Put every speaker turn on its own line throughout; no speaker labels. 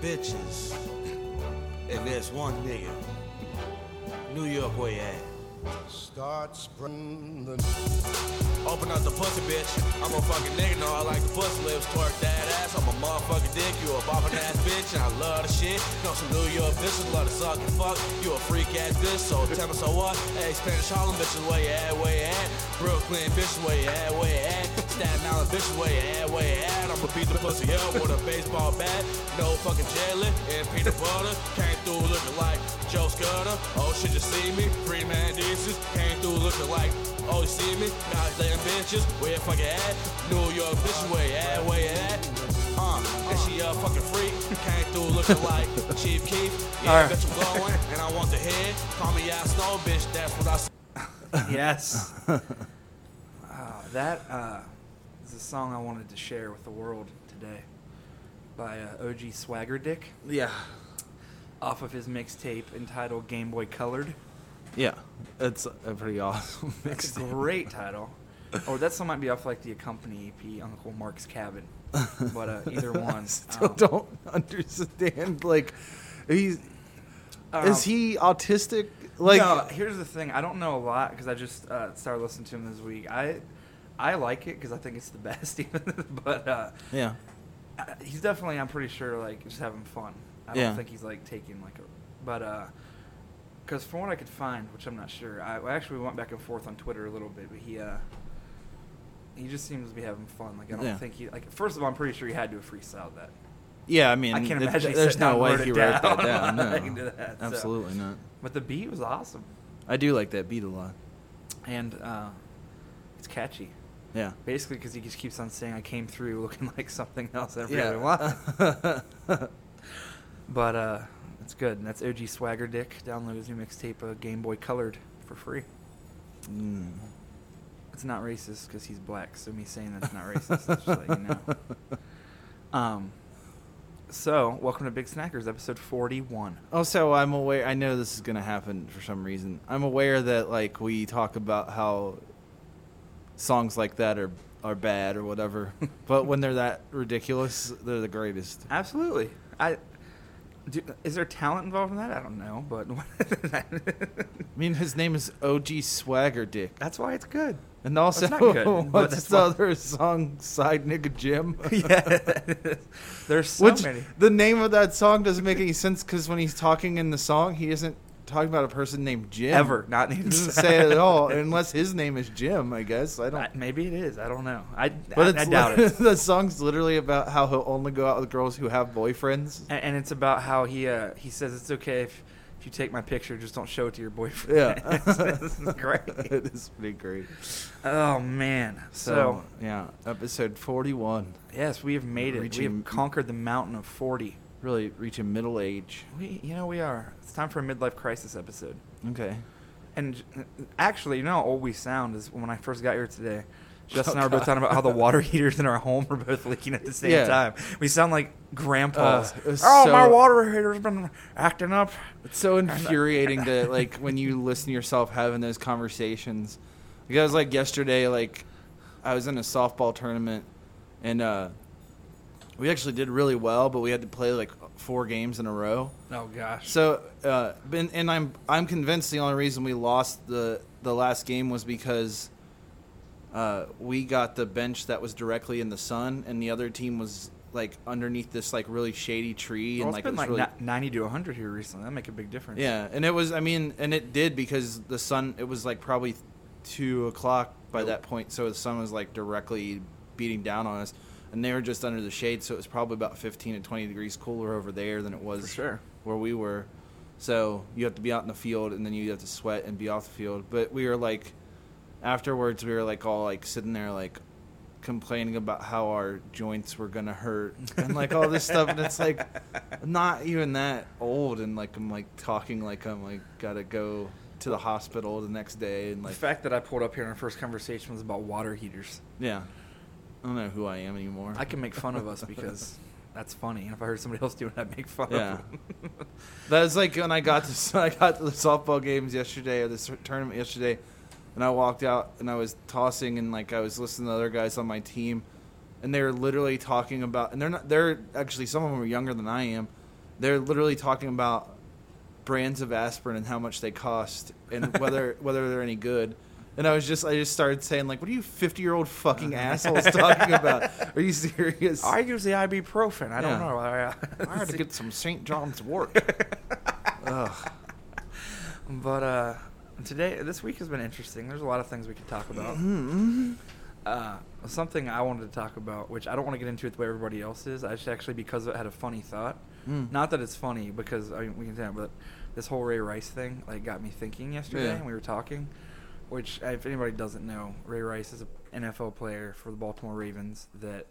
bitches. If there's one nigga, New York where you at?
Start spreading the
Open up the pussy, bitch. I'm a fucking nigga, no, I like the pussy lips. Twerk that ass. I'm a motherfucking dick. You a boppin' ass bitch, and I love the shit. Know some New York bitches love to suck and fuck. You a freak ass bitch, so tell me so what? Hey, Spanish Harlem bitches, where you at, where you at? Brooklyn bitches, where you at, where you at? Staten Island bitches, where you at, where you at? I'ma beat the pussy up with a baseball bat. No fucking jelly and peanut butter. Came through looking like Joe Scudder. Oh shit, you see me? Free man Deezus. Came through looking like Oh, you see me? Now damn bitches, where you fucking at? New York bitches, where you at? Where you at? Uh, and she a fucking freak. Came through looking like Chief Keef. Yeah,
Alright.
bitch, I'm glowing, and I want the head. Call me out snow, bitch. That's what I say.
Yes. wow, that uh, is a song I wanted to share with the world today by uh, OG Swagger Dick
Yeah.
off of his mixtape entitled Game Boy Colored.
Yeah. It's a pretty awesome
It's
mix.
a great title. Or that song might be off like the accompany EP, Uncle Mark's Cabin. But uh, either
I
one.
still
um,
don't understand. Like, he's
um,
is he autistic? Like,
no, here's the thing. I don't know a lot because I just uh, started listening to him this week. I I like it because I think it's the best, even. but uh,
yeah,
uh, he's definitely i'm pretty sure like just having fun i don't
Yeah.
think he's like taking like a but uh because from what i could find which i'm not sure i I actually went back and forth on twitter a little bit but he uh he just seems to be having fun like i don't
Yeah.
think he like first of all i'm pretty sure he had to have freestyled that
yeah. I mean,
i can't
it-
imagine he
there's
sat down and
no way
wrote
he
it
wrote that
down.
down. No,
I can do that, so.
absolutely not.
but the beat was awesome
I do like that beat a lot.
and uh it's catchy
Yeah.
basically because he just keeps on saying i came through looking like something else every other line
yeah.
But uh, that's good. And that's OG Swagger Dick. Download his new mixtape, uh, Game Boy Colored, for free.
Mm.
It's not racist because he's black. So me saying that's not racist, that's just let you know. Um, so welcome to Big Snackers, episode forty-one.
Also, I'm aware. I know this is gonna happen for some reason. I'm aware that like we talk about how songs like that are are bad or whatever, but when they're that ridiculous, they're the greatest.
Absolutely. I do, is there talent involved in that? I don't know, but
I mean, his name is OG Swagger Dick,
that's why it's good.
and also
That's not good, but
what's
that's
the
why-
other song? Side nigga Jim.
yeah, there's so
Which
many.
the name of that song doesn't make any sense because when he's talking in the song, he isn't talking about a person named Jim
Ever not
He
named
doesn't say it at all unless his name is Jim. I guess I don't.
I- maybe it is. I don't know. I I,
But it's
I doubt it.
the song's literally about how he'll only go out with girls who have boyfriends.
and, and it's about how he uh, he says it's okay if if you take my picture, just don't show it to your boyfriend.
Yeah,
this is great.
it is pretty great.
Oh man,
So,
so,
yeah, episode forty-one,
yes, we have made it. We
Reaching-
have conquered the mountain of forty.
really reaching middle age.
We, you know, we are. It's time for a midlife crisis episode.
Okay,
And j- actually, you know how old we sound is when I first got here today. Justin and I were both
God.
talking about how the water heaters in our home are both leaking at the same
Yeah.
time. We sound like grandpas.
Uh, it
oh,
was
my
so-
water heater's been acting up.
it's so infuriating to like when you listen to yourself having those conversations. Because like yesterday, like I was in a softball tournament, and uh, we actually did really well, but we had to play like four games in a row.
Oh gosh.
So, uh, and, and I'm I'm convinced the only reason we lost the the last game was because uh, we got the bench that was directly in the sun, and the other team was like underneath this like really shady tree,
Well,
and
it's
like it
been
was
like
really-
ni- 90 to 100 here recently. That make a big difference.
yeah, and it was I mean, and it did because the sun it was like probably two o'clock by that point, so the sun was like directly beating down on us, and they were just under the shade, so it was probably about fifteen to twenty degrees cooler over there than it was
sure.
where we were. So you have to be out in the field, and then you have to sweat and be off the field. But we were like, afterwards, we were like all like sitting there like complaining about how our joints were gonna hurt and like all this stuff, and it's like not even that old, and like I'm like talking like I'm like gotta go to the hospital the next day, and
The
like
fact that I pulled up here in our first conversation was about water heaters.
yeah, I don't know who I am anymore.
I can make fun of us because that's funny. And if I heard somebody else do it, I'd make fun
Yeah.
of them.
That was like when I got to I got to the softball games yesterday or this tournament yesterday, and I walked out and I was tossing and like I was listening to other guys on my team, and they were literally talking about and they're not they're actually some of them are younger than I am, they're literally talking about brands of aspirin and how much they cost and whether whether they're any good. And I was just I just started saying like, "What are you fifty year old fucking assholes talking about? Are you serious?"
I use the ibuprofen. I
Yeah.
don't know. I, uh,
I had to get some St. John's Wort. Ugh.
But uh, today, this week has been interesting. There's a lot of things we could talk about.
Hmm.
Uh, something I wanted to talk about, which I don't want to get into it the way everybody else is. I just actually because it had a funny thought.
Mm.
Not that it's funny, because I mean, we can tell, but this whole Ray Rice thing like got me thinking yesterday,
Yeah.
and we were talking. Which, if anybody doesn't know, Ray Rice is an NFL player for the Baltimore Ravens that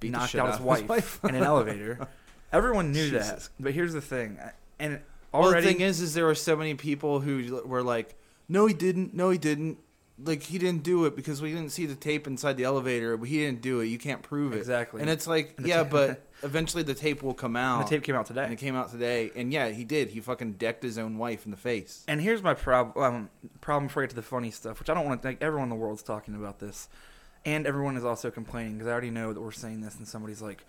Beat the
knocked
shit
out
out
his
of his
wife,
wife.
in an elevator. Everyone knew that,
Jesus.
but here's the thing, and
Well,
already
the thing is, is there were so many people who were like, "No, he didn't. No, he didn't. Like he didn't do it because we didn't see the tape inside the elevator. But he didn't do it. You can't prove it."
Exactly.
And it's like,
And the
yeah,
ta-
but eventually the tape will come out.
the tape came out today.
And it came out today. And yeah, he did. He fucking decked his own wife in the face.
And here's my problem. Um, problem before I get to the funny stuff, which I don't want to think. Everyone in the world's talking about this, and everyone is also complaining because I already know that we're saying this, and somebody's like,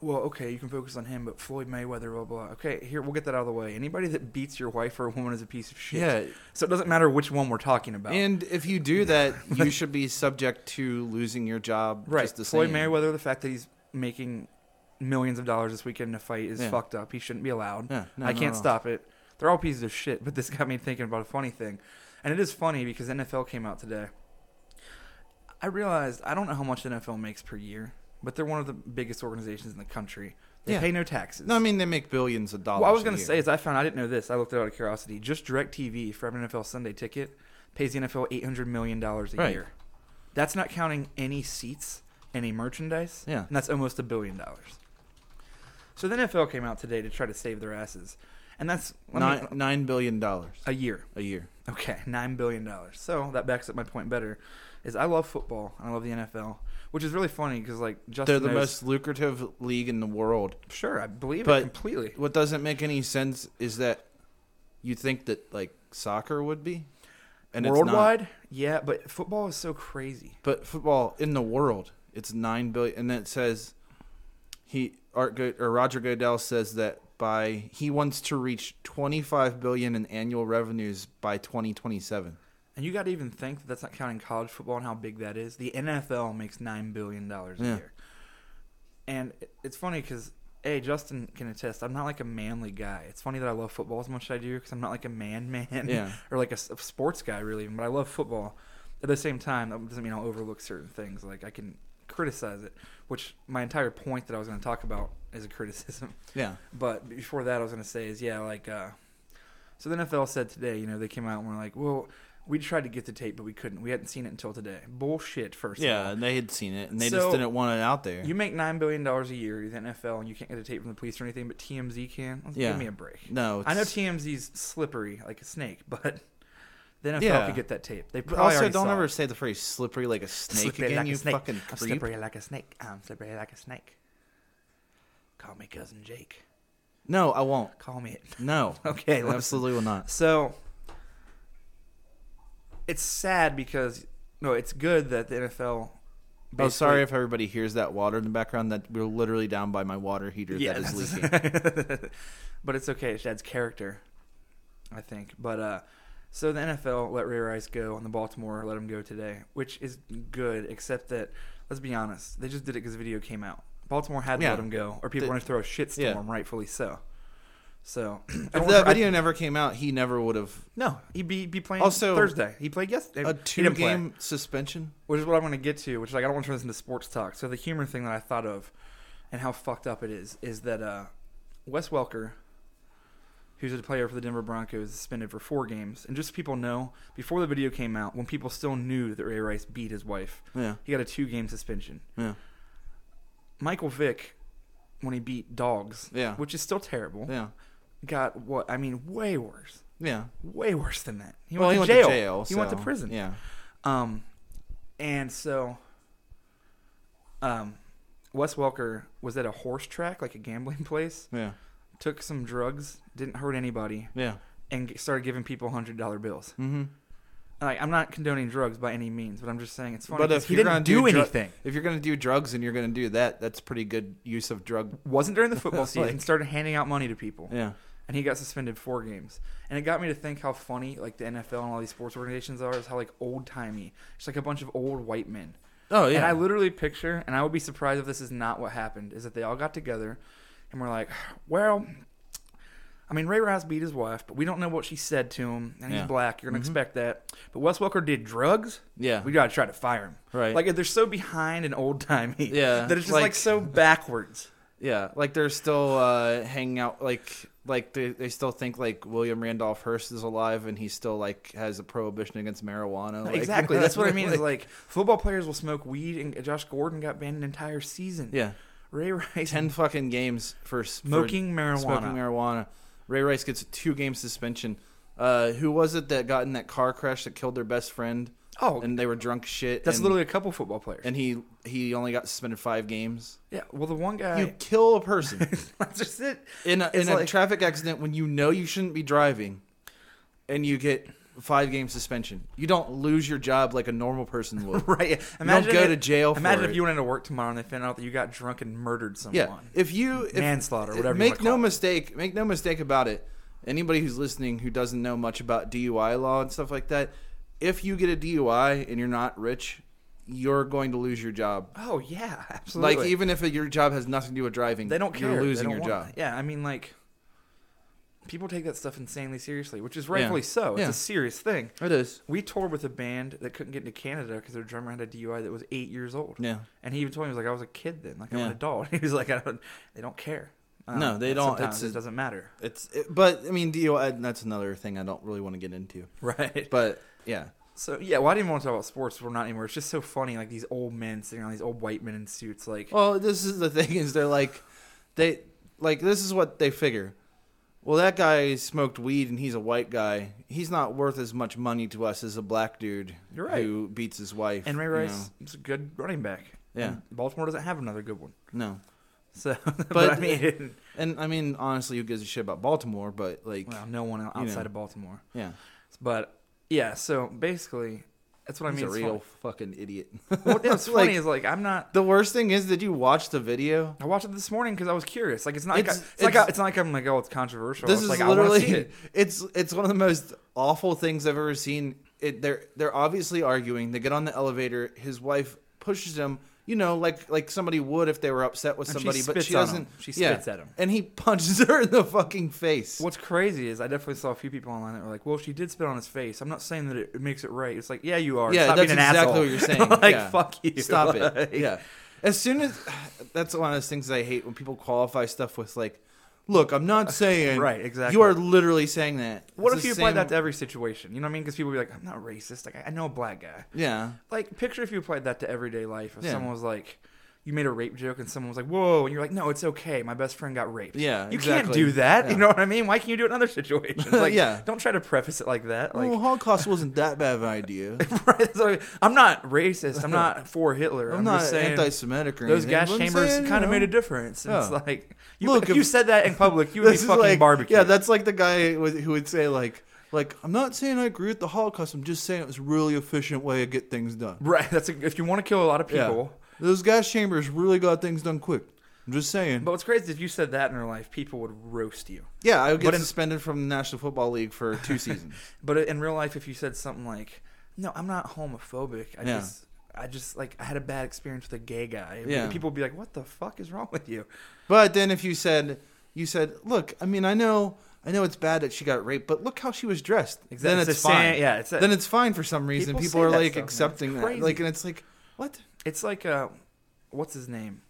"Well, okay, you can focus on him, but Floyd Mayweather, blah blah." Okay, here we'll get that out of the way. Anybody that beats your wife or a woman is a piece of shit.
Yeah.
So it doesn't matter which one we're talking about.
And if you do that, you should be subject to losing your job.
right,
Just the
Floyd
same.
Mayweather, the fact that he's making millions of dollars this weekend in a fight is
Yeah.
fucked up. He shouldn't be allowed.
Yeah, no,
I
not
can't
at all.
stop it. They're all pieces of shit, but this got me thinking about a funny thing. And it is funny because NFL came out today. I realized I don't know how much NFL makes per year, but they're one of the biggest organizations in the country. They
Yeah.
pay no taxes.
No, I mean they make billions of dollars.
Well, I was
a
going to
year.
say is I found I didn't know this. I looked it out of curiosity. Just DirecTV for every NFL Sunday ticket pays the NFL eight hundred million dollars a
Right.
year. That's not counting any seats, any merchandise.
Yeah.
and that's almost a billion dollars. So the NFL came out today to try to save their asses, and that's let me-
nine nine billion dollars
a year.
a year.
Okay, nine billion dollars. So that backs up my point better. Is I love football and I love the NFL, which is really funny because like Justin
They're the
knows-
most lucrative league in the world.
sure I believe it
But-
completely.
What doesn't make any sense is that you think that like soccer would be, and it's not.
Worldwide, yeah, but football is so crazy.
but football in the world, it's nine billion, and then it says he Art Go- or Roger Goodell says that by he wants to reach twenty five billion in annual revenues by twenty twenty seven.
And you got to even think that that's not counting college football and how big that is. The NFL makes nine billion dollars a
Yeah.
year, and it- it's funny because hey, Justin can attest. I'm not like a manly guy. It's funny that I love football as much as I do because I'm not like a man man
Yeah.
or like a, s- a sports guy really. But I love football. At the same time, that doesn't mean I'll overlook certain things. Like I can criticize it, which my entire point that I was going to talk about is a criticism.
Yeah,
But before that, I was going to say is yeah, like uh, so the NFL said today, you know, they came out and were like, well, we tried to get the tape, but we couldn't. We hadn't seen it until today. Bullshit. First, of
yeah,
all.
and they had seen it, and they
So,
just didn't want it out there.
You make nine billion dollars a year, you're the NFL, and you can't get a tape from the police or anything, but TMZ can.
Yeah.
Give me a break.
no,
I know
it's-
TMZ's slippery like a snake, but the NFL
Yeah.
could get that tape. They
But
probably
also,
already
don't
saw
ever
it.
say the phrase "slippery like a snake"
Slippery
again.
like a
you
snake.
fucking
I'm
creep.
slippery like a snake. I'm slippery like a snake. Call me cousin Jake.
No, I won't.
Call me it.
No.
Okay, listen.
absolutely will not.
So it's sad because no, it's good that the NFL.
Oh, sorry
basically-
if everybody hears that water in the background. That we're literally down by my water heater that is leaking.
leaking. but it's okay. It sheds character, I think. But uh, so the NFL let Ray Rice go, and the Baltimore let him go today, which is good. Except that, let's be honest, they just did it because the video came out. Baltimore had to
Yeah.
let him go, or people
They-
want to throw a shitstorm,
yeah.
rightfully so. So
if that video never came out, he never would have
no, he'd be be playing
Also-
Thursday. He played yesterday. He
a
didn't play.
two-game suspension.
which is what I'm going to get to, which is like I don't want to turn this into sports talk. So the humor thing that I thought of, and how fucked up it is, is that uh, Wes Welker, who's a player for the Denver Broncos, is suspended for four games. And just so people know, before the video came out, when people still knew that Ray Rice beat his wife,
Yeah,
he got a two-game suspension.
yeah,
Michael Vick, when he beat dogs,
Yeah.
which is still terrible,
yeah,
got what I mean, way worse,
yeah.
way worse than that. He
Well,
went,
he
to, jail.
went to jail.
He went to
so,
prison.
Yeah,
Um, and so, um, Wes Welker was at a horse track, like a gambling place.
yeah,
Took some drugs, didn't hurt anybody,
yeah.
and g- started giving people hundred dollar bills.
Mm-hmm.
like I'm not condoning drugs by any means, but I'm just saying it's funny.
But
'cause
if
he
you're
didn't
gonna
do,
dru-
anything,
if you're gonna do drugs and you're gonna do that, that's pretty good use of drug.
wasn't during the football season,
Like-
started handing out money to people,
Yeah,
and he got suspended four games. And it got me to think how funny like the NFL and all these sports organizations are is how like old timey, just like a bunch of old white men.
Oh,
And
yeah.
I literally picture, and I would be surprised if this is not what happened, is that they all got together, and we're like, well. I mean, Ray Rice beat his wife, but we don't know what she said to him, and
Yeah. Mm-hmm.
he's black. You're gonna expect that. But Wes Welker did drugs.
Yeah.
we gotta try to fire him.
Right.
Like they're so behind and old timey.
Yeah,
that it's just
like-
like, so backwards.
yeah. Like they're still uh, hanging out. Like like they they still think like William Randolph Hearst is alive and he still like has a prohibition against marijuana. Like,
exactly. That's what I mean. Is like football players will smoke weed, and Josh Gordon got banned an entire season.
yeah,
Ray Rice.
ten fucking games for s- for
Smoking marijuana.
Smoking marijuana. Ray Rice gets a two game suspension. Uh, who was it that got in that car crash that killed their best friend?
Oh.
and they were drunk shit.
that's
and-
literally a couple football players.
and he he only got suspended five games.
yeah. Well, the one guy.
You kill a person
that's just it.
in a,
It's
in a
like-
traffic accident when you know you shouldn't be driving, and you get five game suspension. You don't lose your job like a normal person would.
Right. yeah.
You don't go
if-
to jail.
Imagine
for
if
it.
you went into work tomorrow and they found out that you got drunk and murdered someone.
Yeah, if you if,
Manslaughter, whatever you
Make
wanna
no
call it.
mistake. Make no mistake about it. Anybody who's listening who doesn't know much about DUI law and stuff like that, if you get a DUI and you're not rich, you're going to lose your job.
Oh yeah, absolutely.
Like even if your job has nothing to do with driving,
they don't care.
You're
They
losing
don't
your
want-
job.
Yeah, I mean like people take that stuff insanely seriously, which is rightfully
Yeah.
so. It's
Yeah.
a serious thing.
It is.
We toured with a band that couldn't get into Canada because their drummer had a DUI that was eight years old.
Yeah.
and he even told me he was like, "I was a kid then, like I'm
Yeah.
an adult." He was like, "I don't, they don't care." Um,
No, they don't.
sometimes
It's
it
a-
doesn't matter,
It's it, but I mean DUI. That's another thing I don't really want to get into.
right? But
But yeah,
so yeah, well, I didn't want to talk about sports. We're not anymore. It's just so funny, like these old men sitting around, these old white men in suits, like
Well, this is the thing is they're like they like this is what they figure. Well, that guy smoked weed and he's a white guy. He's not worth as much money to us as a black dude
You're right.
who beats his wife.
And Ray
you
Rice
know?
is a good running back.
Yeah.
And Baltimore doesn't have another good one.
No.
So, but,
But-
I mean,
And I mean, honestly, who gives a shit about Baltimore? But like,
well, no one outside
know.
of Baltimore.
yeah,
But yeah, so basically, that's what
he's
I mean.
a
It's
real
funny.
fucking idiot.
What- What's
Like,
funny is like I'm not.
the worst thing is, did you watch the video?
I watched it this morning because I was curious. Like it's not.
It's-
like, I, it's, like
it's-
I, it's not like I'm like oh it's controversial.
This
It's
is
like, I wanna
literally
see it.
it's it's one of the most awful things I've ever seen. It, they're they're obviously arguing. They get on the elevator. His wife pushes him. You know, like like somebody would if they were upset with
And she
somebody, but
spits
she
on
doesn't.
him. She
yeah.
spits at him.
and he punches her in the fucking face.
What's crazy is I definitely saw a few people online that were like, "Well, she did spit on his face." I'm not saying that it, it makes it right. It's like, yeah, you are.
Yeah,
Stop
that's
being an
exactly
asshole.
what you're saying.
like,
Yeah.
fuck you.
Stop it.
Like,
Yeah. As soon as that's one of those things I hate when people qualify stuff with like, "Look, I'm not saying
Right, exactly.
You are literally saying that.
What
It's
if
the
you applied that to
same-
every situation? You know what I mean? Because people would be like, "I'm not racist. Like, I, I know a black guy."
Yeah,
Like, picture if you applied that to everyday life. If
Yeah.
someone was like, you made a rape joke and someone was like, "Whoa," and you're like, "No, it's okay. My best friend got raped."
Yeah,
you can't
exactly.
do that.
Yeah.
You know what I mean? Why can't you do it in other situations? Like,
Yeah.
don't try to preface it like that. Like,
well, Holocaust wasn't that bad of an idea.
right, so I'm not racist. I'm not for Hitler.
I'm,
I'm,
not
just saying
anti-Semitic or
those
anything,
gas
but I'm
chambers
saying, you
kind of
know,
made a difference. And
Yeah.
It's like, you,
Look,
if,
if-
you said that in public, you would be
this is
fucking
like,
barbecued.
Yeah, that's like the guy with- who would say like, like I'm not saying I agree with the Holocaust. I'm just saying it was a really efficient way to get things done.
right. That's a, if you want to kill a lot of
Yeah.
people.
those gas chambers really got things done quick. I'm just saying.
But what's crazy is if you said that in real life, people would roast you.
yeah, I would get
but in-
suspended from the National Football League for two seasons.
But in real life, if you said something like, "No, I'm not homophobic. I
Yeah.
just, I just like I had a bad experience with a gay guy,"
Yeah.
people would be like, "What the fuck is wrong with you?"
but then if you said, you said, look, I mean, I know. I know it's bad that she got raped, but look how she was dressed.
Exactly.
Then
It's
it's,
the
fine.
same- yeah, it's a-
then it's fine for some reason.
People
People,
say
are
that
like
stuff, man. It's
accepting that.
crazy.
Like, and it's like, what?
It's like, uh, what's his name?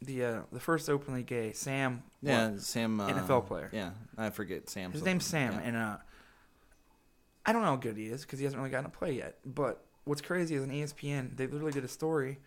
The uh, the first openly gay Sam.
Yeah,
what?
Sam uh,
NFL player.
Yeah, I forget Sam.
his
something.
name's Sam,
Yeah.
and uh, I don't know how good he is because he hasn't really gotten a play yet. But what's crazy is on E ESPN, they literally did a story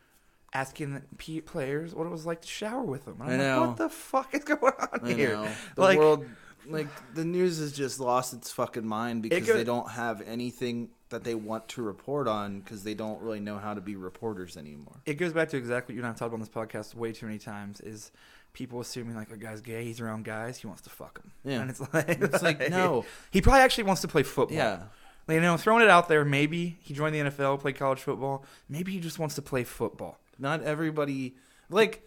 asking the P- players what it was like to shower with them. And I'm
I
like,
know.
what the fuck is going on
I
here?
know. The world, like the news, has just lost its fucking mind because
goes-
they don't have anything that they want to report on because they don't really know how to be reporters anymore.
it goes back to exactly what you and I've talked about on this podcast way too many times is people assuming like a guy's gay, he's around guys, he wants to fuck them.
Yeah.
And it's like
It's like, no.
He probably actually wants to play football.
Yeah.
Like, you know, throwing it out there, maybe he joined the NFL, played college football. Maybe he just wants to play football.
not everybody like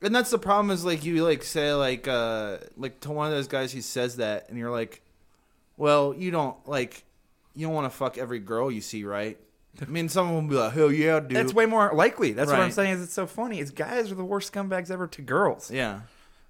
and that's the problem is like you like say like uh like to one of those guys who says that and you're like well you don't like you don't want to fuck every girl you see right i mean someone will be like oh yeah dude
That's way more likely. That's what I'm
Right.
saying. Is it's so funny? Is guys are the worst scumbags ever to girls.
yeah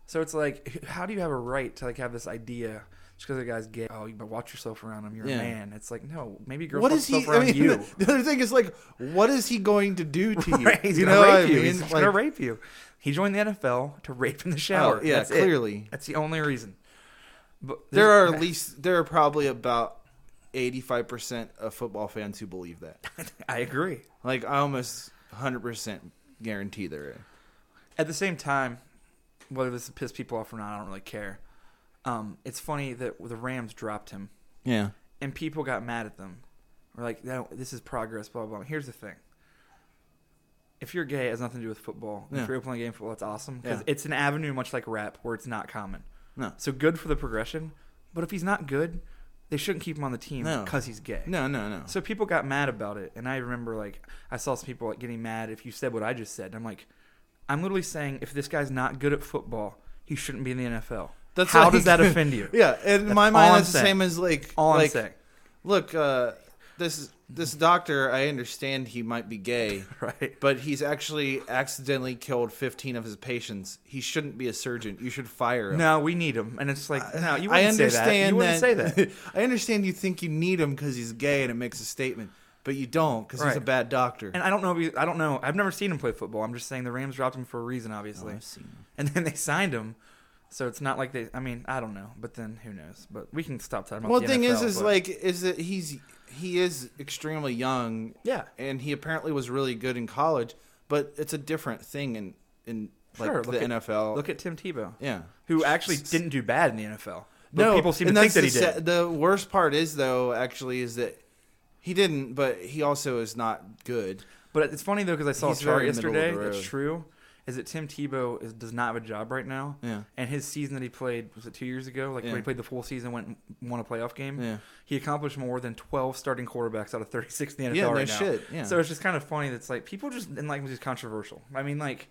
So it's like, how do you have a right to like have this idea just because a guy's gay? Oh, you but watch yourself around him. You're
Yeah.
a man. It's like, no, maybe girls
what
watch
is he
herself
i
around
mean
you.
the other thing is like what is he going to do to you
Right? He's
you
gonna
what
rape you. He's
Like, Oh,
gonna rape you. He joined the NFL to rape in the shower.
yeah,
That's it.
clearly.
That's the only reason. But
there are at least there are probably about 85% of football fans who believe that
I agree.
like i almost 100% guarantee there is
at the same time, whether this piss people off or not, I don't really care. Um, it's funny that the Rams dropped him,
yeah
and people got mad at them. We're like, no, this is progress, blah blah. blah. Here's the thing: if you're gay, it has nothing to do with football.
Yeah.
If you're playing game football, that's awesome because
Yeah.
it's an avenue much like rap where it's not common.
No.
So good for the progression, but if he's not good, they shouldn't keep him on the team
No.
because he's gay.
No, no, no.
So people got mad about it, and I remember like I saw some people like getting mad if you said what I just said. And I'm like, I'm literally saying if this guy's not good at football, he shouldn't be in the NFL. That's how
like-
does that offend you?
yeah, in
That's
my
all
mind,
I'm
that's the
saying.
same as like,
All I'm
like,
saying.
look, uh, this this doctor, I understand he might be gay,
Right.
But he's actually accidentally killed 15 of his patients. He shouldn't be a surgeon. You should fire him.
No, we need him, and it's like no, you wouldn't
I
say that. You
understand
wouldn't say that.
I understand you think you need him because he's gay and it makes a statement, but you don't because he's a
Right.
bad doctor.
And I don't know. if he- I don't know. I've never seen him play football. I'm just saying the Rams dropped him for a reason, obviously.
Oh, I've seen him.
And then they signed him, so it's not like they. I mean, I don't know. But then who knows? But we can stop talking about.
Well,
the
the thing is,
NFL,
is
but-
like, is that he's he is extremely young.
Yeah.
and he apparently was really good in college, but it's a different thing in in like
Sure,
the
look at-
NFL.
Look at Tim Tebow.
yeah,
who actually didn't do bad in the NFL. But
no
people seem to
and
think
that's
that he
the sa-
did.
The worst part is though, actually, is that he didn't, but he also is not good.
But it's funny though because I saw a
He's
chart
very middle of the
yesterday
road.
that's true. Is that Tim Tebow is, does not have a job right now?
Yeah.
And his season that he played was it two years ago? Like
Yeah.
when he played the full season, went and won a playoff game.
Yeah.
He accomplished more than twelve starting quarterbacks out of thirty six in the NFL
Yeah, no
right now.
shit, yeah.
So it's just kind of funny that's like people just and like he's controversial. I mean, like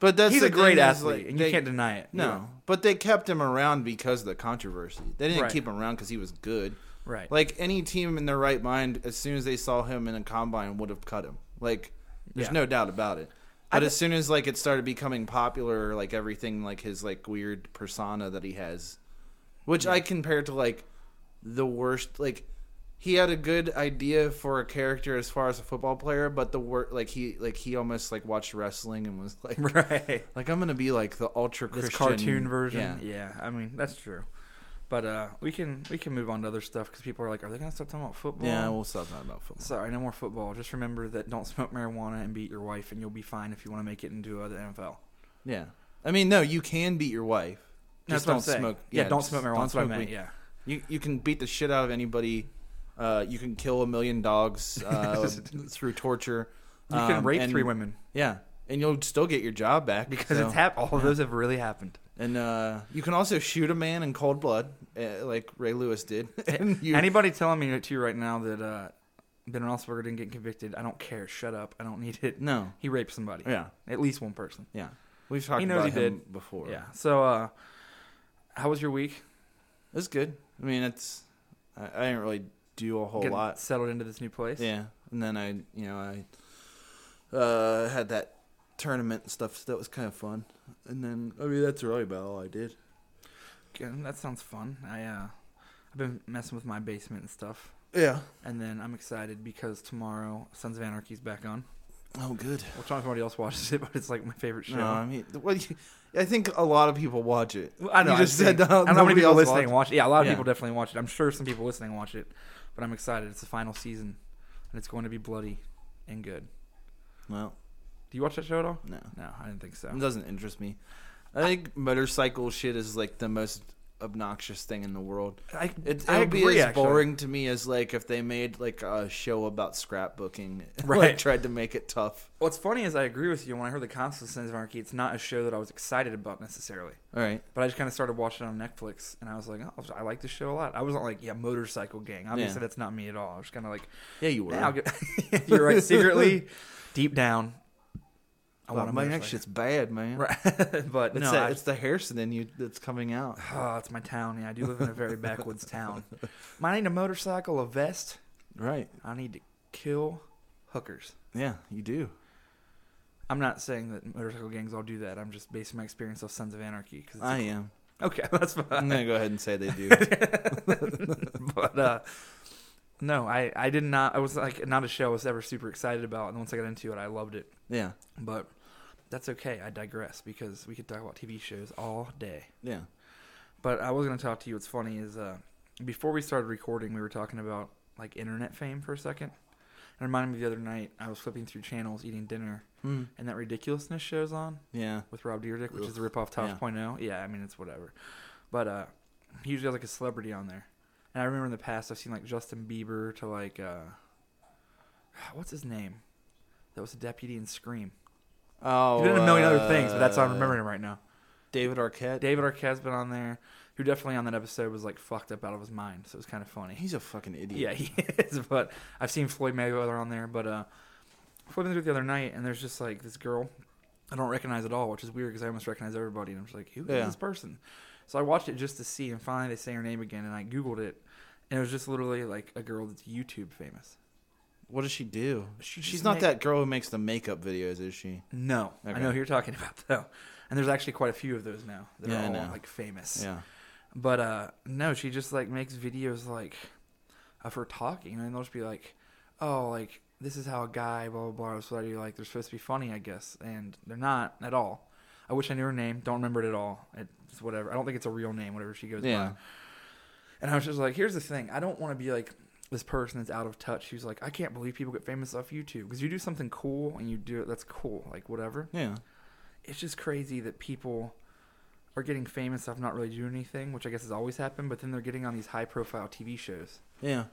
But that's
he's
the
a great
thing is,
athlete,
like,
and you
they-
can't deny it.
No, but they kept him around because of the controversy. They didn't
Right.
keep him around because he was good.
Right.
Like any team in their right mind, as soon as they saw him in a combine, would have cut him. Like, there's
Yeah.
no doubt about it. But
d-
as soon as like it started becoming popular, like everything, like his like weird persona that he has, which I compare to like the worst. Like he had a good idea for a character as far as a football player, but the worst, like he like he almost like watched wrestling and was like,
Right.
like I'm gonna be like the ultra
this
Christian
cartoon version.
Yeah.
Yeah. I mean that's true. But uh, we can we can move on to other stuff because people are like, are they gonna stop talking about football?
Yeah, we'll stop talking about football.
Sorry, no more football. Just remember that don't smoke marijuana and beat your wife, and you'll be fine if you want to make it into uh, the NFL.
Yeah, I mean, no, you can beat your wife.
That's
Just
what
don't
I'm saying.
smoke.
Yeah, don't
just
smoke marijuana. That's what I
smoke
meant.
weed.
Yeah,
you you can beat the shit out of anybody. Uh, you can kill a million dogs uh, through torture.
you can
Um,
rape
and-
three women
Yeah, and you'll still get your job back
because
so-
it's hap- all of those have really happened.
And uh, you can also shoot a man in cold blood, uh, like Ray Lewis did. and you,
Anybody telling me to you right now that uh, Ben Roethlisberger didn't get convicted, I don't care. Shut up. I don't need it.
No.
he raped somebody.
Yeah.
at least one person.
yeah, we've talked
He knows
about
he
him
did.
before.
Yeah. So, uh, how was your week?
It's good. I mean, it's I, I didn't really do a whole
Getting
lot.
settled into this new place.
Yeah, and then I, you know, I uh, had that tournament and stuff. So that was kind of fun. And then I mean, that's really about all I did.
Good, That sounds fun. I uh, I've been messing with my basement and stuff,
Yeah.
and then I'm excited because tomorrow Sons of Anarchy's back on.
Oh, good.
Well, Tom, everybody else watches it, but it's like my favorite show.
No, I mean, well, you, I think a lot of people watch it.
Well, I know.
You just
I'm
said
saying-
no,
I don't know how many
nobody
people
else
listening
watched
watch it. Yeah, a lot of
Yeah.
people definitely watch it. I'm sure some people listening watch it, but I'm excited. It's the final season, and it's going to be bloody and good.
it. Well,
Do you watch that show at all?
no,
No, I didn't think so.
it doesn't interest me. I think motorcycle shit is like the most obnoxious thing in the world.
I,
It, it
I
would
agree,
be as
actually.
boring to me as like if they made like a show about scrapbooking, and, like,
Right.
tried to make it tough.
What's funny is I agree with you. When I heard the Constance Anarchy, it's not a show that I was excited about necessarily.
All right,
But I just kind of started watching it on Netflix, and I was like, oh, I like this show a lot. I wasn't like, yeah, Motorcycle Gang. Obviously,
Yeah.
that's not me at all. I was kind of like,
yeah, you were.
yeah, I'll get- you're right. Secretly, deep down, I
Wow,
want to
my next Oh, shit's bad, man.
right. but
It's,
no,
that-
I-
it's the Harrison in you that's coming out.
oh, it's my town. Yeah, I do live in a very backwoods town. I need a motorcycle, a vest.
Right.
I need to kill hookers.
Yeah, you do.
I'm not saying that motorcycle gangs all do that. I'm just basing my experience off Sons of Anarchy. Cause it's
I am.
okay, that's fine.
I'm gonna go ahead and say they do.
but uh, no, I I did not. I was like not a show I was ever super excited about, and once I got into it, I loved it.
yeah,
But that's okay. I digress because we could talk about TV shows all day.
yeah.
But I was gonna talk to you. What's funny is uh, before we started recording, we were talking about like internet fame for a second. It reminded me the other night I was flipping through channels eating dinner,
Hmm.
and that ridiculousness shows on.
Yeah.
with Rob Dyrdek, which is a
Ugh.
ripoff
Yeah.
Tops Point oh. Yeah, I mean it's whatever. But uh he usually has like a celebrity on there. And I remember in the past I've seen like Justin Bieber to like uh what's his name? That was a deputy in Scream.
Oh,
He's been in a million other things, but that's how I'm
uh,
remembering him right now.
David Arquette.
David Arquette's been on there, who definitely on that episode was like fucked up out of his mind, so it was kinda funny.
He's a fucking idiot.
Yeah, he is. But I've seen Floyd Mayweather on there. But uh, flipping through the other night, and there's just like this girl I don't recognize at all, which is weird because I almost recognize everybody. And I'm just like, who is
Yeah.
this person? So I watched it just to see, and finally they say her name again, and I googled it, and it was just literally like a girl that's YouTube famous.
What does she do?
She
she's
just
not
make-
that girl who makes the makeup videos, is she?
No, I
Okay.
know who you're talking about though. And there's actually quite a few of those now that
Yeah, I
are all
know.
like famous.
Yeah.
But uh no, she just like makes videos like of her talking and they'll just be like, Oh, like this is how a guy, blah blah blah, so that you like they're supposed to be funny, I guess. And they're not at all. I wish I knew her name, don't remember it at all. It's whatever. I don't think it's a real name, whatever she goes
Yeah.
by. And I was just like, here's the thing, I don't want to be like this person that's out of touch who's like, I can't believe people get famous off YouTube. Because you do something cool and you do it, that's cool, like whatever
Yeah.
it's just crazy that people are getting famous off not really doing anything, which I guess has always happened. But then they're getting on these high-profile TV shows.
Yeah.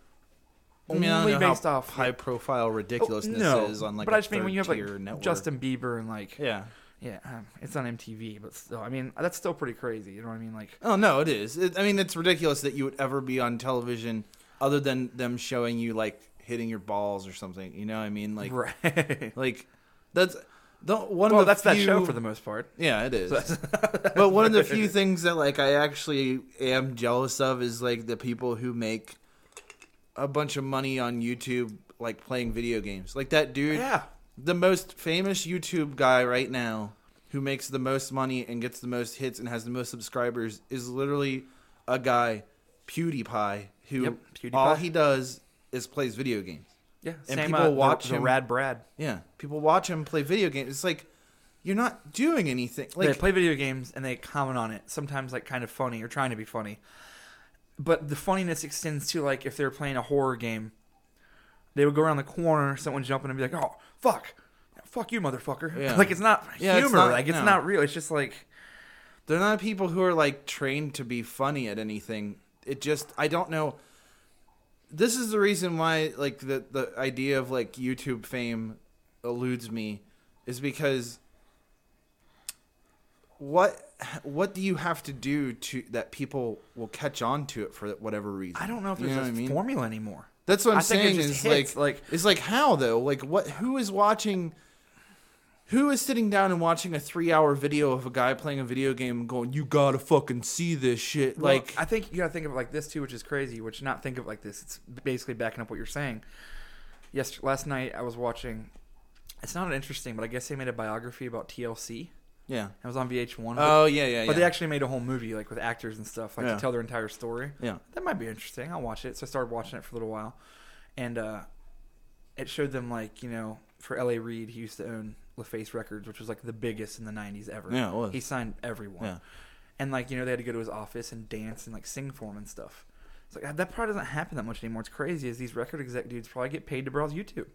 Only
I don't know
based
how
off- Oh,
high profile ridiculousness is Oh, on like
but
I
I just mean when you have like
network.
Justin Bieber and like yeah,
Yeah.
um, it's on MTV, but still, I mean that's still pretty crazy. You know what I mean? Like
Oh no, it is. It, I mean, it's ridiculous that you would ever be on television other than them showing you like hitting your balls or something. You know, what I mean, like,
right.
like that's the one
well,
of the
that's that show
few-
for the most part.
Yeah, it is. but one of the few things that like I actually am jealous of is like the people who make a bunch of money on YouTube like playing video games. Like that dude,
Yeah.
the most famous YouTube guy right now who makes the most money and gets the most hits and has the most subscribers is literally a guy PewDiePie who
Yep, PewDiePie.
all he does is plays video games.
Yeah,
And
same,
people
uh,
watch
the, the
him-
Rad Brad.
Yeah, people watch him play video games. It's like you're not doing anything. Like
they play video games and they comment on it sometimes like kind of funny or trying to be funny but the funniness extends to like if they were playing a horror game they would go around the corner someone jumping and be like oh fuck fuck you motherfucker
Yeah.
like it's not
Yeah,
humor
it's not-
like it's
no.
not real it's just like
They're not people who are like trained to be funny at anything. It just I don't know. This is the reason why like the the idea of like YouTube fame eludes me is because what what do you have to do to that people will catch on to it for whatever reason?
i don't know if
You
there's
what
a
I mean?
formula anymore
That's what I'm
I think it
saying
just
is
hits,
like,
like-
it's like how though? Like what who is watching who is sitting down and watching a 3-hour video of a guy playing a video game and going, "You got to fucking see this shit."
like
like
i think you gotta think of it like this too which is crazy which not think of it like this it's basically backing up what you're saying yes last night i was watching it's not interesting but i guess they made a biography about tlc
yeah.
it was on vh1
Oh, yeah, yeah, yeah.
But they actually made a whole movie, like with actors and stuff, like
Yeah.
to tell their entire story.
Yeah.
that might be interesting. I'll watch it. So I started watching it for a little while, and uh, it showed them like you know, for L.A. Reid, he used to own LaFace Records, which was like the biggest in the '90s ever.
Yeah, it was.
He signed everyone.
Yeah.
And like you know, they had to go to his office and dance and like sing for him and stuff. It's like that probably doesn't happen that much anymore. It's crazy. Is these record exec dudes probably get paid to browse YouTube?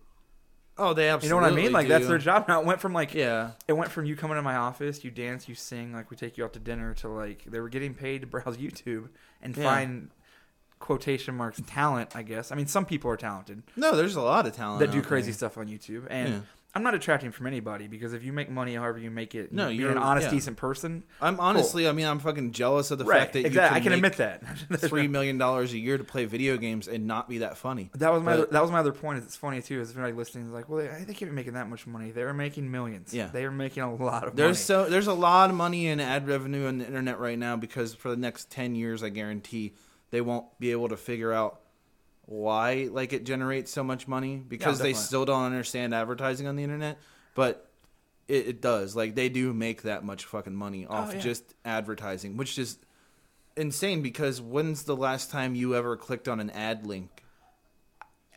Oh, they
You
absolutely.
know what I mean? Like that's
do.
their job now. It went from like
Yeah.
it went from you coming to my office, you dance, you sing, like we take you out to dinner, to like they were getting paid to browse YouTube and
Yeah.
find quotation marks talent. I guess. I mean, some people are talented
Oh, No, there's a lot of talent
that do
out
crazy
there.
stuff on YouTube, and
Yeah.
I'm not detracting from anybody because if you make money, however you make it,
No,
no, you're
you're-
an honest,
yeah.
decent person.
I'm honestly, I mean, I'm fucking jealous of the
right.
fact that
exactly. I
you
can
make
admit that.
three million dollars a year to play video games and not be that funny.
That was my
But-
other, that was my other point. Is it's funny too. Is everybody listening is like, well, they, they can't be making that much money. They were making millions.
Yeah.
they were making a lot of money.
There's so there's a lot of money in ad revenue on the internet right now because for the next ten years, I guarantee they won't be able to figure out why like it generates so much money because they
definitely.
still don't understand advertising on the internet, but it, it does. Like they do make that much fucking money off
Oh, yeah.
just advertising, which is insane. Because when's the last time you ever clicked on an ad link?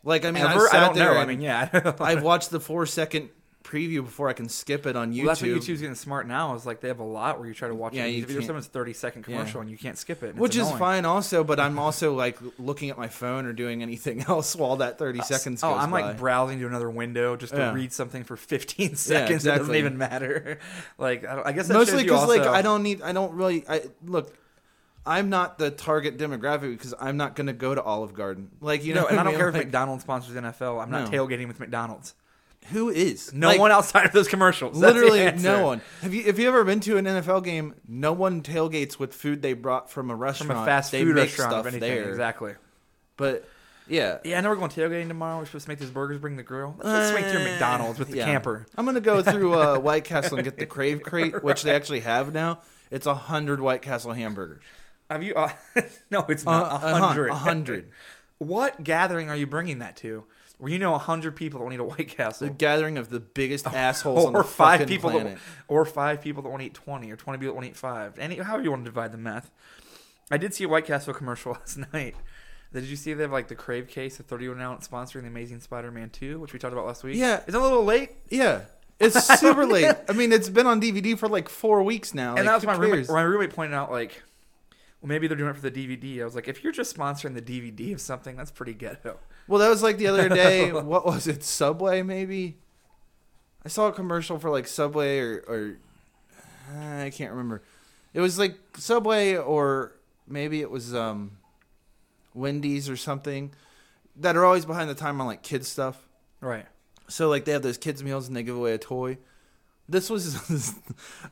Like I mean,
Ever?
I,
I,
sat
don't
there
know. I
and-
mean, yeah,
I've watched the four second preview before I can skip it on YouTube.
Well, that's what YouTube's getting smart now. Is like they have a lot where you try to watch
Yeah,
a
you
music video,
can't-
someone's thirty second commercial, and you can't skip it, and
which
it's
is
annoying.
fine also, but I'm also like looking at my phone or doing anything else while that 30 seconds goes
Oh, I'm
by.
like browsing to another window just to
Yeah.
read something for 15 seconds. It doesn't
exactly.
even matter. Like, I, don't, I guess that
mostly
because
because like I don't need I don't really I look I'm not the target demographic because I'm not going to go to Olive Garden. Like you
no,
know,
and
what
I don't
mean?
care if
Like,
McDonald's sponsors the NFL. I'm not
No.
tailgating with McDonald's.
who is
No
Like,
one outside of those commercials. That's the
Literally
answer.
no one. Have you have you ever been to an NFL game? No one tailgates with food they brought from a restaurant.
from a fast
they
food
make
restaurant
stuff
or anything.
there.
Exactly.
But yeah,
Yeah, I know we're going tailgating tomorrow. We're supposed to make these burgers, bring the grill. Let's just swing through McDonald's with the
Uh, Eh. Yeah.
camper.
I'm gonna go through uh, White Castle and get the Crave Crate, which they actually have now. It's a hundred White Castle hamburgers.
Have you? Uh, no, it's
Uh,
not. A hundred.
A hundred.
What gathering are you bringing that to? Where you know a hundred people that need a White
The
Castle,
gathering of the biggest assholes on
or
the
five
fucking
people, that,
planet.
or five people that want to eat twenty, or twenty people that want to eat five. Any, however you want to divide the math. I did see a White Castle commercial last night. Did you see they have like the Crave case, the 31 ounce sponsoring the Amazing Spider-Man 2, which we talked about last week?
Yeah.
it's a little late.
Yeah, it's super late. I mean, it's been on DVD for like four weeks now.
and
Like,
that was
who
my roommate.
cares?
My roommate pointed out like, well, maybe they're doing it for the DVD. I was like, if you're just sponsoring the DVD of something, that's pretty ghetto.
Well, that was like the other day. what was it? Subway, maybe. I saw a commercial for like Subway or, or uh, I can't remember. It was like Subway or maybe it was um, Wendy's or something that are always behind the time on like kids stuff.
Right.
So like they have those kids meals and they give away a toy. This was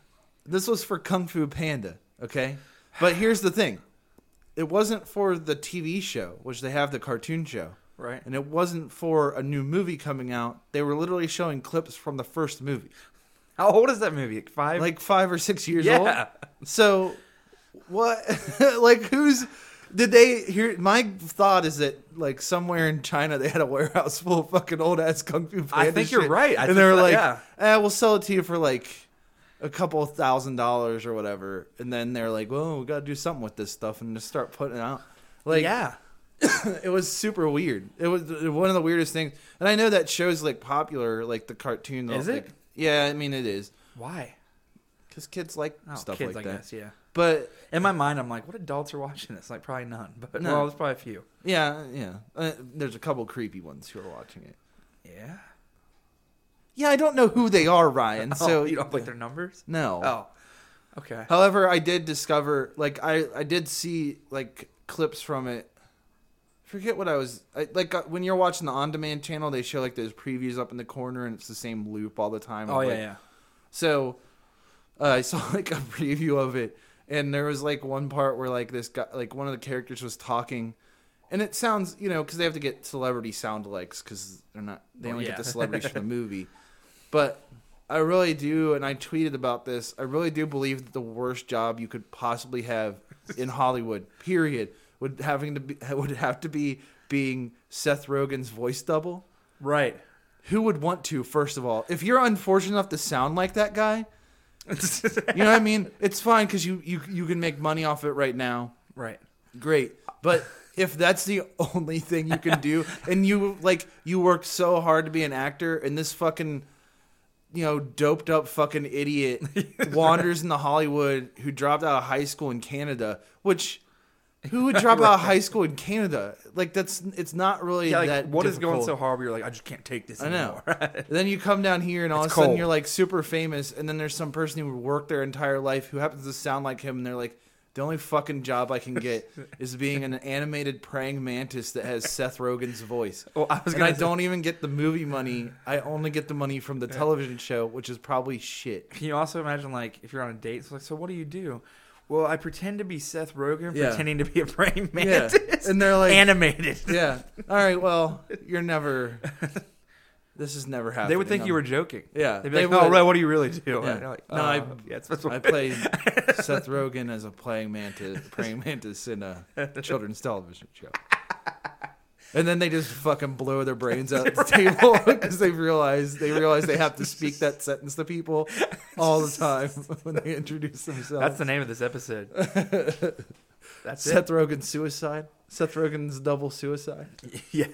this was for Kung Fu Panda, okay? But here's the thing. It wasn't for the TV show, which they have the cartoon show.
Right.
And it wasn't for a new movie coming out. They were literally showing clips from the first movie.
How old is that movie? Like five.
Like 5 or 6 years
Yeah.
old. So what like who's did they hear my thought is that like somewhere in China they had a warehouse full of fucking old ass kung fu panda
I think you're
shit.
right. I
and
think
they were
that-
like,
yeah.
eh, we'll sell it to you for like a couple thousand dollars or whatever. And then they're like, well, we got to do something with this stuff and just start putting it out. Like,
yeah.
it was super weird. It was one of the weirdest things. And I know that show's like popular, like the cartoon.
Is
like-
it?
yeah, I mean, it is.
Why?
Because kids like
Oh,
stuff
kids,
like
I
that.
guess. Yeah.
But
In my mind, I'm like, what adults are watching this? Like, probably none. But
No.
well, there's probably a few.
yeah, yeah. Uh, there's a couple creepy ones who are watching it.
Yeah.
Yeah, I don't know who they are, Ryan.
So
so
Oh, you don't like their numbers?
No.
Oh. Okay.
However, I did discover like I I did see like clips from it. Forget what I was I, like uh, when you're watching the on demand channel, they show like those previews up in the corner, and it's the same loop all the time.
Oh
of,
yeah,
like-
yeah.
So uh, I saw like a preview of it, and there was like one part where like this guy, like one of the characters was talking, and it sounds you know because they have to get celebrity sound alikes because they're not they
Well,
only
yeah.
get the celebrities from the movie, but. I really do, and I tweeted about this. I really do believe that the worst job you could possibly have in Hollywood, period, would having to be, would have to be being Seth Rogen's voice double
Right.
who would want to first of all if you're unfortunate enough to sound like that guy you know what i mean it's fine because you, you you can make money off it right now
right.
great but if that's the only thing you can do and you like you worked so hard to be an actor and this fucking you know doped up fucking idiot wanders into hollywood who dropped out of high school in canada which Who would drop out of high school in Canada? Like that's it's not really
Yeah, like
that.
what is going
difficult.
so hard? Where you're like, I just can't take this
I know.
anymore.
then you come down here and all
It's
of a sudden
cold.
you're like super famous, and then there's some person who worked their entire life who happens to sound like him, and they're like, the only fucking job I can get is being an animated praying mantis that has Seth Rogen's voice.
Well, Oh, I was
and I
gonna say-
don't even get the movie money. I only get the money from the television show, which is probably shit.
Can you also imagine like if you're on a date? It's like, so what do you do? Well, I pretend to be Seth Rogen,
Yeah.
pretending to be a praying
Yeah.
mantis,
And they're like-
animated.
Yeah. All right. Well, you're never. This is never happening.
They would think you were
I'm-
joking.
Yeah,
They'd be
they
like, "Oh, "No,
would.
Ray, what do you really do?"
Yeah.
And you're like,
No,
uh,
I-
yeah, it's supposed to
I
work."
played Seth Rogen as a praying mantis, praying mantis in a children's television show. And then they just fucking blow their brains out the table because they realize they realize they have to speak that sentence to people all the time when they introduce themselves.
That's the name of this episode. That's
Seth Rogen's suicide. Seth Rogen's double suicide.
it. Yeah.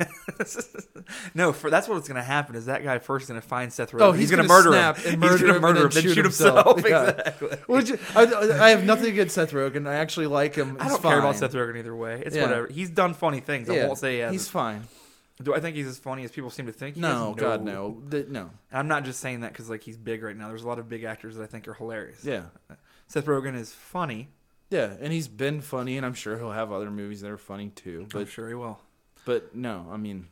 no, for, that's what's going to happen. Is that guy first going to find Seth Rogen?
Oh, he's
gonna
gonna snap and
He's
murder
going to
him
murder
and
him, then shoot himself.
Yeah.
Exactly.
Which I, I have nothing against Seth Rogen. I actually like him.
I
He's
don't care about
fine.
Seth Rogen either way. It's
Yeah.
whatever. He's done funny things. I
Yeah,
won't say he hasn't.
he's fine.
Do I think he's as funny as people seem to think? He
No,
is?
God, no, The- no.
And I'm not just saying that because like he's big right now. There's a lot of big actors that I think are hilarious.
Yeah,
Seth Rogen is funny.
Yeah, and he's been funny, and I'm sure he'll have other movies that are funny too.
I'm
But
sure he will.
but no, I mean,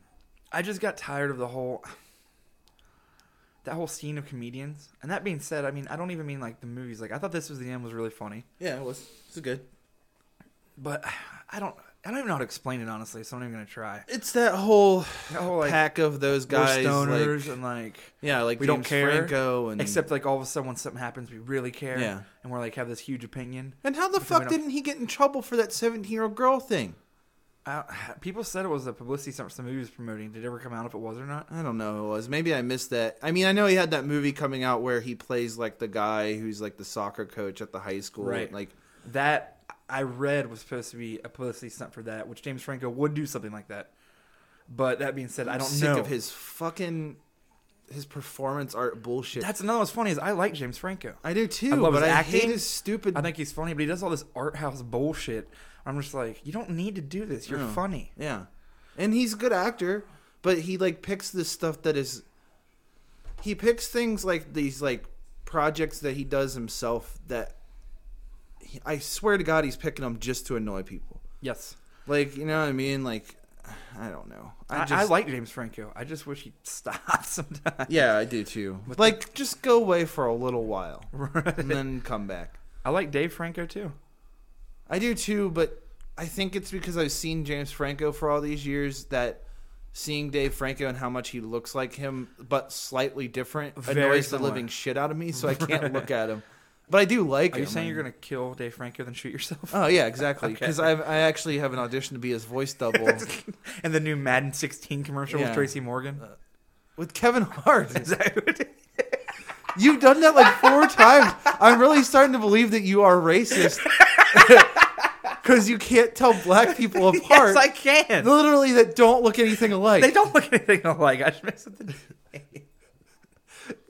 I just got tired of the whole that whole scene of comedians. And that being said, I mean I don't even mean like the movies. Like I thought this was the end was really funny,
yeah, it was it's good.
but I don't I don't even know how to explain it honestly. So I'm not even gonna try.
It's that whole
That whole like
pack of those
we're
guys,
stoners
like,
and like
yeah, like
we
James
don't care
Franco, and
except like all of a sudden when something happens we really care.
Yeah.
And we're like have this huge opinion.
and how the
Because we
fuck
don't-
didn't he get in trouble for that 17 year old girl thing?
I, people said it was a publicity stunt the movie was promoting. Did it ever come out if it was or not?
I don't know who it was. Maybe I missed that. I mean, I know he had that movie coming out where he plays like the guy who's like the soccer coach at the high school,
Right.
Like,
that I read was supposed to be a publicity stunt for that, which James Franco would do something like that. But that being said, I don't
sick
know.
of his fucking his performance art bullshit.
That's another what's funny is I like James Franco.
I do too,
I love
but
his
I hate
acting.
his stupid
I think he's funny, but he does all this art house bullshit. I'm just like, you don't need to do this. You're
No.
funny.
Yeah. And he's a good actor, but he like picks this stuff that is he picks things like these like projects that he does himself that he, I swear to god he's picking them just to annoy people.
Yes,
Like, you know what I mean? Like I don't know.
I, I, like James Franco. I just wish he'd stop sometimes.
Yeah, I do too. Like just go away for a little while and then come back.
I like Dave Franco too.
I do too, but I think it's because I've seen James Franco for all these years that seeing Dave Franco and how much he looks like him, but slightly different,
Very
annoys
similar.
the living shit out of me, so I can't look at him. But I do like
Are
him.
you saying you're gonna kill Dave Franco then shoot yourself?
Oh yeah, exactly. Because I I actually have an audition to be his voice double
and the new Madden 16 commercial
Yeah. Uh,
with Tracy Morgan.
with Kevin Hart.
Is that what it is?
You've done that like four times. I'm really starting to believe that you are racist because you can't tell black people apart.
yes, I can.
literally that don't look anything alike.
They don't look anything alike. I just mess with the.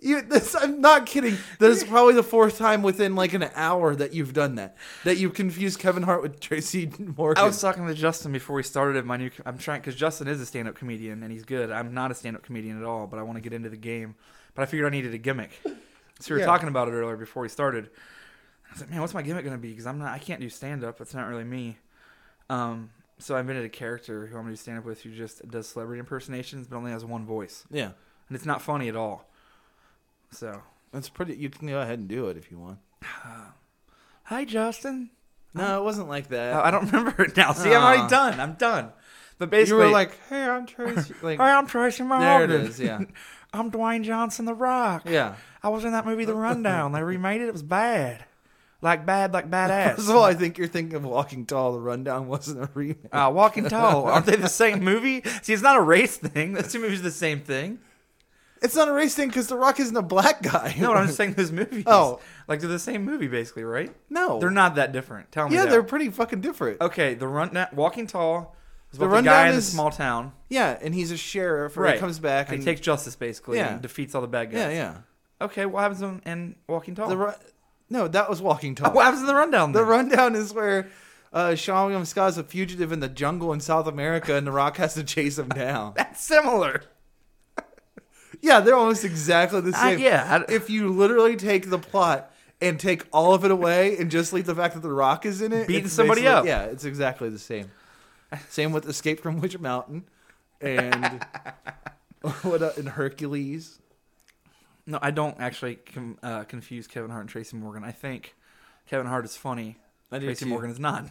You, this, I'm not kidding. That is probably the fourth time within like an hour that you've done that. That you've confused Kevin Hart with Tracy Morgan.
I was talking to Justin before we started at my new. I'm trying because Justin is a stand-up comedian and he's good. I'm not a stand-up comedian at all, but I want to get into the game. But I figured I needed a gimmick, so we were
Yeah.
talking about it earlier before we started. I was like, man, what's my gimmick gonna be? Because I'm not. I can't do stand-up. It's not really me. Um, so I invented a character who I'm gonna do stand-up with who just does celebrity impersonations, but only has one voice,
yeah,
and it's not funny at all. So,
that's pretty. You can go ahead and do it if you want.
hi, Justin.
No, it wasn't like that.
Oh, I don't remember it now. See, I'm
Ah.
already done. I'm done. But
you
basically,
were like, "Hey, I'm Tracy." Like,
Hey, I'm Tracy
there
Morgan.
it is. Yeah,
I'm Dwayne Johnson, The Rock.
yeah.
I was in that movie, The Rundown. they remade it. It was bad. Like bad, like badass.
First of all, I think you're thinking of Walking Tall. The rundown wasn't a remake.
uh, Walking Tall. Aren't they the same movie? See, it's not a race thing. Those two movies are the same thing.
It's not a race thing because The Rock isn't a black guy.
No, but I'm just saying those movies.
Oh.
like they're the same movie, basically, right?
No.
they're not that different. Tell me.
Yeah,
that.
they're pretty fucking different.
okay. The Rundown, Walking Tall. Is
The
about the, guy
Rundown
in the
is-
small town.
Yeah, and he's a sheriff. Or He comes back
and
and
he takes justice basically
Yeah.
and defeats all the bad guys.
Yeah, yeah.
Okay, what happens in, in Walking Tall?
The ru- no, that was Walking Tall.
what happens in the rundown?
The
then?
rundown is where uh, Sean William Scott is a fugitive in the jungle in South America, and The Rock has to chase him down.
That's similar.
yeah, they're almost exactly the
I-
same.
Uh, yeah, I-
if you literally take the plot and take all of it away and just leave the fact that The Rock is in it,
Beating
it's
somebody
basically-
up.
Yeah, it's exactly the same. Same with Escape from Witch Mountain and what uh, and Hercules.
No, I don't actually com- uh, confuse Kevin Hart and Tracy Morgan. I think Kevin Hart is funny.
I do
Tracy
too.
Morgan is not,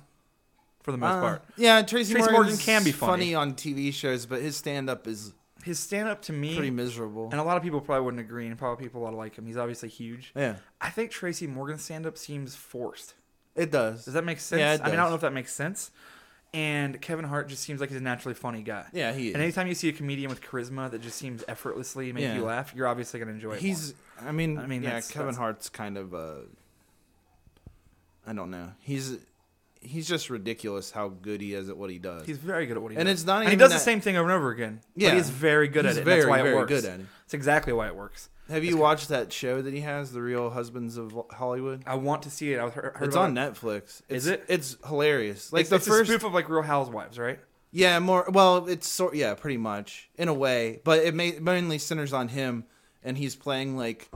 for the most
Uh,
part.
Yeah, Tracy,
Tracy Morgan
Morgan's
can be funny.
on TV shows, but his stand up is
His stand up to me,
pretty miserable.
and a lot of people probably wouldn't agree, and probably people ought to like him. He's obviously huge.
yeah,
I think Tracy Morgan's stand up seems forced.
it does.
Does that make sense?
Yeah, it
I mean, I
does.
don't know if that makes sense. And Kevin Hart just seems like he's a naturally funny guy.
Yeah, he is.
And anytime you see a comedian with charisma that just seems effortlessly make
Yeah.
you laugh, you're obviously going to enjoy it.
He's, I mean,
I
I
mean,
mean, yeah,
that's-
Kevin
that's-
Hart's kind of, uh, I don't know. He's, he's just ridiculous how good he is at what he does.
more. he's very good at what he does.
And it's not
And he
even
does the
that-
same thing over and over again.
Yeah.
But he's very good
He's
at it.
very,
that's why
very
it works.
good at it.
It's exactly why it works.
Have you watched that show that he has, The Real Husbands of Hollywood?
I want to see it. I heard, heard
It's
about
on
it.
Netflix. It's,
Is it?
It's hilarious. Like
it's,
the
it's
first,
a spoof of like Real Housewives, right?
yeah, more. Well, it's sort, yeah, pretty much in a way, but it ma- mainly centers on him, and he's playing like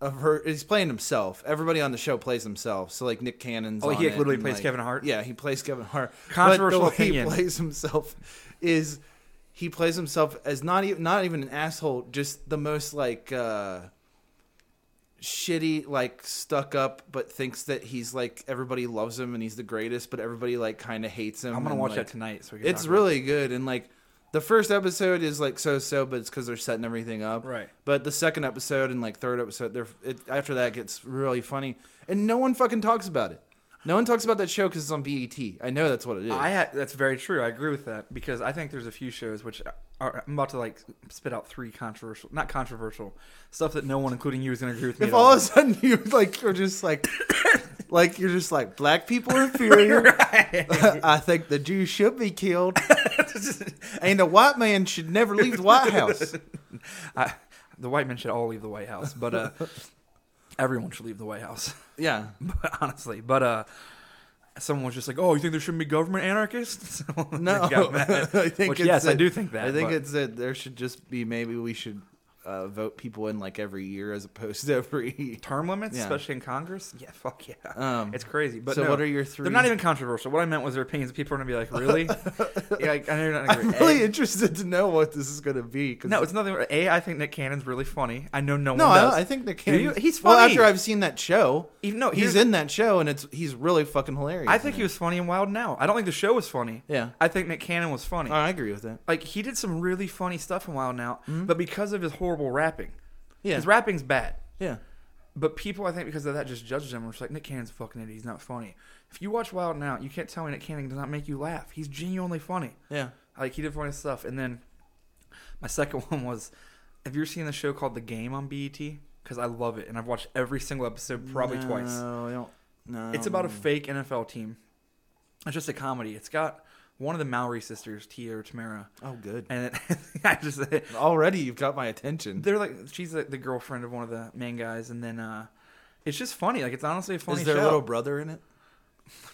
a ver- he's playing himself. Everybody on the show plays himself. So like Nick Cannon's.
Oh, he
on it,
literally
and,
plays
like-
Kevin Hart?
Yeah, he plays Kevin Hart.
Controversial
but the way
opinion.
He plays himself is he plays himself as not even not even an asshole, just the most like uh shitty like stuck up but thinks that he's like everybody loves him and he's the greatest but everybody like kind of hates him
I'm gonna
and,
watch
like,
that tonight. So we can
it's
talk about
really good and like the first episode is like so so but it's because they're setting everything up
Right.
but the second episode and like third episode they're it, after that gets really funny and no one fucking talks about it no one talks about that show because it's on bet i know that's what it is
it. I ha- that's very true. I agree with that because I think there's a few shows which are I'm about to like spit out three controversial, not controversial stuff that no one, including you, is gonna agree with me.
if
at all.
all of a sudden you like you're just like like you're just like black people are inferior i think the jews should be killed and the white man should never leave the white house
I, the white men should all leave the White House, but uh, everyone should leave the White House.
yeah
But honestly, but uh, someone was just like, "Oh, you think there shouldn't be government anarchists?" Someone
No,
got mad.
I think
Which,
it's
yes, I
that-
do think that,
I think
but-
it's that there should just be maybe we should uh, vote people in like every year as opposed to every.
term limits,
Yeah.
especially in Congress. Yeah, fuck yeah,
Um,
it's crazy. But
so
no,
what are your
They're not
three-
even controversial. What I meant was their opinions. People are gonna be like, "Really?" yeah, like, I know you're not. gonna
I'm
agree.
really
A,
interested to know what this is going to be. 'cause-
no, it's nothing. A, I think Nick Cannon's really funny. I know no,
no.
one
I,
does.
I think Nick
Do you?
Cannon.
He's
Well,
funny.
after I've seen that show,
Even- no, here's-
he's in that show, and it's he's really fucking hilarious.
I think
in
he
it.
was funny in Wild Now. I don't think the show was funny.
Yeah.
I think Nick Cannon was funny.
Oh, I agree with that.
like he did some really funny stuff in Wild Now, but because of his horrible rapping,
Mm-hmm. Yeah.
his rapping's bad.
Yeah.
But people, I think, because of that, just judged him. We're just like Nick Cannon's a fucking idiot. He's not funny. If you watch Wild Now, you can't tell me Nick Cannon does not make you laugh. He's genuinely funny.
Yeah.
Like he did funny stuff. And then my second one was, have you ever seen the show called The Game on BET? Because I love it, and I've watched every single episode probably twice.
No, I don't. No.
It's about a fake NFL team. It's just a comedy. It's got one of the Maori sisters, Tia or Tamara,
Oh, good.
and it, I just
Already, you've got my attention.
they're like she's like the girlfriend of one of the main guys, and then uh, it's just funny. Like it's honestly a funny
is their
show.
little brother in it?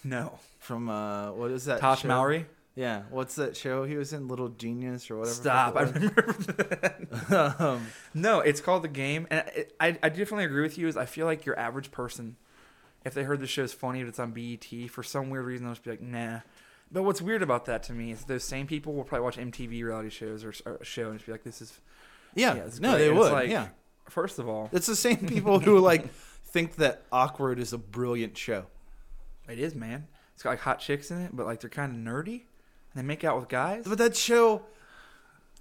no,
From uh, what is that?
Tosh
show?
Maori.
Yeah, what's that show he was in? Little Genius or whatever.
Stop! I
it was?
remember that. Um, no, it's called the game, and it, I I definitely agree with you. Is I feel like your average person, if they heard the show's funny, but it's on BET for some weird reason, they'll just be like, nah. But what's weird about that to me is those same people will probably watch MTV reality shows or, or a show and just be like, this is
Yeah,
this is
no,
great.
they
And it's
would.
like,
yeah,
First of all,
it's the same people who like think that Awkward is a brilliant show.
it is man. It's got like hot chicks in it, but like they're kind of nerdy, and they make out with guys.
But that show,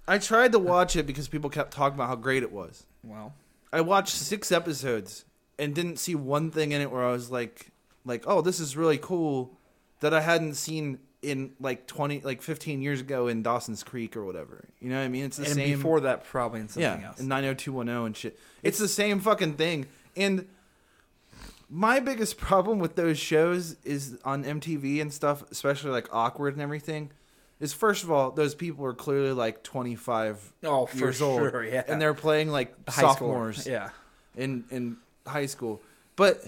I tried to watch it because people kept talking about how great it was.
Well,
I watched six episodes and didn't see one thing in it where I was like, like, oh, this is really cool that I hadn't seen in like twenty, like fifteen years ago in Dawson's Creek or whatever. You know what I mean? It's the
and
same.
before that, probably in something else.
and 90210 and shit. It's, the same fucking thing. And my biggest problem with those shows is on MTV and stuff, especially like awkward and everything. Is first of all, those people are clearly like 25
Oh, for
years old,
sure, yeah.
and they're playing like
High school.
sophomores
Yeah.
in in high school. But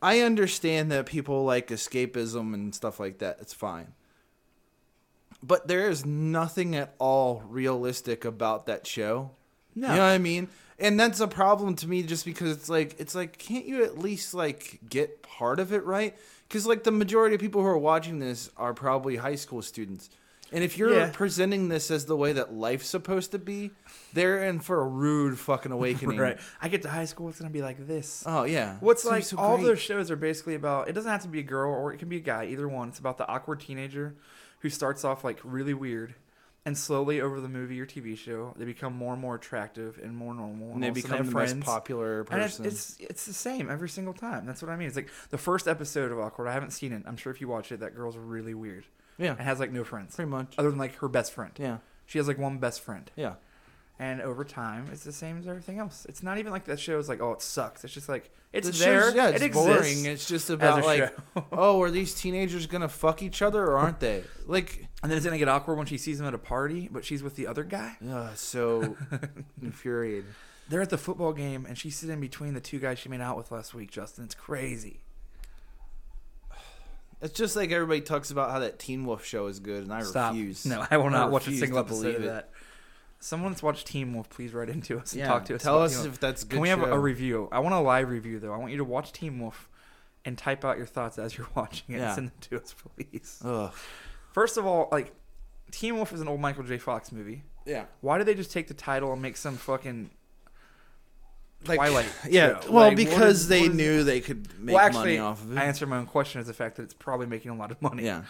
I understand that people like escapism and stuff like that. It's fine. But there is nothing at all realistic about that show.
No.
You know what I mean? And that's a problem to me just because it's like it's like can't you at least like get part of it right? Cuz like the majority of people who are watching this are probably high school students. And if you're
Yeah.
presenting this as the way that life's supposed to be, they're in for a rude fucking awakening.
Right. I get to high school, it's gonna be like this.
Oh yeah.
Uh, What's
It's gonna be
like
so
all
great.
those shows are basically about. It doesn't have to be a girl or it can be a guy. Either one. It's about the awkward teenager who starts off like really weird, and slowly over the movie or TV show, they become more and more attractive and more normal.
and they
all of a sudden
become the
have
most
friends.
popular
And it's,
person.
it's it's the same every single time. That's what I mean. It's like the first episode of Awkward. I haven't seen it. I'm sure if you watch it, that girl's really weird.
yeah,
And has like no friends
pretty much.
other than like her best friend.
Yeah,
She has like one best friend.
yeah.
And over time, it's the same as everything else. It's not even like that show is like, oh, it sucks. It's just like it's
The show's-
there.
Yeah, it's
it
boring.
exists.
It's just about
a
like,
show.
oh, are these teenagers gonna fuck each other or aren't they? Like,
And then it's gonna get awkward when she sees him at a party, but she's with the other guy.
uh, so infuriated.
They're at the football game, and she's sitting between the two guys she made out with last week. Justin, it's crazy.
It's just like everybody talks about how that Teen Wolf show is good, and I
Stop.
refuse.
No, I will not watch a
refuse
single
to
episode of
believe it.
that. Someone that's watched Team Wolf, please write into us and
Yeah,
talk to us.
Tell
about
us
Teen Wolf.
if that's a good.
Can we have a,
show.
a review? I want a live review though. I want you to watch Team Wolf and type out your thoughts as you're watching it.
Yeah.
and Send it to us, please.
Ugh.
First of all, like Teen Wolf is an old Michael J. Fox movie.
Yeah.
Why did they just take the title and make some fucking
Like,
Twilight?
Yeah.
show?
Well,
Like, what
because
is-
they
what is-
knew they could make
well, actually,
money off of it.
I answered my own question as the fact that it's probably making a lot of money.
yeah.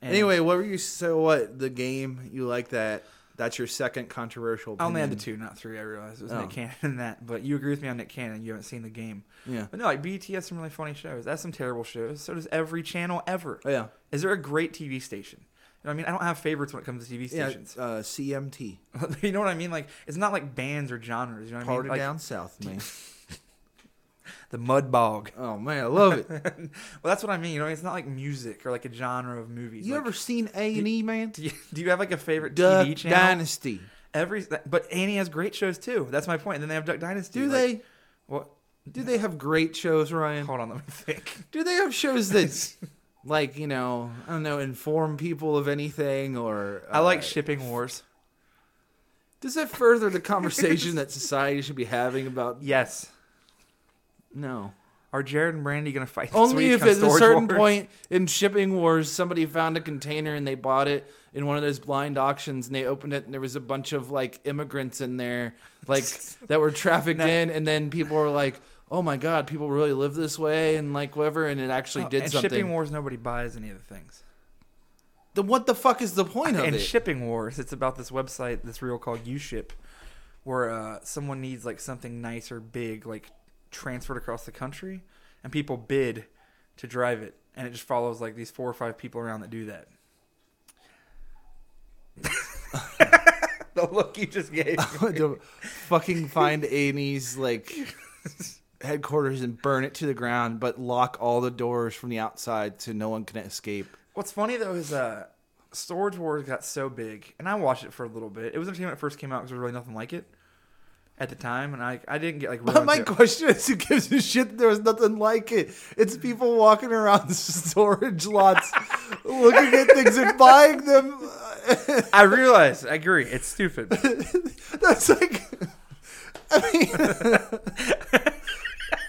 And
anyway, what were you? So what? The game you like that? That's your second controversial.
I only had Oh, the
opinion.
two, not three. I realized it was
mm. Oh.
Nick Cannon and that, but you agree with me on Nick Cannon. You haven't seen the game,
Yeah.
but no, like BT has some really funny shows. That's some terrible shows. So does every channel ever.
Oh, yeah.
Is there a great TV station? You know what I mean? I don't have favorites when it comes to TV
Yeah.
stations.
Uh, CMT.
you know what I mean? Like it's not like bands or genres. You know what I
Party
mean? Like
down south, man.
the Mud Bog.
oh man, I love it.
well, that's what I mean. You know, it's not like music or like a genre of movies.
You
Like,
ever seen A and E, man?
Do you, do you have like a favorite
Duck
TV channel?
Dynasty.
Every but Annie has great shows too. That's my point. And then they have Duck Dynasty.
Do
Like,
they?
What?
Do they have great shows, Ryan?
Hold on, let me think.
Do they have shows that, like you know, I don't know, inform people of anything or?
I like
uh,
shipping wars.
Does that further the conversation that society should be having about?
Yes.
No.
Are Jared and Brandy gonna fight? This
Only
week
if
on
at a
Storage
certain
Wars?
point in shipping wars, somebody found a container and they bought it in one of those blind auctions, and they opened it, and there was a bunch of like immigrants in there, like that were trafficked in, and then people were like, "Oh my god, people really live this way," and like whatever, and it actually
Oh,
did
and
something.
shipping wars, nobody buys any of the things.
then what the fuck is the point of
and
it?
shipping wars, it's about this website that's real called UShip, where uh, someone needs like something nice or big, like transferred across the country, and people bid to drive it, and it just follows like these four or five people around that do that. the look you just gave.
to fucking find Amy's like headquarters and burn it to the ground, but lock all the doors from the outside so no one can escape.
What's funny though is uh, Storage Wars got so big, and I watched it for a little bit. It was entertaining when it first came out because there was really nothing like it at the time, and I I didn't get like.
But
Really
my
into it.
question is, who gives a shit? that There was nothing like it. It's people walking around storage lots, looking at things and buying them.
I realize, I agree, it's stupid.
That's like, I mean,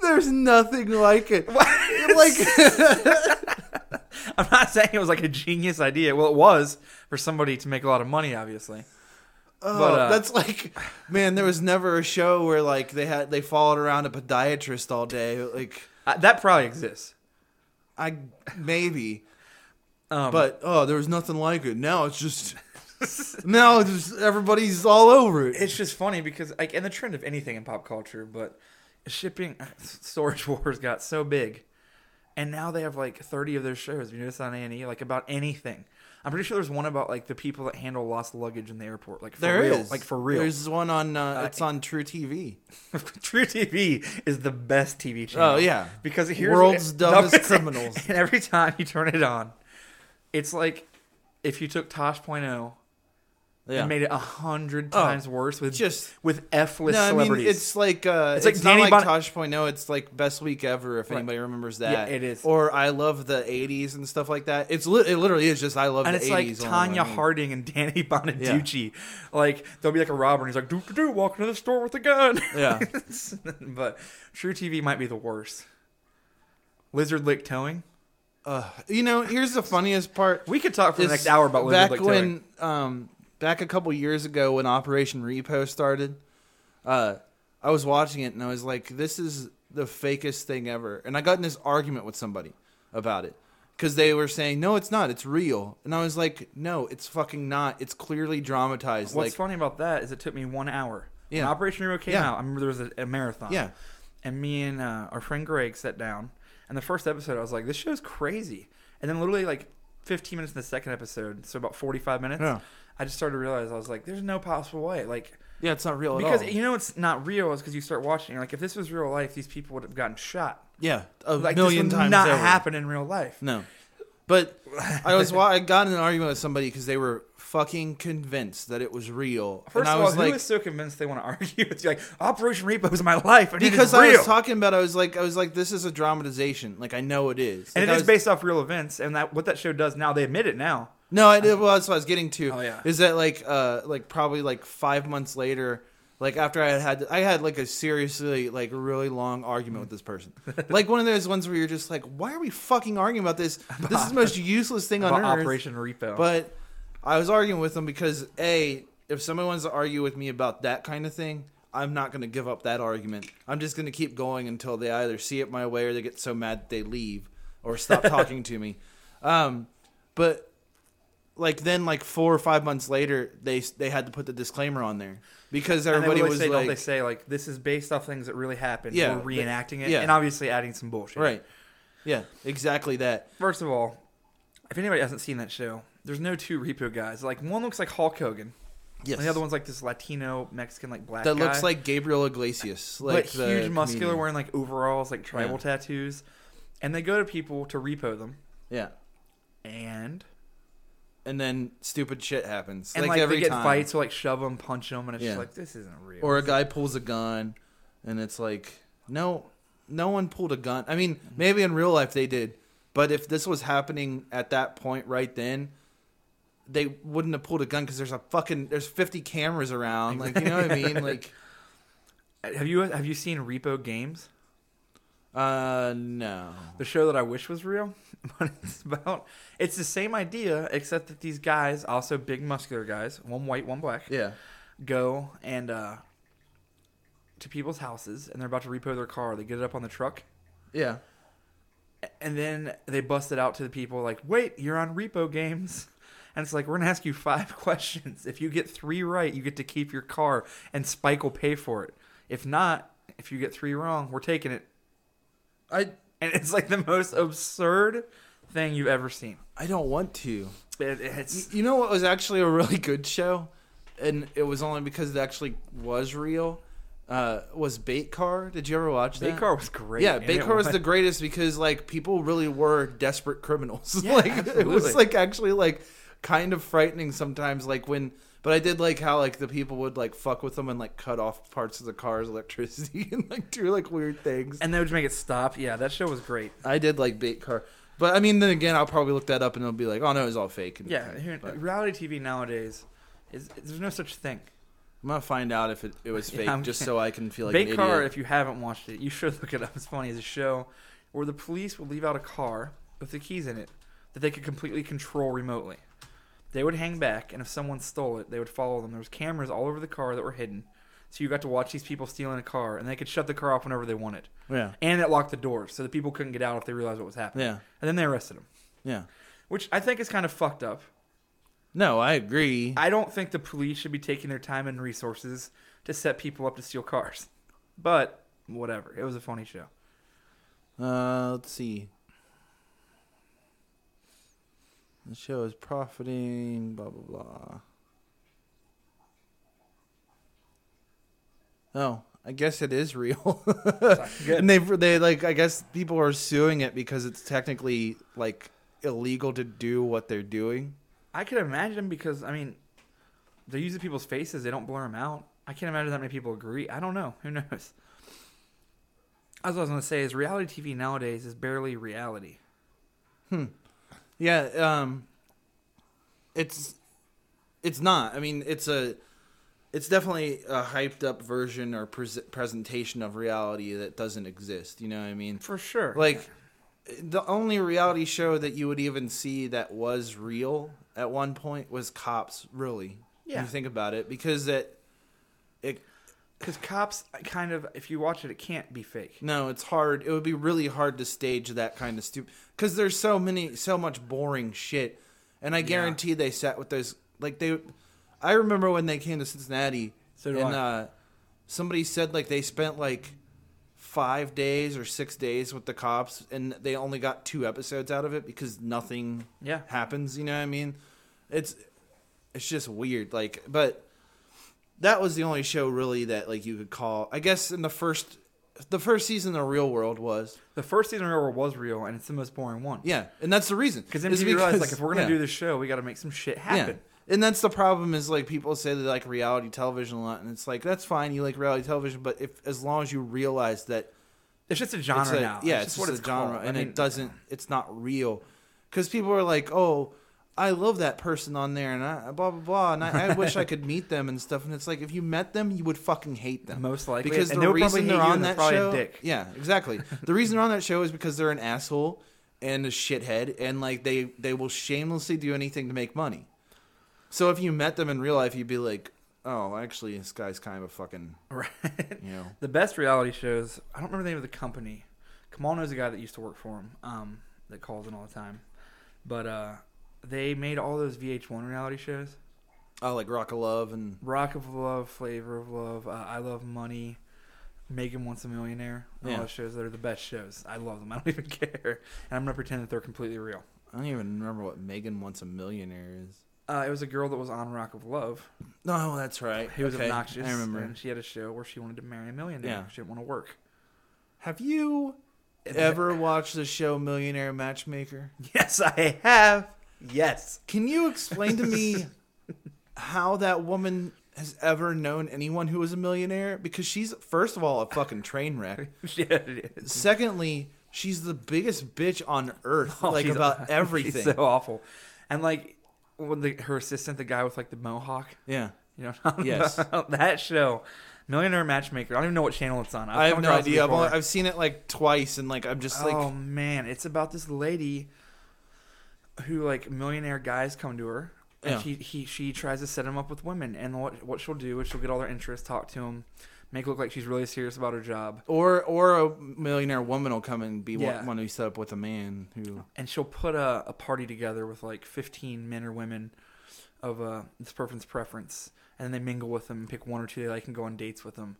there's nothing like it. Like,
I'm not saying it was like a genius idea. Well, it was for somebody to make a lot of money, obviously.
Oh,
But, uh,
that's like, man, there was never a show where like they had they followed around a podiatrist all day. Like,
Uh, that probably exists.
I maybe,
Um,
but oh, there was nothing like it. Now it's just now it's just, everybody's all over it.
it's just funny because like, and the trend of anything in pop culture, but shipping storage wars got so big, and now they have like 30 of those shows. You notice on A and E, like about anything. I'm pretty sure there's one about like the people that handle lost luggage in the airport. Like for
There
real,
is.
like for real.
There's one on uh,
Uh,
it's on True TV.
True TV is the best TV channel.
Oh, yeah.
because here's
World's dumbest
dumbest-
criminals.
And every time you turn it on, it's like if you took Tosh.0
Yeah.
and made it a hundred
Oh,
times worse with
just-
with F list
no, I mean
celebrities.
it's like uh,
It's
it's,
like
not
Danny
like
Bon-
Tosh Point. No, it's like best week ever. If
Right.
anybody remembers
Yeah,
that,
it is.
Or I love the '80s and stuff like that. It's li- it literally is just I love
and
the
it's like
'80s.
Tanya
only.
Harding and Danny Bonaducci. Like there'll be like a robber and he's like doo doo doo walking to the store with a gun.
Yeah.
but True TV might be the worst. Lizard Lick Towing.
Ugh. you know, here's the funniest part.
We could talk for the
It's
next hour about Lizard
back
Lick Towing.
when um, back a couple years ago when Operation Repo started. Uh, I was watching it and I was like, "This is the fakest thing ever." And I got in this argument with somebody about it because they were saying, "No, it's not. It's real." And I was like, "No, it's fucking not. It's clearly dramatized."
What's
like,
funny about that is it took me one hour. When
Yeah.
Operation Hero came
Yeah.
out, I remember there was a, a marathon.
Yeah.
And me and uh, our friend Greg sat down, and the first episode I was like, "This show's crazy." And then literally like 15 minutes in the second episode, so about 45 minutes,
Yeah.
I just started to realize I was like, "There's no possible way." Like.
yeah, it's not real
Because
at all.
you know it's not real is because you start watching. You're like, if this was real life, these people would have gotten shot.
yeah, a
Like
million
this would
times
not
over.
happen in real life.
No, but I was wa- I got in an argument with somebody because they were fucking convinced that it was real.
First
and I
of all,
was
who
like,
is so convinced they want to argue with you? Like Operation Repo is my life, and it is
because I
real.
was talking about, I was like, I was like, this is a dramatization. Like I know it is,
and it
like, I
is
was-
based off real events, and that what that show does now. They admit it now.
No, I did, well, that's what I was getting to.
Oh, yeah.
Is that like, uh, like probably like five months later, like after I had had, I had like a seriously, like really long argument with this person. like one of those ones where you're just like, why are we fucking arguing about this? This is the most useless thing on
About
earth.
Operation Repo.
But I was arguing with them because a, if someone wants to argue with me about that kind of thing, I'm not going to give up that argument. I'm just going to keep going until they either see it my way or they get so mad that they leave or stop talking to me. Um, but like then, like four or five months later, they they had to put the disclaimer on there because
And they
everybody
literally
was
say, don't
like,
they say like this is based off things that really happened?
Yeah,
we're reenacting it,
yeah.
and obviously adding some bullshit.
right, yeah, exactly that.
First of all, if anybody hasn't seen that show, there's no two Repo guys. Like one looks like Hulk Hogan.
Yes,
And the other one's like this Latino Mexican like black
that
guy.
looks like Gabriel Iglesias, like
but
the
huge muscular
comedian.
wearing like overalls like tribal
Yeah.
tattoos and they go to people to repo them
Yeah,
and
and then stupid shit happens.
and
like,
like,
every
they get
time.
fights or like shove them punch them and it's just
Yeah.
like this isn't real
or a guy pulls a gun and it's like no no one pulled a gun i mean maybe in real life they did but if this was happening at that point right then they wouldn't have pulled a gun because there's a fucking there's 50 cameras around like you know what i mean like
have you have you seen repo games
uh no
the show that i wish was real but it's about it's the same idea except that these guys also big muscular guys one white one black
yeah
go and uh to people's houses and they're about to repo their car they get it up on the truck
yeah
and then they bust it out to the people like wait you're on repo games and it's like we're gonna ask you five questions if you get three right you get to keep your car and spike will pay for it if not if you get three wrong we're taking it
i
and it's like the most absurd thing you've ever seen
i don't want to
It- it's
You know what was actually a really good show, and it was only because it actually was real. Uh, was Bait Car? Did you ever watch that?
Bait Car was great,
Yeah,
and
Bait
it
Car was
won.
the greatest because like people really were desperate criminals.
Yeah,
like it
absolutely.
was like actually like kind of frightening sometimes. Like when, but I did like how like the people would like fuck with them and like cut off parts of the car's electricity and like do like weird things.
and they would make it stop yeah that show was great
I did like Bait Car, but I mean then again I'll probably look that up and it'll be like oh no it was all fake. And
yeah
okay,
here-
but-
reality tv nowadays is there's no such thing
I'm gonna find out if it, it was
Yeah,
fake,
I'm-
just so I can feel like an
Bait
idiot.
Car, if you haven't watched it, you should look it up. It's funny. It's a show where the police would leave out a car with the keys in it that they could completely control remotely. They would hang back, and if someone stole it, they would follow them. There was cameras all over the car that were hidden, so you got to watch these people stealing a car, and they could shut the car off whenever they wanted.
Yeah.
And it locked the doors, so the people couldn't get out if they realized what was happening.
Yeah.
And then they arrested them,
yeah.
which I think is kind of fucked up.
No, I agree.
I don't think the police should be taking their time and resources to set people up to steal cars. But whatever. It was a funny show.
Uh, let's see. The show is profiting. Blah blah blah. Oh, I guess it is real.
good.
and they they like I guess people are suing it because it's technically like illegal to do what they're doing.
I could imagine because I mean, They're using people's faces. They don't blur them out. I can't imagine that many people agree. I don't know. Who knows? That's what I was going to say. Is reality TV nowadays is barely reality.
Yeah, um it's it's not. I mean, it's a it's definitely a hyped up version or pres presentation of reality that doesn't exist, you know what I mean?
For sure.
Like the only reality show that you would even see that was real at one point was Cops, really.
Yeah.
When you think about it because it it
because cops kind of, if you watch it, it can't be fake.
No, it's hard. It would be really hard to stage that kind of stupid because there's so many, so much boring shit. And I guarantee they sat with those like they. I remember when they came to Cincinnati,
So do
and
I.
Uh, somebody said like they spent like five days or six days with the cops, and they only got two episodes out of it because nothing
Yeah.
happens. You know what I mean? It's it's just weird. Like, but that was the only show really that like you could call. I guess in the first the first season, the Real World was
The first season of Real World was real, and it's the most boring one.
yeah, and that's the reason
Because
is
MTV realized, like,
because-
if we're gonna
yeah,
do this show, we got to make some shit happen.
Yeah. And that's the problem is like people say they like reality television a lot, and it's like that's fine, you like reality television, but if as long as you realize that
It's just a genre
it's a,
now.
Yeah,
it's
it's,
just what
just
it's
a genre,
called. I
and
mean,
it doesn't. It's not real because people are like, "Oh, I love that person on there," and I, blah blah blah, and I, I wish I could meet them and stuff. And it's like, if you met them, you would fucking hate them
Most likely.
because
And
the
they'll probably
reason
hate
they're
you
on
and they're
that
probably a
show.
dick.
Yeah, exactly. the reason they're on that show is because they're an asshole and a shithead, and like they they will shamelessly do anything to make money. So if you met them in real life, you'd be like, "Oh, actually, this guy's kind of a fucking
right.
you know."
The best reality shows. I don't remember the name of the company. Kamal knows a guy that used to work for him. Um, that calls in all the time. But uh, they made all those VH1 reality shows:
Oh, like Rock of Love and
Rock of Love, Flavor of Love, uh, I Love Money, Megan Wants a Millionaire.
Yeah.
All those shows that are the best shows. I love them. I don't even care, and I'm gonna pretend that they're completely real.
I don't even remember what Megan Wants a Millionaire is.
Uh, it was a girl that was on Rock of Love.
No, Oh, that's right.
He was
Okay,
obnoxious.
I remember.
And she had a show where she wanted to marry a millionaire.
Yeah.
She didn't want to work.
Have you ever watched the show Millionaire Matchmaker?
Yes, I have. Yes.
Can you explain to me how that woman has ever known anyone who was a millionaire? Because she's, first of all, a fucking train wreck.
yeah, it is.
Secondly, she's the biggest bitch on earth,
Oh,
like
she's-
about everything.
She's so awful. And like when the, her assistant, the guy with like the mohawk,
yeah.
you know, what I'm
Yes.
about? that show, Millionaire Matchmaker. I don't even know what channel it's on. I've
I have
come
no
across it
idea. I've,
before.
only, I've seen it like twice, and like I'm just like,
oh man, it's about this lady who like millionaire guys come to her, and
Yeah.
she he she tries to set him up with women. And what what she'll do is she'll get all their interest, talk to him, make it look like she's really serious about her job,
or or a millionaire woman will come and be
Yeah.
one, one who set up with a man who
and she'll put a, a party together with like 15 men or women of uh, this person's preference, and then they mingle with them, pick one or two they like, and go on dates with them.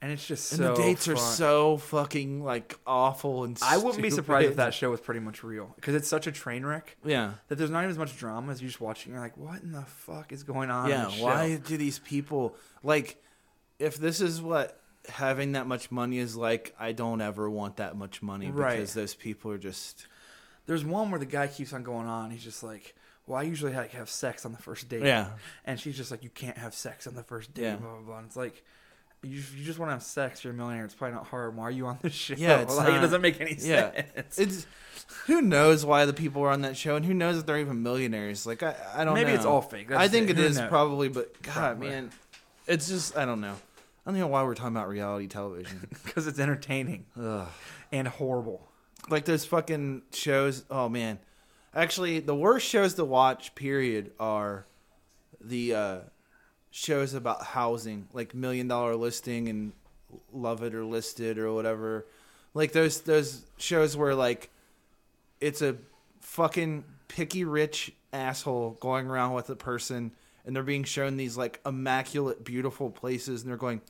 And it's just
And
so
the dates are
fun.
so fucking like awful and.
I wouldn't be
stupid.
surprised if that show was pretty much real because it's such a train wreck.
Yeah,
that there's not even as much drama as you just watching. You're like, what in the fuck is going on?
yeah.
in this
Why
show?
do these people like? If this is what having that much money is like, I don't ever want that much money
Right.
because those people are just.
There's one where the guy keeps on going on. He's just like, well, I usually like have sex on the first date.
Yeah.
And she's just like, you can't have sex on the first date.
Yeah.
Blah blah blah. And it's like. You, you just want to have sex. You're a millionaire. It's probably not hard. Why are you on this show?
Yeah, it's
like, it
not-
doesn't make any
Yeah,
sense.
it's who knows why the people are on that show, and who knows if they're even millionaires. Like I, I don't.
Maybe
know.
it's all fake. That's
I think
it.
it
Who
is
knows?
probably, but God,
Probably.
man, it's just I don't know. I don't know why we're talking about reality television.
because it's entertaining
Ugh.
and horrible.
like those fucking shows. Oh man, actually, the worst shows to watch period are the uh, shows about housing, like Million Dollar Listing and Love It or Listed or whatever. Like those those shows where like it's a fucking picky rich asshole going around with a person and they're being shown these like immaculate beautiful places and they're going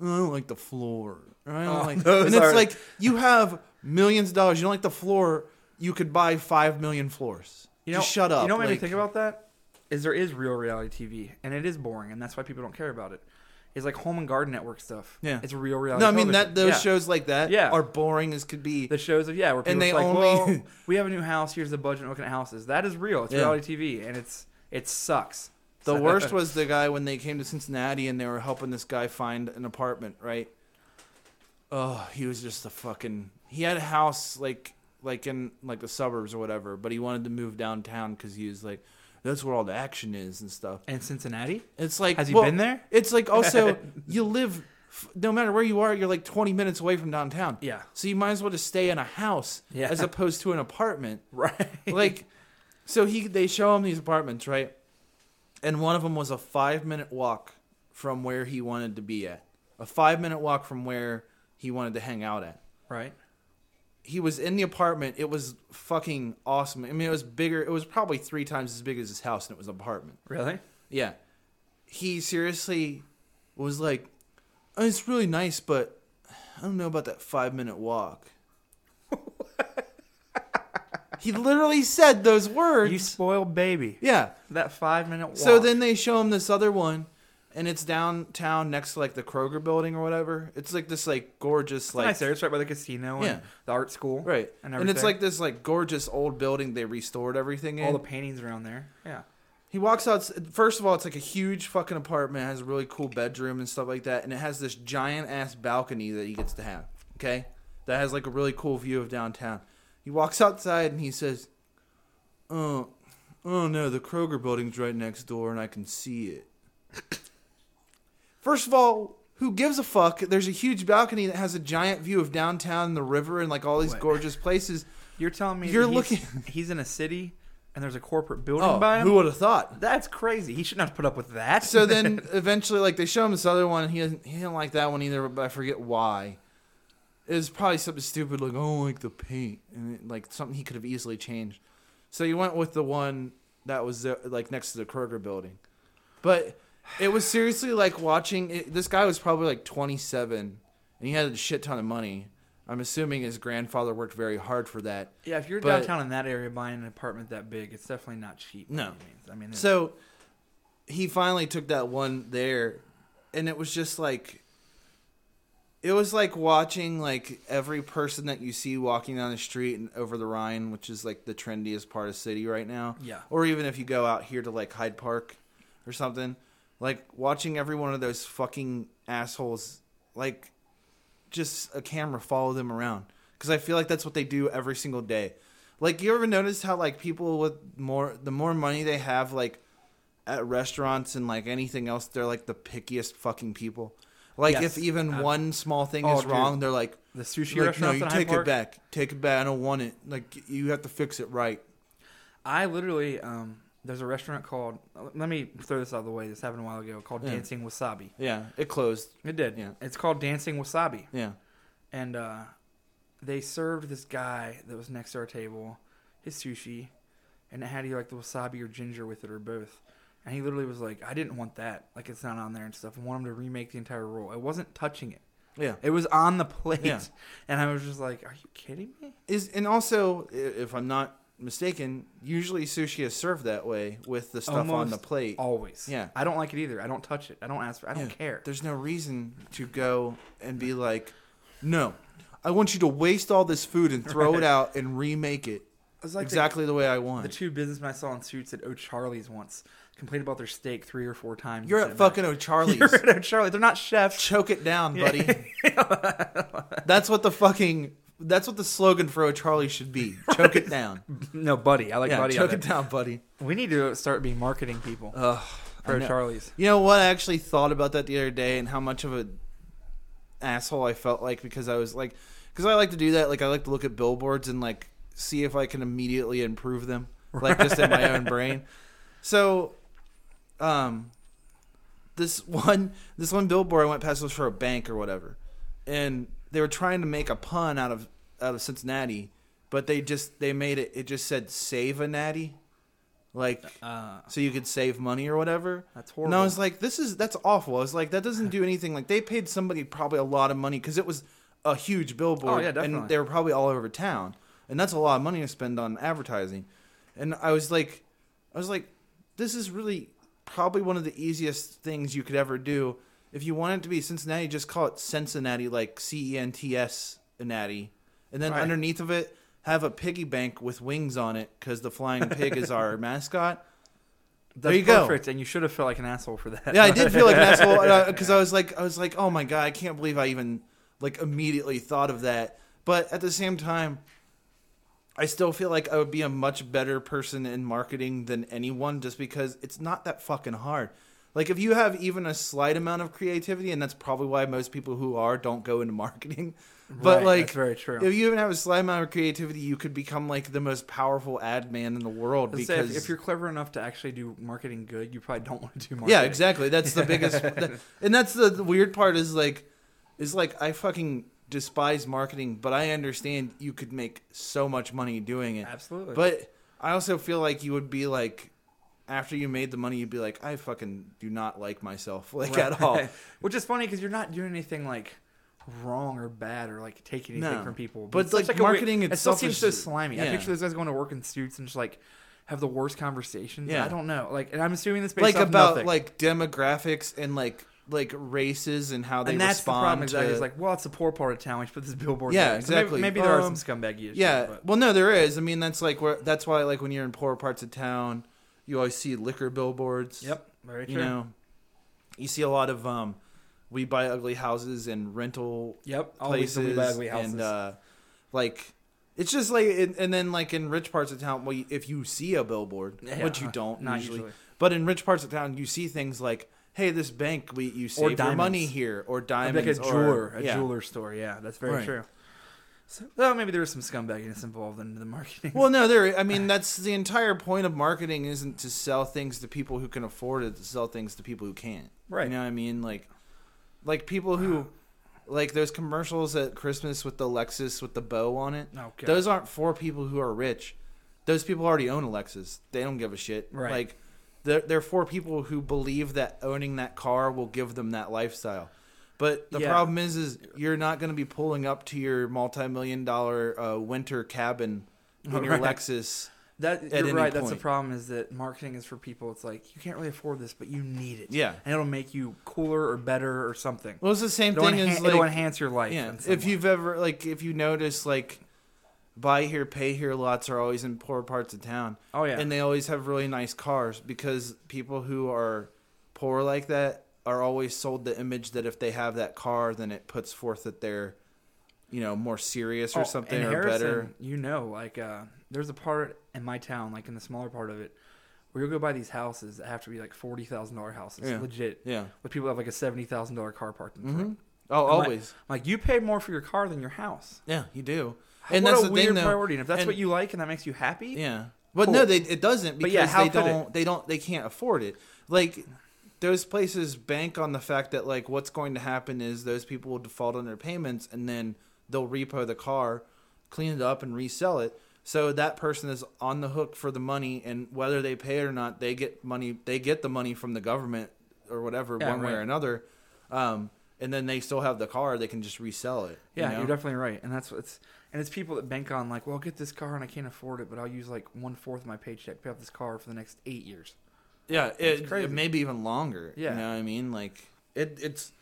"Oh, I don't like the floor. I don't
Oh,
like
those
and it's
are-
like you have millions of dollars, you don't like the floor, you could buy five million floors.
You know,
Just shut up.
You know what made me
like-
think about that? Is there is real reality TV, and it is boring, and that's why people don't care about it. It's like Home and Garden Network stuff.
Yeah.
it's real reality.
No, I mean
television.
that those
Yeah.
shows like that
Yeah.
are boring as could be.
the shows of yeah, where people
And they
like,
only-
well, we have a new house. Here's the budget. Looking at houses. That is real. It's
Yeah.
reality TV, and it's it sucks.
The worst was the guy when they came to Cincinnati and they were helping this guy find an apartment, right? Oh, he was just a fucking. He had a house like like in like the suburbs or whatever, but he wanted to move downtown because he was like, that's where all the action is and stuff.
And Cincinnati?
It's like
Has he been there?
It's like also you live f- no matter where you are, you're like 20 minutes away from downtown.
Yeah.
So you might as well just stay in a house
Yeah.
as opposed to an apartment.
Right.
like so he they show him these apartments, right? And one of them was a 5-minute walk from where he wanted to be at. A 5-minute walk from where he wanted to hang out at
Right.
he was in the apartment. It was fucking awesome. I mean, it was bigger. It was probably three times as big as his house, and it was an apartment.
Really?
Yeah, he seriously was like, "Oh, "It's really nice, but I don't know about that five minute walk." he literally said those words.
You spoiled baby.
yeah.
That five minute walk.
So then they show him this other one, and it's downtown next to like the Kroger building or whatever. It's like this like gorgeous
It's
like
nice there. It's right by the casino and
Yeah.
the art school.
Right.
And,
And,
everything.
it's like this like gorgeous old building they restored everything in.
all the paintings around there. Yeah.
he walks out first of all it's like a huge fucking apartment, it has a really cool bedroom and stuff like that and it has this giant ass balcony that he gets to have, okay? That has like a really cool view of downtown. He walks outside and he says, "Oh, oh no, the Kroger building's right next door and I can see it." First of all, who gives a fuck? There's a huge balcony that has a giant view of downtown and the river and like all these
What?
gorgeous places.
You're telling me
You're
that he's-
looking-
He's in a city and there's a corporate building
Oh,
by him.
who would have thought?
That's crazy. He should not put up with that.
So then eventually, like they show him this other one. He doesn't, he didn't like that one either, but I forget why. It was probably something stupid like "Oh, I don't like the paint and it, like something he could have easily changed. So he went with the one that was there, like next to the Kroger building, but it was seriously like watching. It, this guy was probably like 27 and he had a shit ton of money. I'm assuming his grandfather worked very hard for that.
yeah, if you're
But-
downtown in that area buying an apartment that big, it's definitely not cheap. by
No.
any means. I mean, it's-
So he finally took that one there, and it was just like it was like watching like every person that you see walking down the street and over the Rhine, which is like the trendiest part of city right now.
Yeah.
Or even if you go out here to like Hyde Park or something, like watching every one of those fucking assholes, like just a camera follow them around because I feel like that's what they do every single day. Like you ever noticed how like people with more the more money they have like at restaurants and like anything else they're like the pickiest fucking people. Like
Yes.
if even
Uh,
one small thing
oh,
is
dude.
wrong, they're like
the sushi
like no,
restaurants
you
in Hyde
take
Park-
it back, take it back. I don't want it. Like you have to fix it right.
I literally, um, there's a restaurant called. Let me throw this out of the way. This happened a while ago. Called
Yeah.
Dancing Wasabi.
Yeah, it closed.
It did.
Yeah.
It's called Dancing Wasabi,
Yeah,
and uh, they served this guy that was next to our table his sushi, and it had either like the wasabi or ginger with it or both. And he literally was like, "I didn't want that. Like it's not on there and stuff." And want him to remake the entire roll. I wasn't touching it.
yeah.
It was on the plate,
Yeah.
and I was just like, "Are you kidding me?"
Is and also i- if I'm not mistaken, usually sushi is served that way with the stuff on the
Almost
plate.
Always.
Yeah.
I don't like it either. I don't touch it. I don't ask for. I don't
Yeah,
care.
There's no reason to go and be like, no, I want you to waste all this food and throw
Right.
it out and remake it
It's like the-
exactly the way I
The
want.
two businessmen I saw in suits at O'Charlie's once complained about their steak three or four times.
You're
and
at
said,
fucking O'Charlie's.
You're at O'Charlie. They're not chefs.
Choke it down, buddy. that's what the fucking. That's what the slogan for O'Charlie's should be. Choke it down.
No, buddy. I like
Yeah,
buddy.
choke
out
it down, buddy.
there. We need to start being marketing people
Ugh,
for
I know.
O'Charlie's.
You know what? I actually thought about that the other day and how much of a asshole I felt like because I was like, because I like to do that. Like I like to look at billboards and like see if I can immediately improve them, like just in my own brain. So, um, this one this one billboard I went past was for a bank or whatever, and they were trying to make a pun out of out of Cincinnati, but they just they made it. It just said "Save a Natty," like
Uh,
so you could save money or whatever.
That's
And I
horrible.
was like, this is that's awful. I was like, that doesn't do anything. Like they paid somebody probably a lot of money because it was a huge billboard,
Oh, yeah, definitely.
and they were probably all over town, and that's a lot of money to spend on advertising. And I was like, I was like, this is really probably one of the easiest things you could ever do. If you want it to be Cincinnati, just call it Cincinnati, like C E N T S Natty, and then
Right.
underneath of it have a piggy bank with wings on it because the flying pig is our mascot
That's
There you go.
perfect, and you should have felt like an asshole for that.
Yeah, I did feel like an asshole because I was like, I was like, oh my god, I can't believe I even like immediately thought of that. But at the same time, I still feel like I would be a much better person in marketing than anyone, just because it's not that fucking hard. Like if you have even a slight amount of creativity, and that's probably why most people who are don't go into marketing. But
Right,
like,
that's very true.
If you even have a slight amount of creativity, you could become like the most powerful ad man in the world.
Let's say
Because
if, if you're clever enough to actually do marketing good, you probably don't want to do marketing.
yeah, exactly. That's the biggest, that- and that's the, the weird part is like, is like I fucking despise marketing, but I understand you could make so much money doing it.
Absolutely.
But I also feel like you would be like, after you made the money, you'd be like, I fucking do not like myself like at all.
Which is funny because you're not doing anything like wrong or bad or like taking anything
No.
from people.
But,
it's such,
like,
a weird-
marketing
it still
itself
seems
is
so
just-
slimy. I
yeah.
picture those guys going to work in suits and just like have the worst conversations.
Yeah.
I don't know. Like, and I'm assuming this based
like
off
about
nothing.
like demographics and like like races and how they
and that's the
respond.
problem exactly.
to-
It's like, well, it's a poor part of town. We should put this billboard.
Yeah,
there. So maybe-
exactly.
Maybe, there are
Um,
some scumbag issues.
Yeah.
but-
Well, no, there is. I mean, that's like where that's why like when you're in poorer parts of town, you always see liquor billboards.
Yep. Very true.
You know, you see a lot of um, we buy ugly houses and rental
Yep. Always
places
the ugly houses.
and uh, like it's just like and, and then like in rich parts of town, well, if you see a billboard,
Yeah,
which you don't
not
usually,
usually.
but in rich parts of town, you see things like. Hey, this bank, we you save your
diamonds.
money here, or
I'd be like
diamonds,
a jeweler,
or,
a
yeah.
jeweler store. Yeah, that's very
Right.
true. So, well, maybe there was some scumbaginess involved in the marketing.
Well, no, there. I mean, that's the entire point of marketing isn't to sell things to people who can afford it, to sell things to people who can't.
Right.
You know what I mean? Like, like people who, like those commercials at Christmas with the Lexus with the bow on it.
Oh, God.
Those aren't for people who are rich. Those people already own a Lexus. They don't give a shit.
Right.
Like, they're they're for people who believe that owning that car will give them that lifestyle. But the
Yeah.
problem is, is you're not going to be pulling up to your multi-million dollar uh, winter cabin in your
Right.
Lexus.
that
at
you're
any
right. That's the
point.
problem is that marketing is for people. It's like you can't really afford this, but you need it.
Yeah.
and it'll make you cooler or better or something.
Well, it's the same
it'll,
thing
enhan-
as
it'll
like
enhance your life.
yeah.
in some
If
way.
you've ever like if you notice like buy here pay here lots are always in poor parts of town.
Oh, yeah.
and they always have really nice cars because people who are poor like that are always sold the image that if they have that car, then it puts forth that they're you know more serious or
Oh,
something
in
or
Harrison,
better.
You know, like uh, there's a part in my town, like in the smaller part of it, where you'll go by these houses that have to be like forty thousand dollar houses,
Yeah.
legit.
Yeah.
with people that have like a seventy thousand dollar car parked in front.
Oh,
I'm like-
always.
I'm Like, you pay more for your car than your house.
yeah, you do.
And
And
what
that's
a
the
weird
thing, though.
priority. And if that's
And-
what you like and that makes you happy,
Yeah. But
Cool.
no, they it doesn't
But
because
yeah, how
they
could it?
don't they don't they can't afford it. Like those places bank on the fact that like what's going to happen is those people will default on their payments and then they'll repo the car, clean it up and resell it. So that person is on the hook for the money and whether they pay it or not, they get money they get the money from the government or whatever
Yeah,
one way
right.
or another. Um and then they still have the car, they can just resell it.
yeah,
you know?
you're definitely right. And that's what's and it's people that bank on like, well, I'll get this car and I can't afford it, but I'll use like one fourth of my paycheck to pay off this car for the next eight years.
Yeah, it,
crazy.
it maybe even longer.
Yeah.
you know what I mean, like it, it's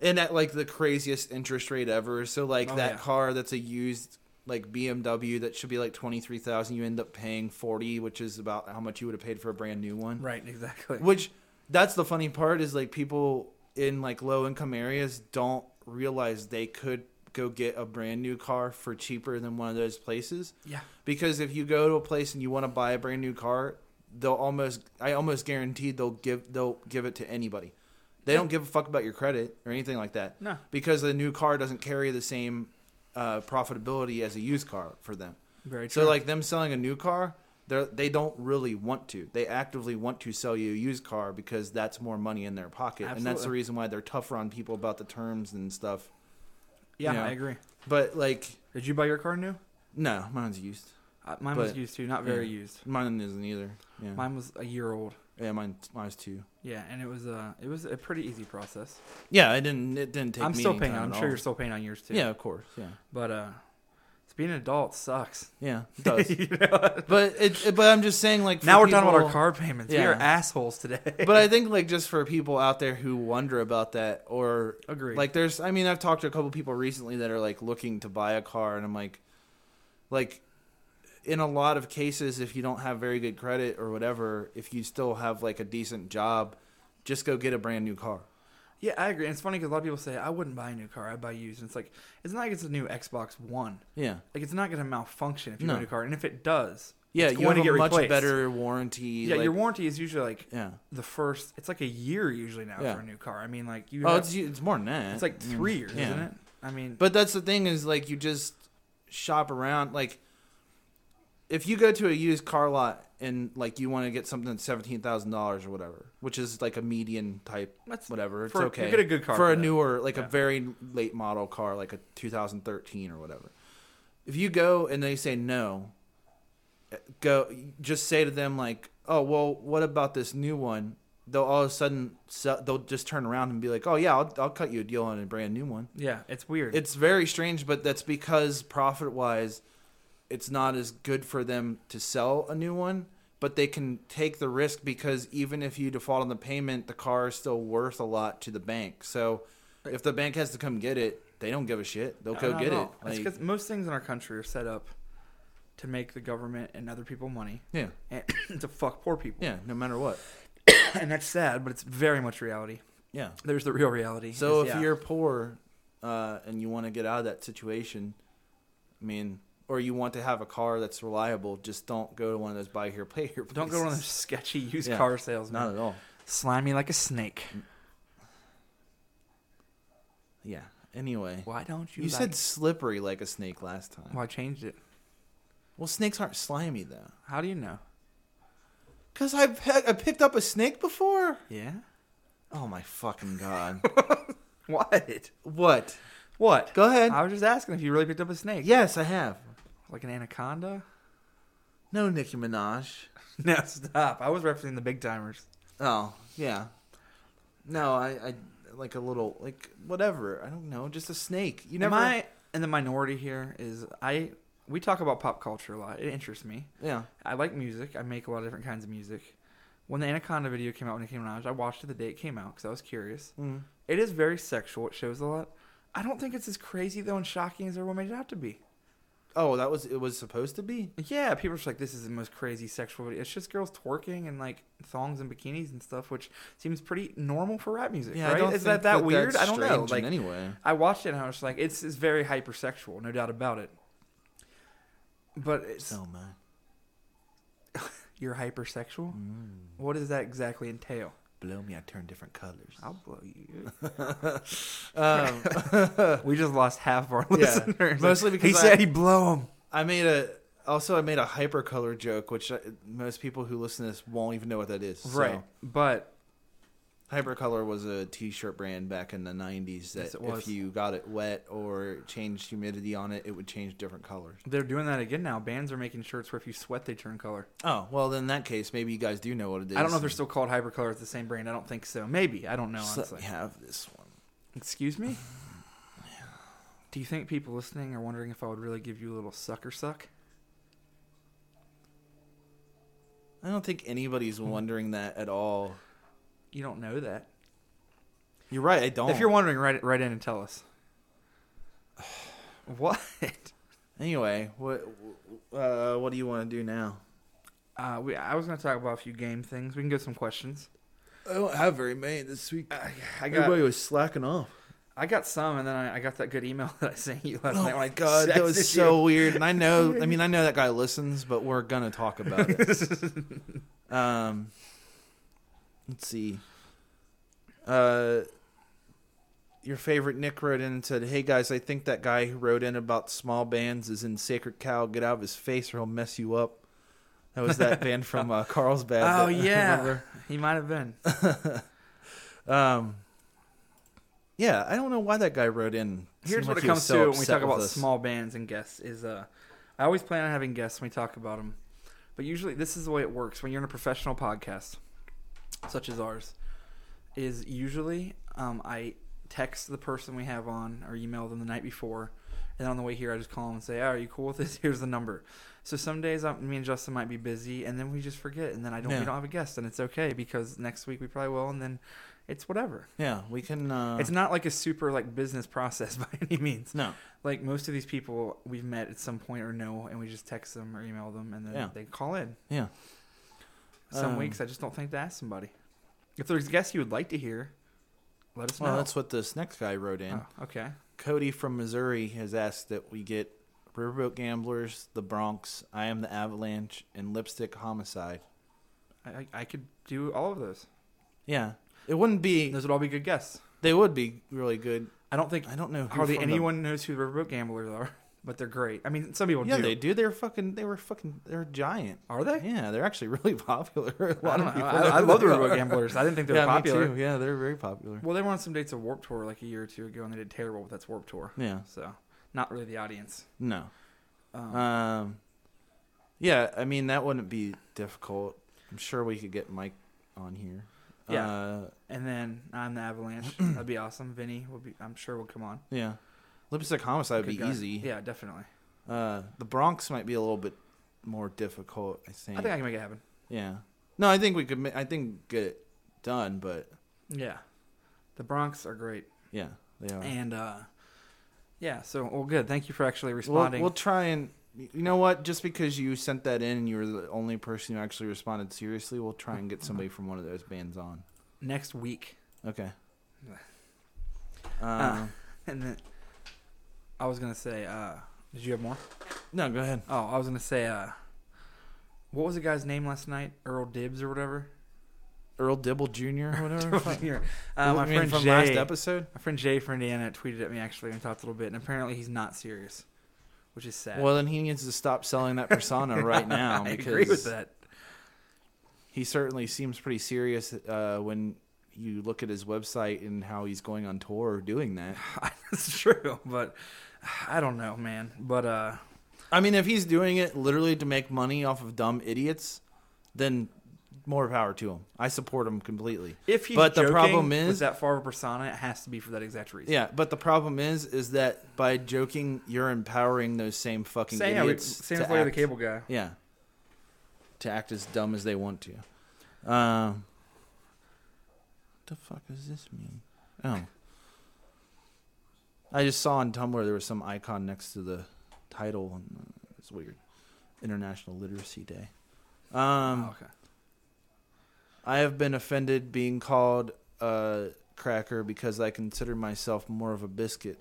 and at like the craziest interest rate ever. So like
Oh,
that
yeah.
car that's a used like BMW that should be like twenty three thousand, you end up paying forty, which is about how much you would have paid for a brand new one.
Right, exactly.
Which that's the funny part is like people in like low income areas don't realize they could go get a brand new car for cheaper than one of those places.
Yeah.
Because if you go to a place and you want to buy a brand new car, they'll almost I almost guarantee they'll give they'll give it to anybody. They don't give a fuck about your credit or anything like that.
No.
Because a new car doesn't carry the same uh, profitability as a used car for them.
Very
So
true.
like them selling a new car, they they don't really want to. They actively want to sell you a used car because that's more money in their pocket, and that's the
Absolutely.
reason why they're tougher on people about the terms and stuff.
yeah,
you know.
I agree.
But like,
Did you buy your car new?
no, mine's used.
Uh, mine was
But-
used to, not very
Yeah.
used.
Mine isn't either. Yeah,
Mine was a year old.
yeah, mine mine's two.
Yeah, and it was a it was a pretty easy process.
Yeah, it didn't it didn't take.
I'm
me
still
any
paying.
time
on- I'm
at
sure
all.
you're still paying on yours too.
Yeah, of course. Yeah,
but uh, being an adult sucks.
yeah, it does.
You know?
but it, but I'm just saying like for
Now we're talking about
people-
our car payments. We
Yeah.
are assholes today.
but I think like just for people out there who wonder about that or
Agreed.
like there's I mean I've talked to a couple people recently that are like looking to buy a car and I'm like like in a lot of cases, if you don't have very good credit or whatever, if you still have like a decent job, just go get a brand new car.
Yeah, I agree. And it's funny because a lot of people say I wouldn't buy a new car. I buy used. And it's like it's not like it's a new Xbox One.
Yeah.
Like it's not going to malfunction if you
No.
buy a new car. And if it does,
Yeah,
it's
you
going
have
to
a
get
much
replaced.
better warranty.
Yeah,
like-
your warranty is usually like
Yeah.
the first. It's like a year usually now
Yeah.
for a new car. I mean, like you.
Oh,
have-
it's it's more than that.
it's like
Mm.
three years,
Yeah.
isn't it? I mean,
But that's the thing is like you just shop around. Like if you go to a used car lot and like you want to get something that's seventeen thousand dollars or whatever, which is like a median type,
That's-
whatever. It's
for- you
okay.
get a good car
for
for
a
that.
newer, like a
Yeah.
very late model car, like a 2013 or whatever. If you go and they say no, go just say to them like, "Oh, well, what about this new one?" They'll all of a sudden sell, they'll just turn around and be like, "Oh yeah, I'll, I'll cut you a deal on a brand new one."
yeah, it's weird.
It's very strange, but that's because profit wise, it's not as good for them to sell a new one. But they can take the risk because even if you default on the payment, the car is still worth a lot to the bank. So if the bank has to come get it, they don't give a shit. They'll go
Not
get
at
it.
all. It's
Like,
'cause most things in our country are set up to make the government and other people money
yeah,
and to fuck poor people.
yeah, no matter what.
And that's sad, but it's very much reality.
Yeah.
There's the real reality.
So
is,
if
yeah.
you're poor uh, and you want to get out of that situation, I mean, or you want to have a car that's reliable, just don't go to one of those buy here, play here.
don't go to one of those
places.
sketchy used
Yeah. Mm.
car salesmen.
Not at all.
Slimy like a snake.
Yeah. Anyway,
Why don't you?
you
like-
said slippery like a snake last time.
Well, I changed it.
Well, snakes aren't slimy though.
How do you know?
Cause I pe- I picked up a snake before.
Yeah.
Oh my fucking god!
What?
what?
What?
Go ahead.
I was just asking if you really picked up a snake.
Yes, I have.
Like an anaconda?
No, Nicki Minaj.
No, stop. I was referencing the big timers.
Oh yeah. No, I, I like a little like whatever. I don't know. Just a snake. You never.
Am I in the minority here? Is I we talk about pop culture a lot. It interests me.
Yeah.
I like music. I make a lot of different kinds of music. When the Anaconda video came out when it came out, I watched it the day it came out because I was curious.
Mm.
It is very sexual. It shows a lot. I don't think it's as crazy though and shocking as everyone made it out to be.
Oh, that was it. Was supposed to be.
Yeah, people are just like, this is the most crazy sexual video. It's just girls twerking and like thongs and bikinis and stuff, which seems pretty normal for rap music, right? is that
think
that weird?
that's
I don't know.
strange in
Like,
any way.
I watched it and I was like, it's, it's very hypersexual, no doubt about it. But it's,
So man.
you're hypersexual?
Mm.
What does that exactly entail?
Blow me, I turn different colors.
I'll blow you.
Um,
we just lost half of our
Yeah.
listeners.
Mostly because
he
I-
said he'd blow them.
I made a also I made a hypercolor joke, which I, most people who listen to this won't even know what that is. So,
Right. But
Hypercolor was a T-shirt brand back in the '90s that
Yes, it
if
was.
you got it wet or changed humidity on it, it would change different colors.
they're doing that again now. Bands are making shirts where if you sweat, they turn color.
Oh well, then in that case, maybe you guys do know what it is.
I don't know if they're still called Hypercolor. It's the same brand. I don't think so. Maybe. I don't know,
So,
honestly.
I have this one.
Excuse me? Do you think people listening are wondering if I would really give you a little sucker suck?
I don't think anybody's wondering that at all.
You don't know that.
You're right. I don't.
If you're wondering, write, write in and tell us. what?
anyway, what uh, what do you want to do now?
Uh, we, I was going to talk about a few game things. We can get some questions.
I don't have very many this week.
I got,
Everybody was slacking off.
I got some, and then I, I got that good email that I sent you last
Oh
night. when
my
I
god, that was
texted
so
you.
weird. And I know, I mean, I know that guy listens, but we're gonna talk about it. um, let's see. Uh, your favorite Nick wrote in and said, "Hey guys, I think that guy who wrote in about small bands is in Sacred Cow. Get out of his face, or he'll mess you up." That was that band from uh, Carlsbad.
Oh
that-
yeah, he might have been.
Um, yeah, I don't know why that guy wrote in.
Here's
Seemed
what
like
it
he was
comes
so
to when we
upset
talk
with
about
us.
small bands and guests. Is uh, I always plan on having guests when we talk about them, but usually this is the way it works when you're in a professional podcast, such as ours. Is usually um, I text the person we have on or email them the night before, and then on the way here I just call them and say, oh, "Are you cool with this? Here's the number." So some days I'm, me and Justin might be busy, and then we just forget, and then I don't
Yeah.
we don't have a guest, and it's okay because next week we probably will, and then It's whatever.
Yeah, we can. Uh,
It's not like a super like business process by any means.
no.
Like most of these people we've met at some point or know, and we just text them or email them, and then
Yeah.
they call in.
Yeah.
Some
Um,
weeks I just don't think to ask somebody. If there's guests you would like to hear, let us
Well,
know.
that's what this next guy wrote in.
Oh, okay.
Cody from Missouri has asked that we get Riverboat Gamblers, The Bronx, I Am the Avalanche, and Lipstick Homicide.
I, I, I could do all of those.
Yeah, it wouldn't be.
Those would all be good guests.
They would be really good.
I don't think
I don't know who
hardly
from the-
anyone knows who the Riverboat Gamblers are, but they're great. I mean, some people
yeah,
do.
they do. They're fucking. They were fucking. They're giant.
Are they?
Yeah, they're actually really popular. A
I,
lot
don't
of
know.
people.
I,
know
I
who
love the
they
Riverboat
are.
Gamblers. I didn't think they were
yeah, me
popular.
too. Yeah, they're very popular.
Well, they were on some dates of Warp Tour like a year or two ago, and they did terrible with that's Warp Tour.
Yeah.
So, not really the audience.
No.
Um,
Um. Yeah, I mean that wouldn't be difficult. I'm sure we could get Mike on here.
Yeah.
Uh,
and then I'm the Avalanche. That'd be awesome. Vinny will be. I'm sure will come on.
yeah. Lipstick Homicide would
Good
be
guy.
easy.
Yeah, definitely.
Uh, the Bronx might be a little bit more difficult. I think.
I think I can make it happen.
yeah. No, I think we could. ma- I think get it done, but
Yeah. The Bronx are great,
yeah, they are.
and uh, yeah. So, well, good. Thank you for actually
We'll,
responding.
we'll try and you know what? Just because you sent that in and you were the only person who actually responded seriously, we'll try and get somebody from one of those bands on.
Next week,
Okay. Um,
Uh. and then I was gonna say, uh, did you have more?
no, go ahead.
Oh, I was gonna say, uh, what was the guy's name last night? Earl Dibbs or whatever.
Earl Dibble Jr. or whatever. Fuck.
Here. Uh, my
You mean
friend
from
Jay,
last episode.
my friend Jay from Indiana tweeted at me actually and talked a little bit, and apparently he's not serious, which is sad.
Well, then he needs to stop selling that persona right now.
I
Because
agree with that.
He certainly seems pretty serious uh, when you look at his website and how he's going on tour doing that.
That's true, but I don't know, man. But uh,
I mean, if he's doing it literally to make money off of dumb idiots, then more power to him. I support him completely.
if he's
but the
joking
problem
with
is,
that far of a persona, it has to be for that exact reason.
yeah, but the problem is, is that by joking, you're empowering those same fucking
same.
idiots.
Same
to
as Larry the
act-
Cable Guy.
Yeah, to act as dumb as they want to. Um, what the fuck does this mean? Oh, I just saw on Tumblr there was some icon next to the title, and uh, it's weird. International Literacy Day. Um,
Oh, okay.
I have been offended being called a cracker because I consider myself more of a biscuit.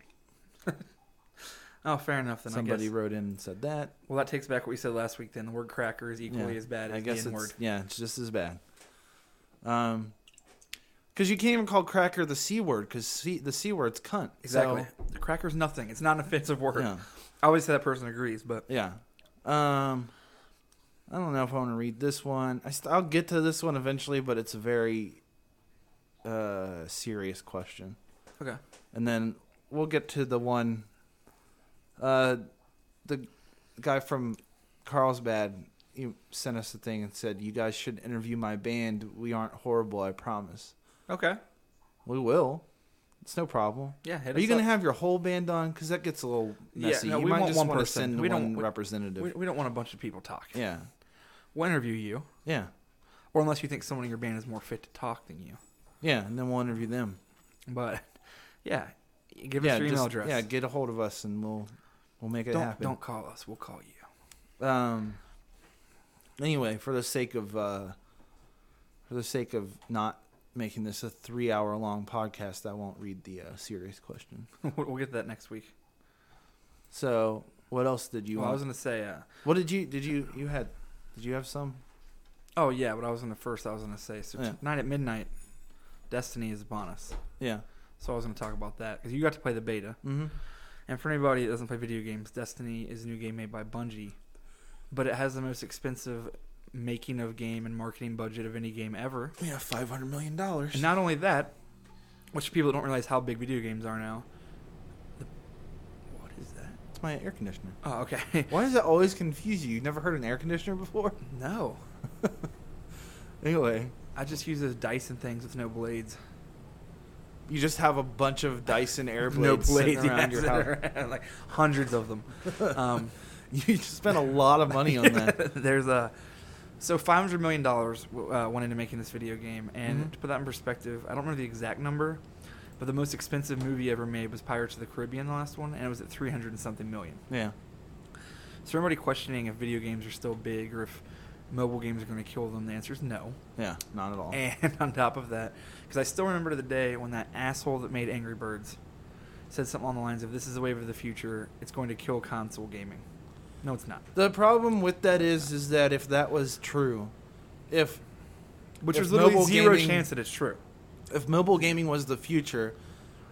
Oh, fair enough. Then I
Somebody
guess.
wrote in and said that.
Well, that takes back what we said last week. Then the word "cracker" is equally
Yeah,
as bad as
I guess
the N-word.
it's yeah, it's just as bad. Um, because you can't even call cracker the c word because c the c word's cunt.
Exactly.
So,
The cracker's nothing. It's not an offensive word.
Yeah.
I always say that person agrees, but
yeah. Um, I don't know if I want to read this one. I st- I'll get to this one eventually, but it's a very uh serious question.
okay.
and then we'll get to the one uh the guy from carlsbad he sent us a thing and said you guys should interview my band we aren't horrible i promise
Okay.
we will it's no problem
Yeah. Hit
are you
us
gonna
up.
have your whole band on because that gets a little
Yeah,
messy
no,
you
we
might
want
just
one
want to
person.
send
We don't-
one
we-
representative
We, we don't want a bunch of people talking.
yeah
We'll interview you,
yeah
or unless you think someone in your band is more fit to talk than you.
yeah and then we'll interview them
But yeah, give
yeah
us your email
just-
address.
yeah get a hold of us and we'll we'll make it
don't
happen
don't call us. We'll call you.
um anyway for the sake of uh for the sake of not making this a three hour long podcast i won't read the uh, serious question
we'll we'll get to that next week.
so what else did you
well, I was
want
gonna say. Uh,
what did you did you you had did you have some
oh yeah, but I was gonna first. I was gonna say. So
Yeah.
tonight at midnight, Destiny is upon us.
yeah
So I was gonna talk about that because you got to play the beta.
mm-hmm
And for anybody that doesn't play video games, Destiny is a new game made by Bungie, but it has the most expensive making of game and marketing budget of any game ever.
yeah 500 million dollars
And not only that, which people don't realize how big video games are now. The, what is that?
that's my air conditioner
Oh, okay.
why does that always confuse you you've never heard an air conditioner before
no,
anyway
I just use those Dyson things with no blades.
you just have a bunch of dyson air blades, sitting
yeah,
around your
sitting
house
around, like hundreds of them. Um,
you spent a lot of money on that
there's a So five hundred million dollars uh, went into making this video game, and
Mhm.
to put that in perspective, I don't remember the exact number, but the most expensive movie ever made was Pirates of the Caribbean, the last one, and it was at three hundred and something million.
Yeah.
So everybody questioning if video games are still big or if mobile games are going to kill them, the answer is no.
Yeah. Not at all.
And on top of that, because I still remember to the day when that asshole that made Angry Birds said something on the lines of "This is the wave of the future. It's going to kill console gaming." No, it's not.
The problem with that is, is that if that was true, if
Which
If
there's literally
mobile
zero
gaming-
chance that it's true.
if mobile gaming was the future,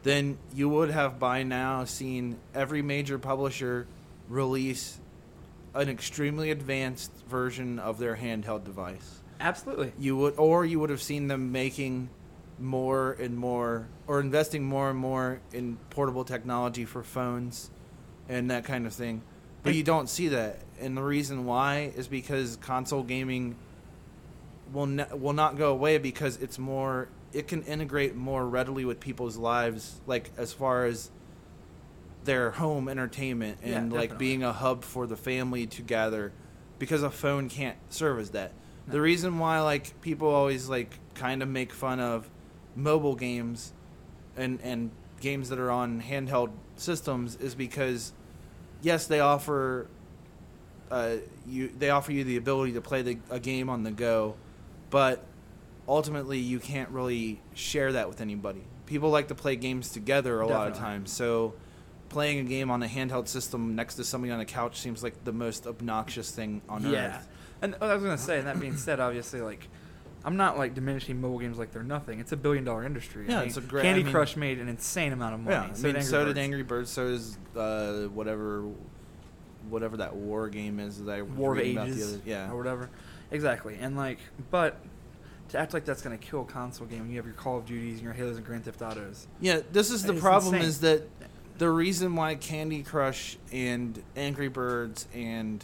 then you would have by now seen every major publisher release an extremely advanced version of their handheld device.
Absolutely.
You would, or you would have seen them making more and more, or investing more and more in portable technology for phones and that kind of thing. But you don't see that, and the reason why is because console gaming will ne- will not go away because it's more it can integrate more readily with people's lives like as far as their home entertainment
Yeah,
and like
definitely.
being a hub for the family to gather because a phone can't serve as that. The reason why like people always like kind of make fun of mobile games and and games that are on handheld systems is because yes, they offer uh, you they offer you the ability to play the, a game on the go, but ultimately you can't really share that with anybody. People like to play games together a lot of
Definitely.
times, so playing a game on a handheld system next to somebody on a couch seems like the most obnoxious thing on
yeah.
earth.
And what I was gonna say, and that being said, obviously, like, I'm not like diminishing mobile games like they're nothing. It's a billion dollar industry. I
Yeah,
mean,
it's a great-
Candy
I mean-
Crush made an insane amount of money.
Yeah, so, I mean,
did
so did
Birds.
Angry Birds. So is uh, whatever, whatever that war game is that I was
War of
reading about the
Ages,
other- yeah,
or whatever. Exactly, and like, but to act like that's gonna kill a console game when you have your Call of Duties and your Halos and Grand Theft Autos.
Yeah, this is the
It's
problem
insane.
is that the reason why Candy Crush and Angry Birds and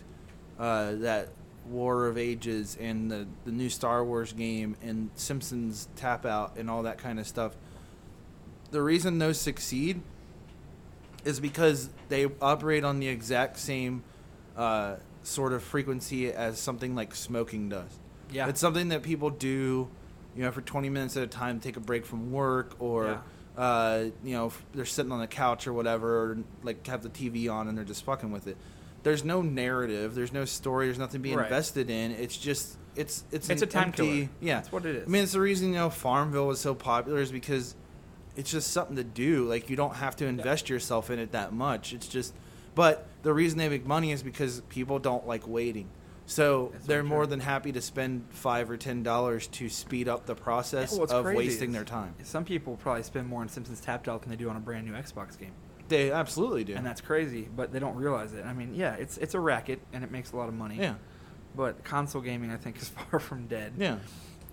uh, that War of Ages and the, the new Star Wars game and Simpsons Tap Out and all that kind of stuff, the reason those succeed is because they operate on the exact same uh, sort of frequency as something like smoking does.
Yeah.
It's something that people do, you know, for 20 minutes at a time, take a break from work or, uh, you know, f- they're sitting on the couch or whatever, or, like have the TV on and they're just fucking with it. There's no narrative, there's no story, there's nothing being
Right.
invested in. It's just, it's, it's,
It's
an
a time
empty-
killer.
Yeah.
That's what it is.
I mean, it's the reason, you know, Farmville was so popular is because it's just something to do. Like you don't have to invest yourself in it that much. It's just, but the reason they make money is because people don't like waiting. So
That's
they're
very
more
true.
than happy to spend five or ten dollars to speed up the process
Well, what's
of
crazy
wasting
is
their time.
Some people probably spend more on Simpsons Tapped Out than they do on a brand new Xbox game,
They absolutely do.
and that's crazy. But they don't realize it. I mean, yeah, it's it's a racket and it makes a lot of money.
yeah,
But console gaming, I think, is far from dead.
yeah,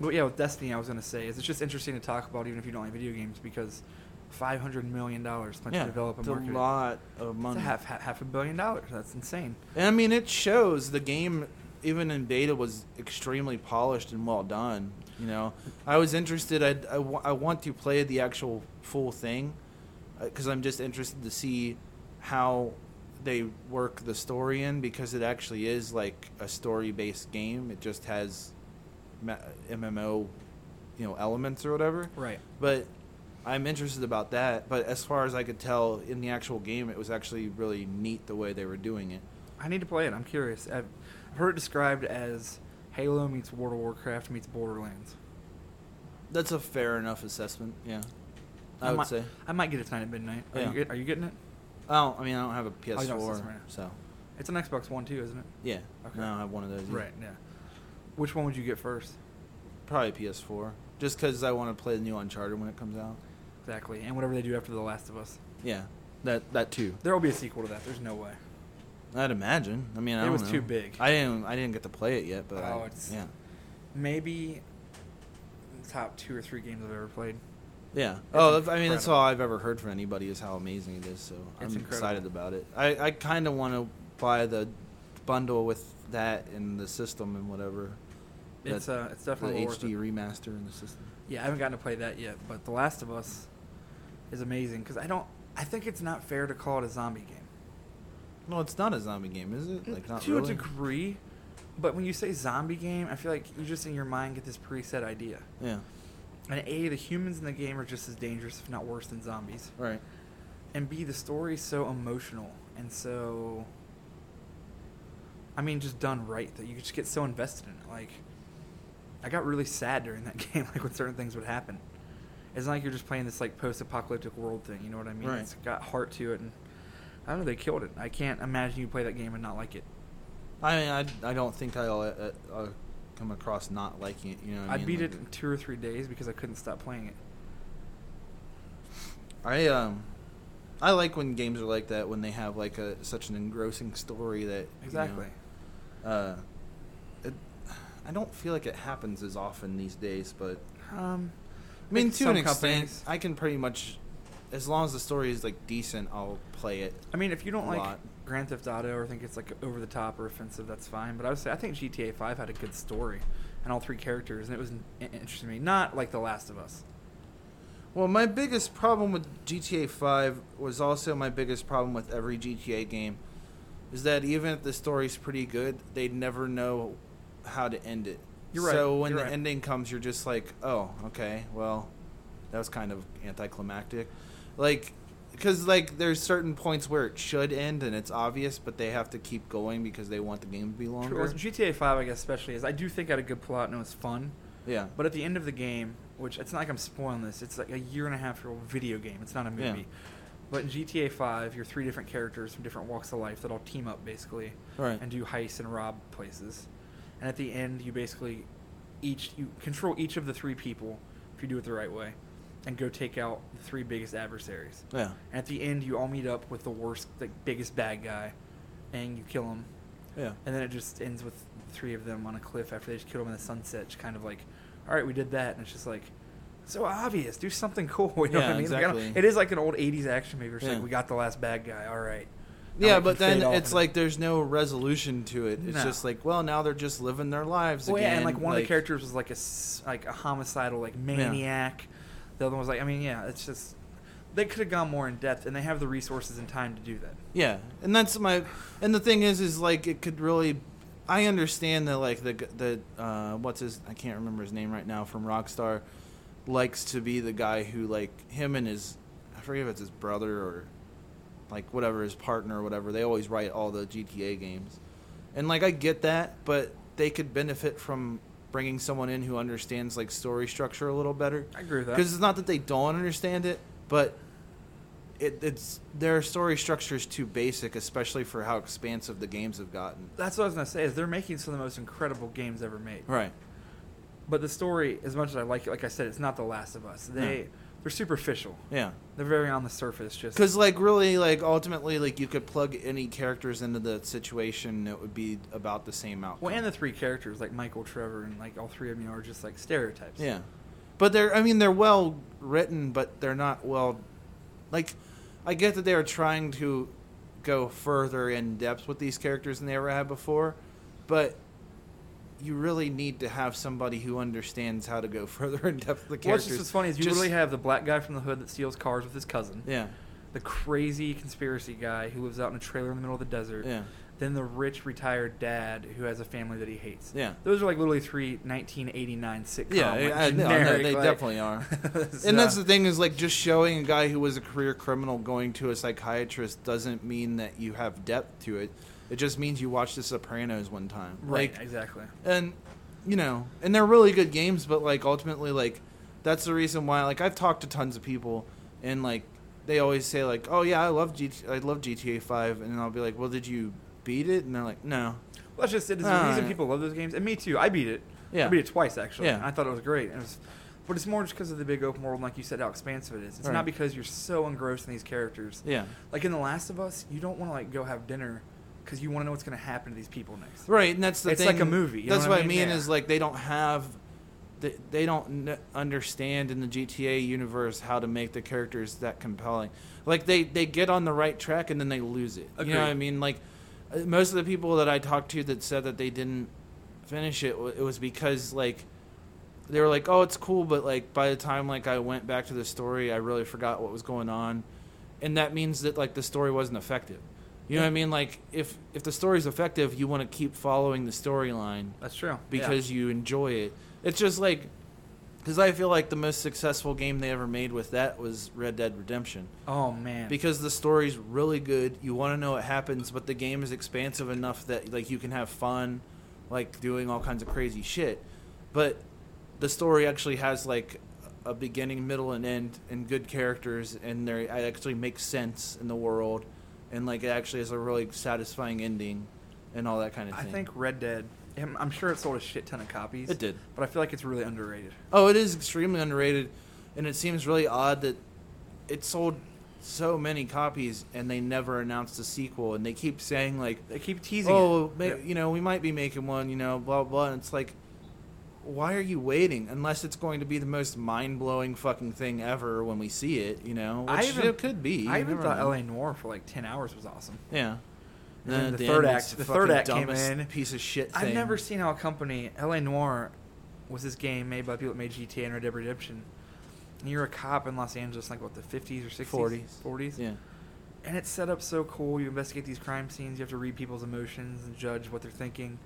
But yeah, with Destiny, I was gonna say is it's just interesting to talk about, even if you don't like video games, because five hundred million dollars spent
yeah.
to develop and
it's a
market. it.
lot of
It's
money.
a half, half half a billion dollars. That's insane.
And I mean, it shows the game, even in beta, was extremely polished and well done. You know, I was interested. I'd- I, wa- I want to play the actual full thing because I'm just interested to see how they work the story in because it actually is like a story based game. It just has ma- MMO, you know, elements or whatever.
Right.
But I'm interested about that. But as far as I could tell in the actual game, it was actually really neat the way they were doing it.
I need to play it. I'm curious. I've, I've heard it described as Halo meets World of Warcraft meets Borderlands.
That's a fair enough assessment. Yeah, I, would
might,
say.
I might get it tonight at midnight. Are,
Yeah.
you, get- are you getting it?
I don't. I mean, I don't have a
Oh, don't have a
PS4,
system right now.
so
It's an Xbox One too, isn't it?
yeah.
Okay.
No, I don't have one of those. either.
Right. Yeah. Which one would you get first?
Probably PS4, just because I want to play the new Uncharted when it comes out.
Exactly. And whatever they do after The Last of Us,
Yeah, that that too.
there will be a sequel to that. There's no way.
I'd imagine. I mean, I
It
don't
was
know.
too big.
I didn't. I didn't get to play it yet, but I-
Oh, it's-
yeah,
Maybe the top two or three games I've ever played.
yeah. Oh, I mean, that's
incredible.
all I've ever heard from anybody is how amazing it is. So I'm
It's incredible.
excited about it. I I kind of want to buy the bundle with that and the system and whatever.
It's
That-
uh, it's definitely
the
worth
HD
it.
remaster in the system.
Yeah, I haven't gotten to play that yet, but The Last of Us is amazing because I don't. I think it's not fair to call it a zombie game.
No, it's not a zombie game, is it? Like not
to
really.
a degree, But when you say zombie game, I feel like you just in your mind get this preset idea.
Yeah.
And A, the humans in the game are just as dangerous, if not worse, than zombies.
Right.
And B, the story's so emotional and so. I mean, just done right that you just get so invested in it. Like, I got really sad during that game, like when certain things would happen. It's not like you're just playing this like post-apocalyptic world thing. You know what I mean?
Right.
It's got heart to it, and I don't know. They killed it. I can't imagine you play that game and not like it.
I mean, I, I don't think I'll uh, uh, come across not liking it. You know, what
I,
I, mean?
beat
Like,
it in two or three days because I couldn't stop playing it.
I um, I like when games are like that when they have like a such an engrossing story that you know,
Exactly.
uh, it, I don't feel like it happens as often these days, but
Um,
I mean,
think
to an
some
extent,
companies-
I can pretty much, as long as the story is like decent, I'll play it.
I mean, if you don't
a
like
lot.
Grand Theft Auto or think it's like over the top or offensive, that's fine. But I would say I think GTA Five had a good story and all three characters, and it was in- interesting to me. Not like The Last of Us.
Well, my biggest problem with GTA 5 was also my biggest problem with every GTA game is that even if the story's pretty good, they never know how to end it.
You're right,
So when
you're
the
right.
ending comes, you're just like, "Oh, okay. Well, that was kind of anticlimactic." Like cuz like there's certain points where it should end and it's obvious, but they have to keep going because they want the game to be
True. Well,
longer.
GTA Five, I guess, especially is I do think it had a good plot and it was fun.
Yeah.
But at the end of the game, which it's not like I'm spoiling this, it's like a year and a half year old video game. It's not a
Yeah.
movie. But in GTA Five, you're three different characters from different walks of life that all team up basically
Right.
and do heists and rob places. And at the end, you basically each you control each of the three people if you do it the right way, and go take out the three biggest adversaries.
Yeah.
And at the end, you all meet up with the worst, the biggest bad guy, and you kill him.
Yeah.
And then it just ends with the three of them on a cliff after they just killed him in the sunset. Just kind of like, all right, we did that, and it's just like. So obvious. Do something cool. You know
Yeah,
what I mean? Like, I don't-
exactly.
it is like an old '80s action movie. Where it's
Yeah.
like we got the last bad guy. All right. Now
Yeah,
we
but
can fade
then
off
it's
and-
like there's no resolution to it. It's
No.
just like, well, now they're just living their lives
Well,
again.
Oh, yeah, and like one of the characters was like a s- like a homicidal like maniac. The other one was like, I mean, yeah, it's just they could have gone more in depth, and they have the resources and time to do that.
Yeah, and that's my. And the thing is, is like it could really. I understand that like the g- the uh, what's his I can't remember his name right now from Rockstar, likes to be the guy who like him and his I forget if it's his brother or like whatever his partner or whatever they always write all the GTA games, and like I get that, but they could benefit from bringing someone in who understands like story structure a little better.
I agree with that.
Because it's not that they don't understand it, but it, it's their story structure is too basic, especially for how expansive the games have gotten.
That's what I was gonna say. Is they're making some of the most incredible games ever made.
Right.
But the story, as much as I like it, like I said, it's not The Last of Us. They they're superficial.
Yeah.
They're very on the surface. Just
Because like really like ultimately like you could plug any characters into the situation, it would be about the same outcome.
well, and the three characters like Michael, Trevor, and like all three of you are just like stereotypes.
Yeah, but they're I mean they're well written, but they're not well. Like, I get that they are trying to go further in depth with these characters than they ever had before, but you really need to have somebody who understands how to go further in depth with the
Well, it's
characters.
just what's funny is you
Just-
literally have the black guy from the hood that steals cars with his cousin.
yeah,
the crazy conspiracy guy who lives out in a trailer in the middle of the desert,
yeah,
then the rich retired dad who has a family that he hates.
yeah.
Those are like literally three 1989 sitcom.
Yeah,
like,
I- I- no, no,
generic,
they
like-
definitely are.
So-
And that's the thing is like just showing a guy who was a career criminal going to a psychiatrist doesn't mean that you have depth to it. It just means you watched The Sopranos one time.
right,
Like,
exactly.
and you know, and they're really good games, but like ultimately, like that's the reason why. Like I've talked to tons of people, and like they always say like, "Oh yeah, I love GT- I love GTA 5," and I'll be like, "Well, did you beat it?" And they're like, "No."
Well, that's just it. Is the
Ah,
reason
yeah.
people love those games, and me too. I beat it.
Yeah.
I beat it twice actually.
Yeah.
and I thought it was great. And it was, but it's more just because of the big open world, and like you said, how expansive it is. It's
Right.
not because you're so engrossed in these characters.
Yeah.
Like in The Last of Us, you don't want to like go have dinner because you want to know what's going to happen to these people next.
Right, and that's the
It's
thing.
like a movie, you know
that's
what I
what I
mean?
mean,
Yeah.
is like they don't have, they, they don't n- understand in the GTA universe how to make the characters that compelling. Like they they get on the right track and then they lose it. You know what I
Agreed.
mean? Like uh, most of the people that I talked to that said that they didn't finish it, w- it was because like they were like, "Oh, it's cool," but like by the time like I went back to the story, I really forgot what was going on, and that means that like the story wasn't effective. You know what I mean? Like if if the story's effective, you want to keep following the storyline
That's true.
because you enjoy it. It's just like because I feel like the most successful game they ever made with that was Red Dead Redemption
Yeah. oh man,
because the story's really good. You want to know what happens, but the game is expansive enough that like you can have fun, like doing all kinds of crazy shit. But the story actually has like a beginning, middle, and end, and good characters, and they it actually makes sense in the world, and like it actually has a really satisfying ending, and all that kind of
I
thing.
think Red Dead. I'm I'm sure it sold a shit ton of copies.
It did.
but I feel like it's really underrated.
Oh, it is extremely underrated, and it seems really odd that it sold so many copies and they never announced a sequel, and they keep saying like,
They keep teasing.
"Oh,
it.
ma-
Yeah.
you know, we might be making one," you know, blah blah. And it's like, why are you waiting? Unless it's going to be the most mind blowing fucking thing ever when we see it, you know, which
I even-
it could be.
I
you
even
never
thought
know.
L.A. Noir for like ten hours was awesome.
Yeah.
And then
at
the
end,
third
it's
act- the
the
third
fucking
act came
dumbest
in.
Piece of shit.
I've
thing.
never seen how a company L.A. Noir was this game made by people that made GTA and Red Dead Redemption. And you're a cop in Los Angeles, like what the 50s or 60s,
40s.
40s,
Yeah.
and it's set up so cool. You investigate these crime scenes. You have to read people's emotions and judge what they're thinking.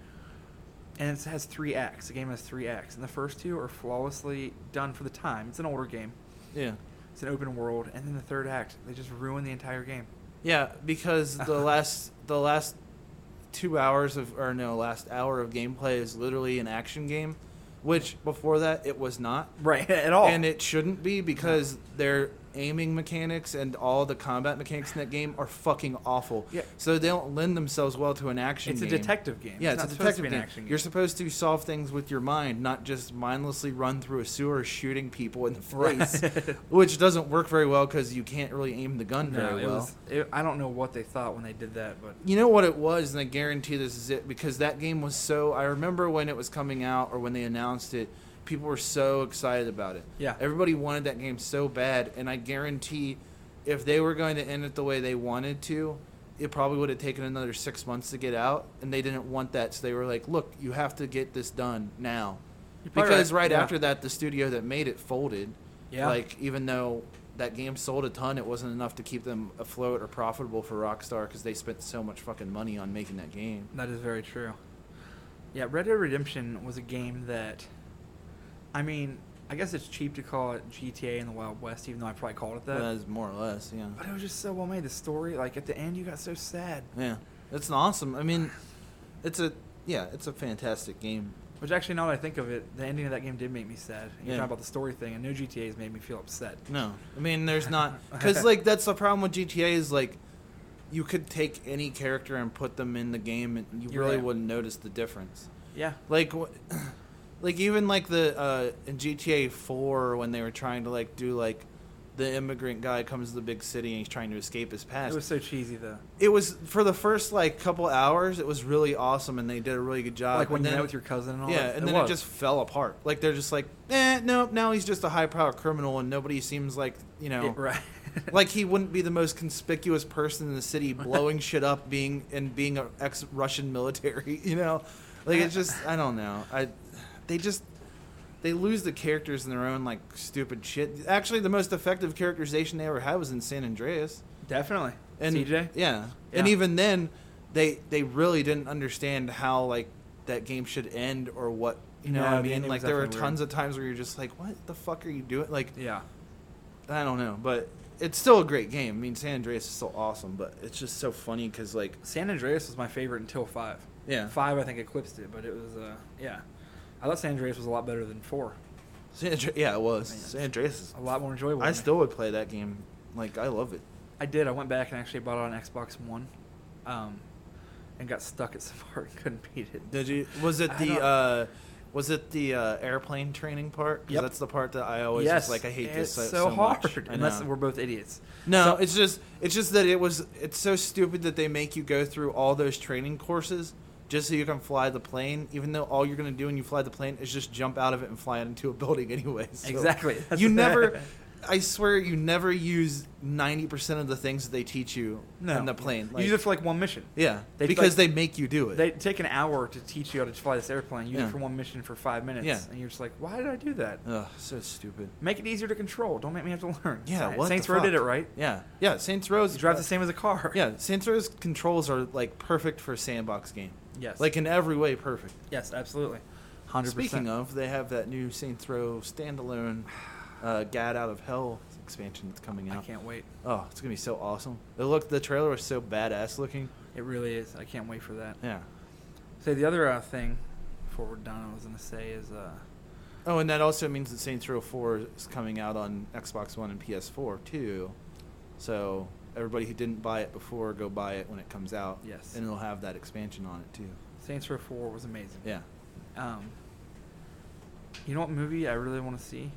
And it has three acts. The game has three acts, and the first two are flawlessly done for the time. It's an older game.
Yeah.
It's an open world, and then the third act, they just ruin the entire game.
Yeah, because the last the last two hours of or no last hour of gameplay is literally an action game, which before that it was not,
Right, at all.
and it shouldn't be because their aiming mechanics and all the combat mechanics in that game are fucking awful.
Yeah.
So they don't lend themselves well to an action.
it's a
game.
detective game.
Yeah, it's,
not
a
supposed to
detective
be
game.
an action game.
You're supposed to solve things with your mind, not just mindlessly run through a sewer shooting people in the
Right.
face, which doesn't work very well because you can't really aim the gun
no,
very
it
well.
was. It, I don't know what they thought when they did that, but
You know what it was, and I guarantee this is it because that game was so. I remember when it was coming out or when they announced it, people were so excited about it.
Yeah.
everybody wanted that game so bad, and I guarantee, if they were going to end it the way they wanted to, it probably would have taken another six months to get out, and they didn't want that, so they were like, "Look, you have to get this done now,"
You're probably
because
right,
right
yeah.
after that, the studio that made it folded.
Yeah.
like even though that game sold a ton, it wasn't enough to keep them afloat or profitable for Rockstar because they spent so much fucking money on making that game.
that is very true. Yeah, Red Dead Redemption was a game that, I mean, I guess it's cheap to call it GTA in the Wild West, even though I probably called it that.
That is more or less, yeah,
but it was just so well made. The story, like at the end, you got so sad.
yeah. It's an awesome. I mean, it's a yeah, it's a fantastic game.
Which actually, now that I think of it, the ending of that game did make me sad. You're
Yeah. Mm.
talking about the story thing, and no GTA has made me feel upset.
No, I mean, there's not because like that's the problem with GTA is like you could take any character and put them in the game and you
You're
really
right.
wouldn't notice the difference.
Yeah,
like wh- like even like the uh in GTA 4 when they were trying to like do like the immigrant guy comes to the big city and he's trying to escape his past.
it was so cheesy though.
for the first like couple hours it was really awesome and they did a really good job.
like when
Uh, and
you
then,
met with your cousin and all
yeah,
that.
and then it just fell apart. Like they're just like, eh, nope. Now he's just a high-power criminal, and nobody seems like you know,
It- right.
like he wouldn't be the most conspicuous person in the city blowing shit up being and being an ex-russian military you know like it's just i don't know i they just they lose the characters in their own like stupid shit actually the most effective characterization they ever had was in san andreas
definitely.
and
CJ.
yeah and
Yeah.
even then they they really didn't understand how like that game should end or what you know
No,
what i
the
mean
ending
like
was
there were
definitely weird.
tons of times where you're just like what the fuck are you doing like
Yeah.
I don't know, but it's still a great game. I mean, San Andreas is still awesome, but it's just so funny because like
San Andreas was my favorite until five.
Yeah.
Five, I think, eclipsed it, but it was, uh, yeah. I thought San Andreas was a lot better than four.
San Andre- yeah, it was
Man.
San Andreas. Is,
A lot more enjoyable.
I
to me.
still would play that game. Like I love it.
I did. I went back and actually bought it on Xbox One, um, and got stuck at Safari and couldn't beat it.
Did you? Was it
I
the?
don't-
uh was it the uh, airplane training part? 'Cause
Yep.
that's the part that I always
yes.
oh, just like. I hate
it's
this uh, so,
so, hard.
much. I
Unless
know.
we're both idiots. So-
No, it's just it's just that it was it's so stupid that they make you go through all those training courses just so you can fly the plane, even though all you're gonna do when you fly the plane is just jump out of it and fly it into a building anyway. So
Exactly. That's-
You never I swear you never use ninety percent of the things that they teach you
No.
on the plane.
you
Like,
use it for like one mission.
yeah,
they-
because
like-
they make you do it.
They take an hour to teach you how to fly this airplane. You do
Yeah.
it for one mission for five minutes,
Yeah.
and you're just like, why did I do that?
Ugh, so stupid.
Make it easier to control. Don't make me have to learn. Sa-
Yeah, what
Saints
the
Row
fuck?
did it right.
Yeah, yeah. Saints Row's uh,
You drive the same as a car.
Yeah, Saints Row's controls are like perfect for a sandbox game.
Yes.
Like in every way, perfect.
Yes, absolutely. Hundred
Speaking
percent.
of, they have that new Saints Row standalone uh, "Gad Out of Hell" expansion that's coming
I
out.
can't wait.
Oh, it's gonna be so awesome. It looked the trailer was so badass looking.
It really is. I can't wait for that.
Yeah.
So the other uh, thing, before we're done, I was gonna say is, uh,
Oh, and that also means that Saints Row 4 is coming out on Xbox One and PS4 too. So everybody who didn't buy it before, go buy it when it comes out.
Yes.
And it'll have that expansion on it too.
Saints Row Four was amazing.
Yeah.
Um, you know what movie I really want to see?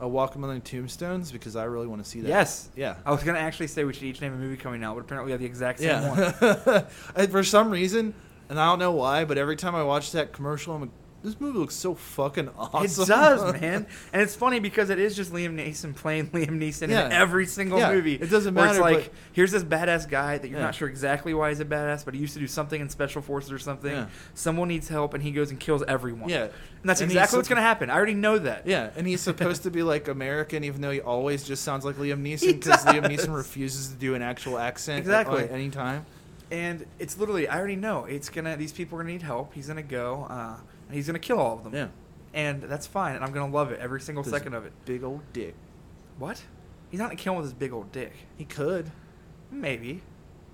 A Walk Among the Tombstones because I really want to see that.
Yes.
Yeah.
I was gonna actually say we should each name a movie coming out, but apparently we have the exact same one.
yeah. And For some reason, and I don't know why, but every time I watch that commercial, I'm like, this movie looks so fucking awesome.
It does, man. And it's funny because it is just Liam Neeson playing Liam Neeson
Yeah.
in every single
Yeah,
movie.
it doesn't
where
matter,
It's like
but-
here's this badass guy that you're
Yeah.
not sure exactly why he's a badass, but he used to do something in special forces or something.
Yeah.
Someone needs help, and he goes and kills everyone.
Yeah.
and that's
And he's
exactly what's
looking-
gonna happen. I already know that.
Yeah, and he's supposed to be like American, even though he always just sounds like Liam
He
Neeson because Liam
does.
Neeson refuses to do an actual accent at-
Exactly.
at any time.
And it's literally, I already know it's gonna. These people are gonna need help. He's gonna go, uh, and he's gonna kill all of them.
Yeah.
and that's fine. And I'm gonna love it every single
This
second of it.
Big old dick.
What? He's not gonna kill him with his big old dick.
He could.
Maybe.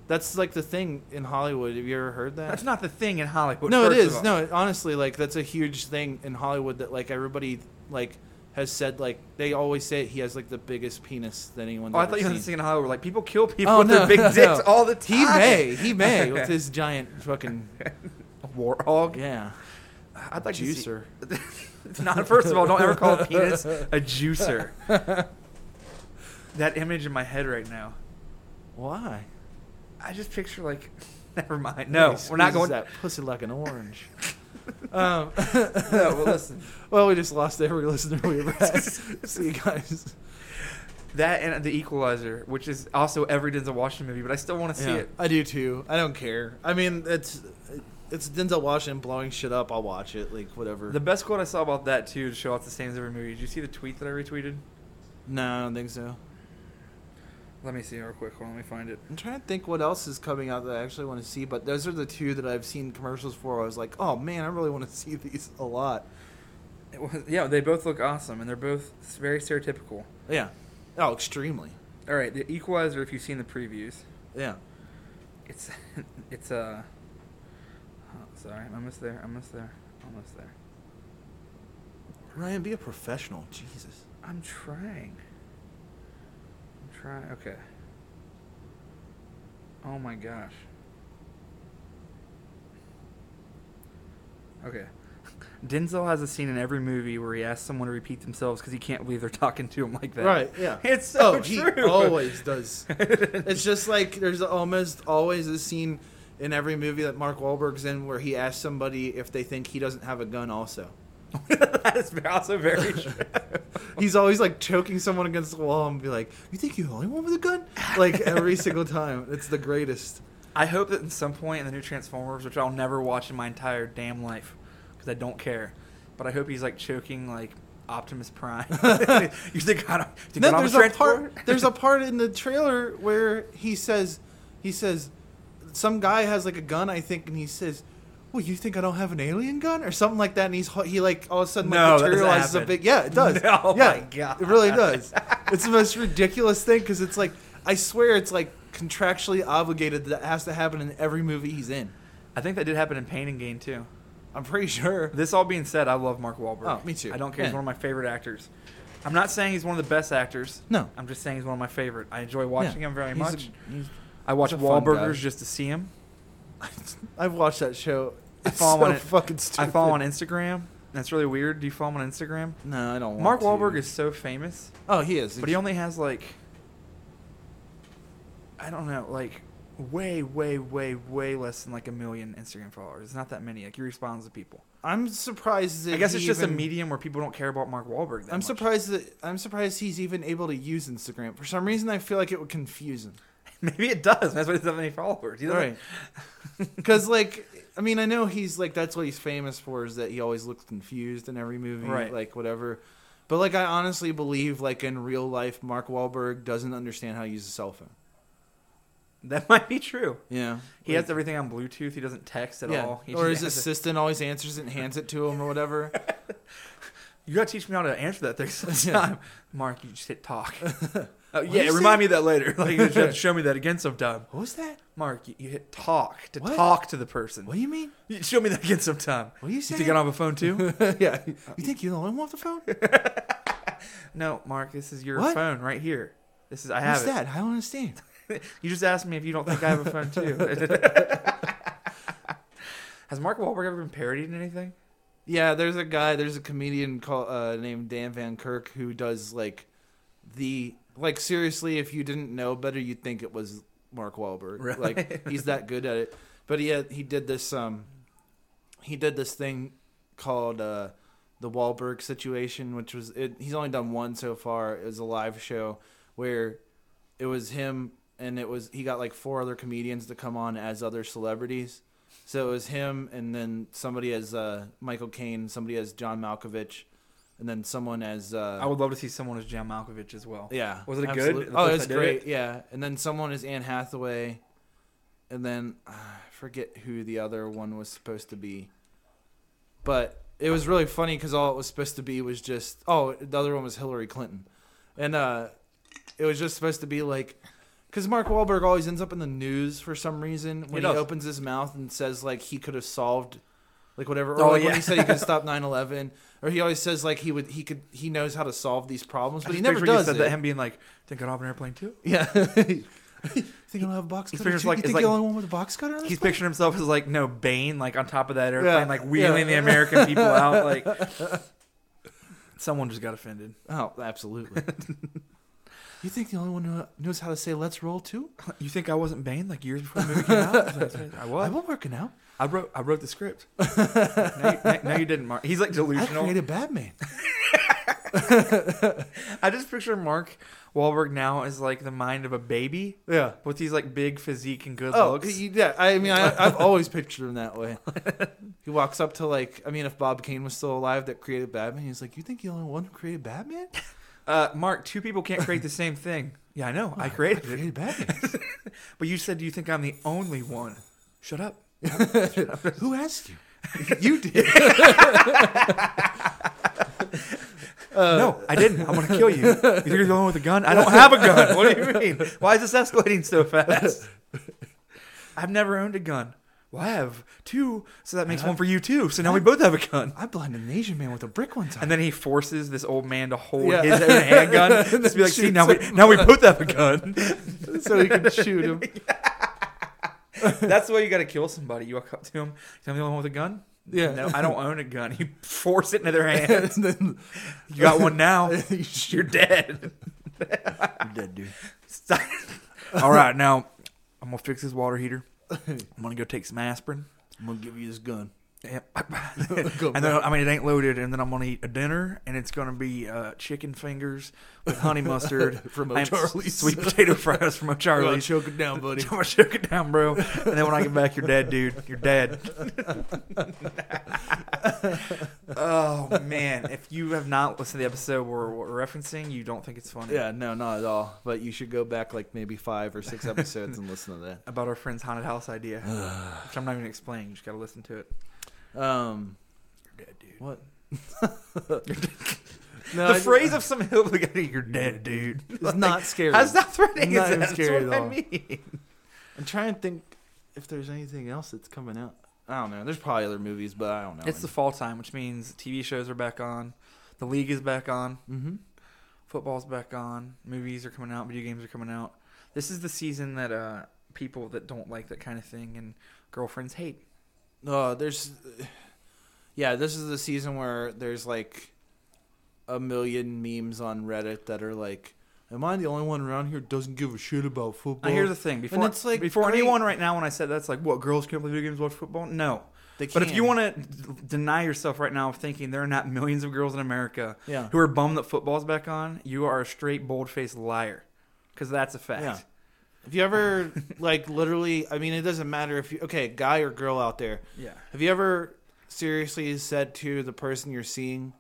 That's like the thing in Hollywood. Have you ever heard that?
That's not the thing in Hollywood.
no, it
first of
is.
all.
No, honestly, like that's a huge thing in Hollywood that like everybody like has said like they always say he has like the biggest penis that anyone's
Oh, I
ever
thought you
seen.
were just thinking Hollywood. Like people kill people
Oh,
with
no,
their big
no.
dicks all the time.
He may, he may with his giant fucking
warhog.
yeah.
I'd like
Juicer.
To see. it's not. First of all, don't ever call a penis a juicer. that image in my head right now.
Why?
I just picture like. Never mind. No,
He
we're not
squeezes
going.
that pussy like an orange. um,
No, well, listen.
well, we just lost every listener we ever had. See you guys.
That and the Equalizer, which is also every Denzel Washington movie, but I still want to see
Yeah,
it.
I do too. I don't care. I mean, it's it's Denzel Washington blowing shit up. I'll watch it. Like whatever.
The best quote I saw about that too to show off the same as every movie. Did you see the tweet that I retweeted?
no, I don't think so.
Let me see real quick. Hold on, let me find it.
I'm trying to think what else is coming out that I actually want to see, but those are the two that I've seen commercials for. I was like, oh man, I really want to see these a lot.
It was, yeah, they both look awesome, and they're both s- very stereotypical.
Yeah. Oh, extremely.
All right, the Equalizer. If you've seen the previews,
Yeah.
it's it's uh, oh, sorry, I'm almost there. I'm almost there. Almost there.
Ryan, be a professional. Jesus.
I'm trying. I'm trying. Okay. Oh my gosh. Okay. Denzel has a scene in every movie where he asks someone to repeat themselves because he can't believe they're talking to him like that.
Right, yeah.
It's so
oh,
true.
he always does. it's just like there's almost always a scene in every movie that Mark Wahlberg's in where he asks somebody if they think he doesn't have a gun also.
that is also very true.
He's always like choking someone against the wall and be like, "You think you're the only one with a gun?" Like every single time. It's the greatest.
I hope that at some point in the new Transformers, which I'll never watch in my entire damn life because I don't care, but I hope he's like choking like Optimus Prime. you think I don't? You think
No,
I'm
there's a
Transformer?
part. There's a part in the trailer where he says, he says, some guy has like a gun, I think, and he says, "Well, you think I don't have an alien gun or something like that?" And he's he like all of a sudden like,
No, that doesn't
materializes a
happen.
big. Yeah, it does.
No, oh
yeah,
my God.
it really does. it's the most ridiculous thing because it's like I swear it's like contractually obligated that it has to happen in every movie he's in.
I think that did happen in Pain and Gain too.
I'm pretty sure.
This all being said, I love Mark Wahlberg.
Oh, me too.
I don't care. He's
Yeah.
one of my favorite actors. I'm not saying he's one of the best actors.
No.
I'm just saying he's one of my favorite. I enjoy watching
Yeah.
him very
He's
much.
a- he's-
I watch
he's a fun
Wahlburgers
guy.
just to see him.
I've watched that show.
I
It's
follow him
so
on it-
fucking stupid.
I follow him on Instagram. That's really weird. Do you follow him on Instagram?
No, I don't. Want
Mark
to.
Wahlberg is so famous.
Oh, he is.
But he only has like I don't know, like way, way, way, way less than like a million Instagram followers. It's not that many. Like he responds to people.
I'm surprised. That
I guess
he
it's just a
even-
medium where people don't care about Mark Wahlberg. That
I'm
much.
surprised that I'm surprised he's even able to use Instagram. For some reason, I feel like it would confuse him.
Maybe it does. That's why he doesn't have any followers. He doesn't-
Right. Because, like, I mean, I know he's like that's what he's famous for is that he always looks confused in every movie,
Right.
like whatever. But like, I honestly believe like in real life, Mark Wahlberg doesn't understand how to use a cell phone.
That might be true.
Yeah,
He has everything on Bluetooth. He doesn't text at
yeah.
all. He just
or his
has a-
assistant always answers it and hands it to him or whatever.
you gotta teach me how to answer that thing sometime. Mark, you just hit talk. Oh
you
yeah,
say?
remind me of that later. Like you have to show me that again sometime.
what was that?
Mark, you, you hit talk to
What?
talk to the person.
What do you mean?
You show me that again sometime.
What do you
You
say?
think I don't have a phone too?
yeah, you think you're the only one with the phone?
no, Mark, this is your
What?
phone right here. This is I have
What's
it.
that? I don't understand.
You just asked me if you don't think I have a phone too. Has Mark Wahlberg ever been parodied in anything?
Yeah, there's a guy, there's a comedian called uh, named Dan Van Kirk who does like the like seriously, if you didn't know better, you'd think it was Mark Wahlberg.
Really?
Like he's that good at it. But he had, he did this um he did this thing called uh the Wahlberg situation, which was it, he's only done one so far. It was a live show where it was him and it was he got like four other comedians to come on as other celebrities. So it was him, and then somebody as uh, Michael Caine, somebody as John Malkovich, and then someone as uh,
I would love to see someone as John Malkovich as well.
yeah.
Was it good?
absolute-
The
Oh,
place
it was
I did
great. Yeah, and then someone is Anne Hathaway, and then uh, I forget who the other one was supposed to be, but it was really funny because all it was supposed to be was just oh the other one was Hillary Clinton, and uh, it was just supposed to be like. Because Mark Wahlberg always ends up in the news for some reason when he,
does.
opens his mouth and says like he could have solved, like whatever. Or
Oh,
like
yeah.
when he said he could stop 9-11. or he always says like he would he could he knows how to solve these problems, but
I just
he never
picture you
does
said
it.
that him being like, think I'd hop an airplane too?
Yeah. think I don't have a box
He's
cutter.
picturing
too?
like-
you
it's
think
like-
the only one with a box cutter?
He's picturing himself as like no Bane, like on top of that airplane,
Yeah.
like wheeling the American people out. Like someone just got offended.
oh, absolutely. you think the only one who knows how to say "Let's roll" too?
You think I wasn't Bane like years before the movie came out? I
I've
was.
been working out.
I wrote. I wrote the script. no, you, no- no, you didn't, Mark. He's like
I
delusional.
created Batman.
I just picture Mark Wahlberg now as like the mind of a baby
Yeah.
with these like big physique and good
Oh,
looks.
you- yeah. I mean, I, I've always pictured him that way. He walks up to like, I mean, if Bob Kane was still alive, that created Batman. He's like, "You think you're the only one who created Batman?
Uh, Mark, two people can't create the same thing. Yeah, I know. I
I
created it.
created Batman.
But you said you think I'm the only one. Shut up.
who asked you? You did.
no, I didn't. I'm gonna kill you. You think you're the one with a gun? I don't have a gun. What do you mean? Why is this escalating so fast? I've never owned a gun. Well, I have two, so that makes one for you too. So now we both have a gun.
I blinded an Asian man with a brick one time.
And then he forces this old man to hold
Yeah.
his own handgun. Just be like, see, now we now we both have a gun.
so he could shoot him.
That's the way you got to kill somebody. You walk up to him. I'm the only one with a gun.
Yeah.
No, I don't own a gun. You force it into their hand.
and then
You got one now.
you
You're
shoot
dead.
him dead, dude.
Stop. All right, now I'm gonna fix this water heater. I'm gonna go take some aspirin.
I'm gonna give you this gun.
And and then I mean it ain't loaded, and then I'm gonna eat a dinner, and it's gonna be uh, chicken fingers with honey mustard
From
and
O'Charlie's.
sweet potato fries from
Charlie,
O'Charlie's.
choke it down, buddy.
I'm gonna choke it down, bro. And then when I get back, you're dead, dude. You're dead. oh man, if you have not listened to the episode we're, we're referencing, you don't think it's funny.
Yeah, no, not at all. But you should go back like maybe five or six episodes and listen to
About our friend's haunted house idea, which I'm not even explaining. You just gotta listen to it.
that. Um,
You're dead, dude.
what?
the phrase of some hillbilly guy, you're dead, dude.
is not scary.
That's not threatening.
Not
Not
even
that's
scary
what
at
I
all.
mean.
I'm trying to think if there's anything else that's coming out. I don't know. There's probably other movies, but I don't know.
It's the fall time, which means TV shows are back on, the league is back on,
mm-hmm.
football's back on, movies are coming out, video games are coming out. This is the season that uh, people that don't like that kind of thing and girlfriends hate.
No, Uh, there's. Yeah, this is the season where there's like a million memes on Reddit that are like, Am I the only one around here who doesn't give a shit about football?
Now, here's the thing. Before,
it's, like,
before
great.
anyone right now, when I said that's like, what, girls can't play video games, watch football? No.
They
But if
can.
you want to d- deny yourself right now of thinking there are not millions of girls in America
Yeah.
who are bummed that football's back on, you are a straight, bold faced liar. Because that's a fact.
Yeah. Have you ever like literally? I mean, it doesn't matter if you okay, guy or girl out there.
Yeah.
Have you ever seriously said to the person you're seeing,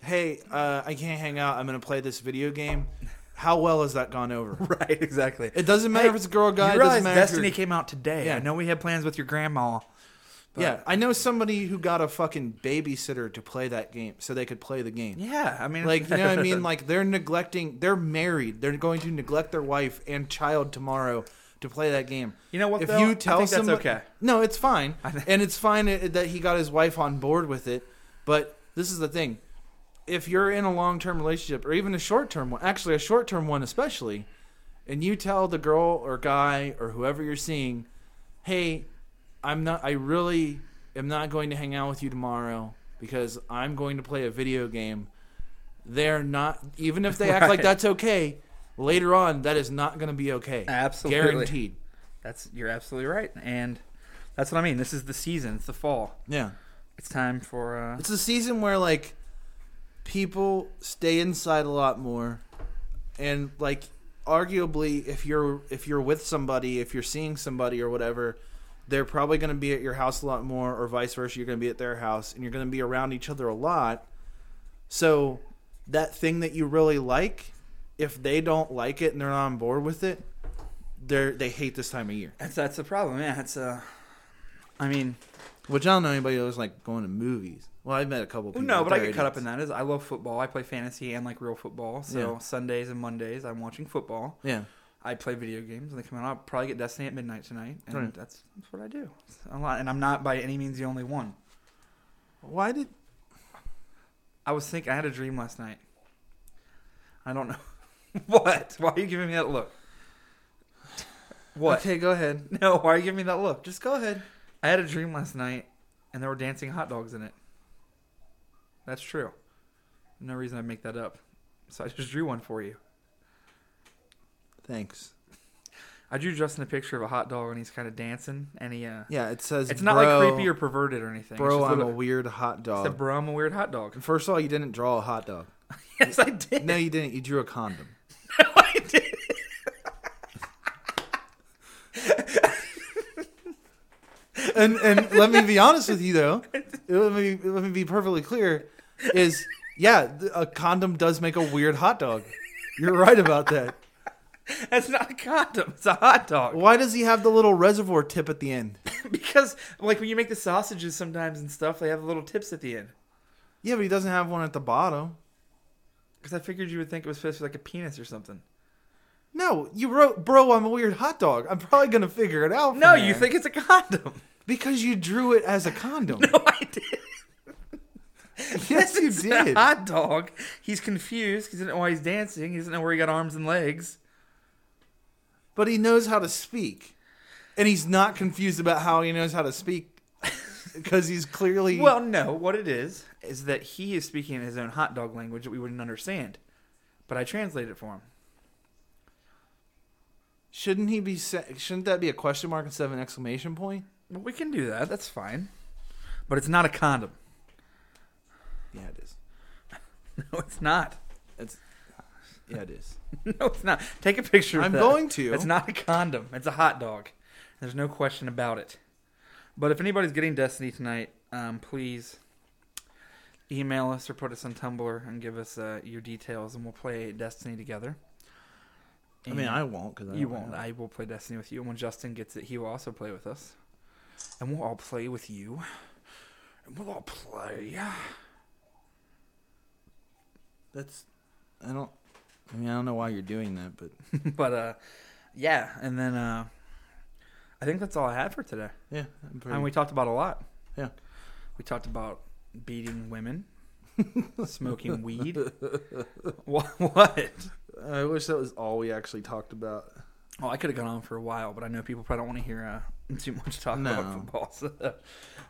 "Hey, uh, I can't hang out. I'm gonna play this video game." How well has that gone over?
Right, exactly.
It doesn't matter if it's a girl or guy.
you
It doesn't
realize
matter. if
Destiny
you're-
came out today.
Yeah.
I know we had plans with your grandma. but-
yeah, I know somebody who got a fucking babysitter to play that game so they could play the game.
Yeah, I mean,
Like you know what I mean? Like they're neglecting. They're married. They're going to neglect their wife and child tomorrow to play that game.
You know what,
If
though? I
you tell
think that's
somebo-
okay.
no, it's fine,
I think-
and it's fine i- that he got his wife on board with it. But this is the thing: if you're in a long-term relationship, or even a short-term one, actually a short-term one especially, and you tell the girl or guy or whoever you're seeing, "Hey, I'm not. I really am not going to hang out with you tomorrow because I'm going to play a video game." They're not. Even if they act like
Right.
that's okay, later on that is not going to be okay.
Absolutely.
guaranteed.
that's you're absolutely right, and that's what I mean. This is the season. It's the fall.
Yeah.
It's time for. Uh,
It's a season where like people stay inside a lot more, and like arguably, if you're if you're with somebody, if you're seeing somebody or whatever, they're probably going to be at your house a lot more, or vice versa. You're going to be at their house, and you're going to be around each other a lot. So that thing that you really like, if they don't like it and they're not on board with it, they they hate this time of year.
that's that's the problem. Yeah, it's uh, I mean,
Which I don't know anybody that was like going to movies. Well, I've met a couple people.
no, but I
they're
get caught up
idiots.
in that. Is I love football. I play fantasy and like real football. So
Yeah.
Sundays and Mondays, I'm watching football.
Yeah.
I play video games and they come out. I'll probably get Destiny at midnight tonight, and
Right.
that's that's what I do It's a lot. And I'm not by any means the only one.
Why did
I was thinking. I had a dream last night. I don't know what. Why are you giving me that look? What?
Okay, go ahead.
No, why are you giving me that look?
Just go ahead.
I had a dream last night, and there were dancing hot dogs in it. That's true. No reason I'd make that up. So I just drew one for you.
Thanks.
I drew Justin a picture of a hot dog, and he's kind of dancing, and he. Uh,
Yeah, it says
It's not
"Bro,
like creepy or perverted or anything. it's
bro. I'm
just
a
little-
weird hot
it's a
dog.
bro, I'm a weird hot dog.
First of all, you didn't draw a hot dog.
yes, I did.
No, you didn't. You drew a condom.
I did.
And and let me be honest with you though. Let me let me be perfectly clear. Is yeah, th- a condom does make a weird hot dog. You're right about that.
That's not a condom. It's a hot dog.
Why does he have the little reservoir tip at the end?
Because like when you make the sausages sometimes and stuff, they have little tips at the end.
Yeah, but he doesn't have one at the bottom.
Because I figured you would think it was supposed to be like a penis or something.
No, you wrote, bro. I'm a weird hot dog. I'm probably gonna figure it out. from
No, you
there.
think it's a condom.
because you drew it as a condom.
No, I did.
Yes, you
It's a
did.
hot dog. He's confused. He doesn't know why he's dancing. He doesn't know where he got arms and legs.
But he knows how to speak. And he's not confused about how he knows how to speak because he's clearly.
Well, no. What it is is that he is speaking in his own hot dog language that we wouldn't understand. But I translated it for him.
shouldn't he be? sa- Shouldn't that be a question mark instead of an exclamation point?
Well, we can do that. That's fine. But it's not a condom.
Yeah, it is.
No, it's not.
It's. Yeah, it is.
No, it's not. Take a picture. Of
I'm
that.
going to.
It's not a condom. It's a hot dog. There's no question about it. But if anybody's getting Destiny tonight, um, please email us or put us on Tumblr and give us uh, your details, and we'll play Destiny together.
I mean,
And
I won't because
you won't. I will play Destiny with you, and when Justin gets it, he will also play with us, and we'll all play with you, and we'll all play.
That's. I don't. I mean, I don't know why you're doing that, but
but uh, yeah, and then uh, I think that's all I had for today.
yeah. I'm pretty,
And we talked about a lot.
Yeah.
We talked about beating women, smoking weed. what? what?
I wish that was all we actually talked about.
Oh, I could have gone on for a while, but I know people probably don't want to hear uh, too much talk about
No.
football. so-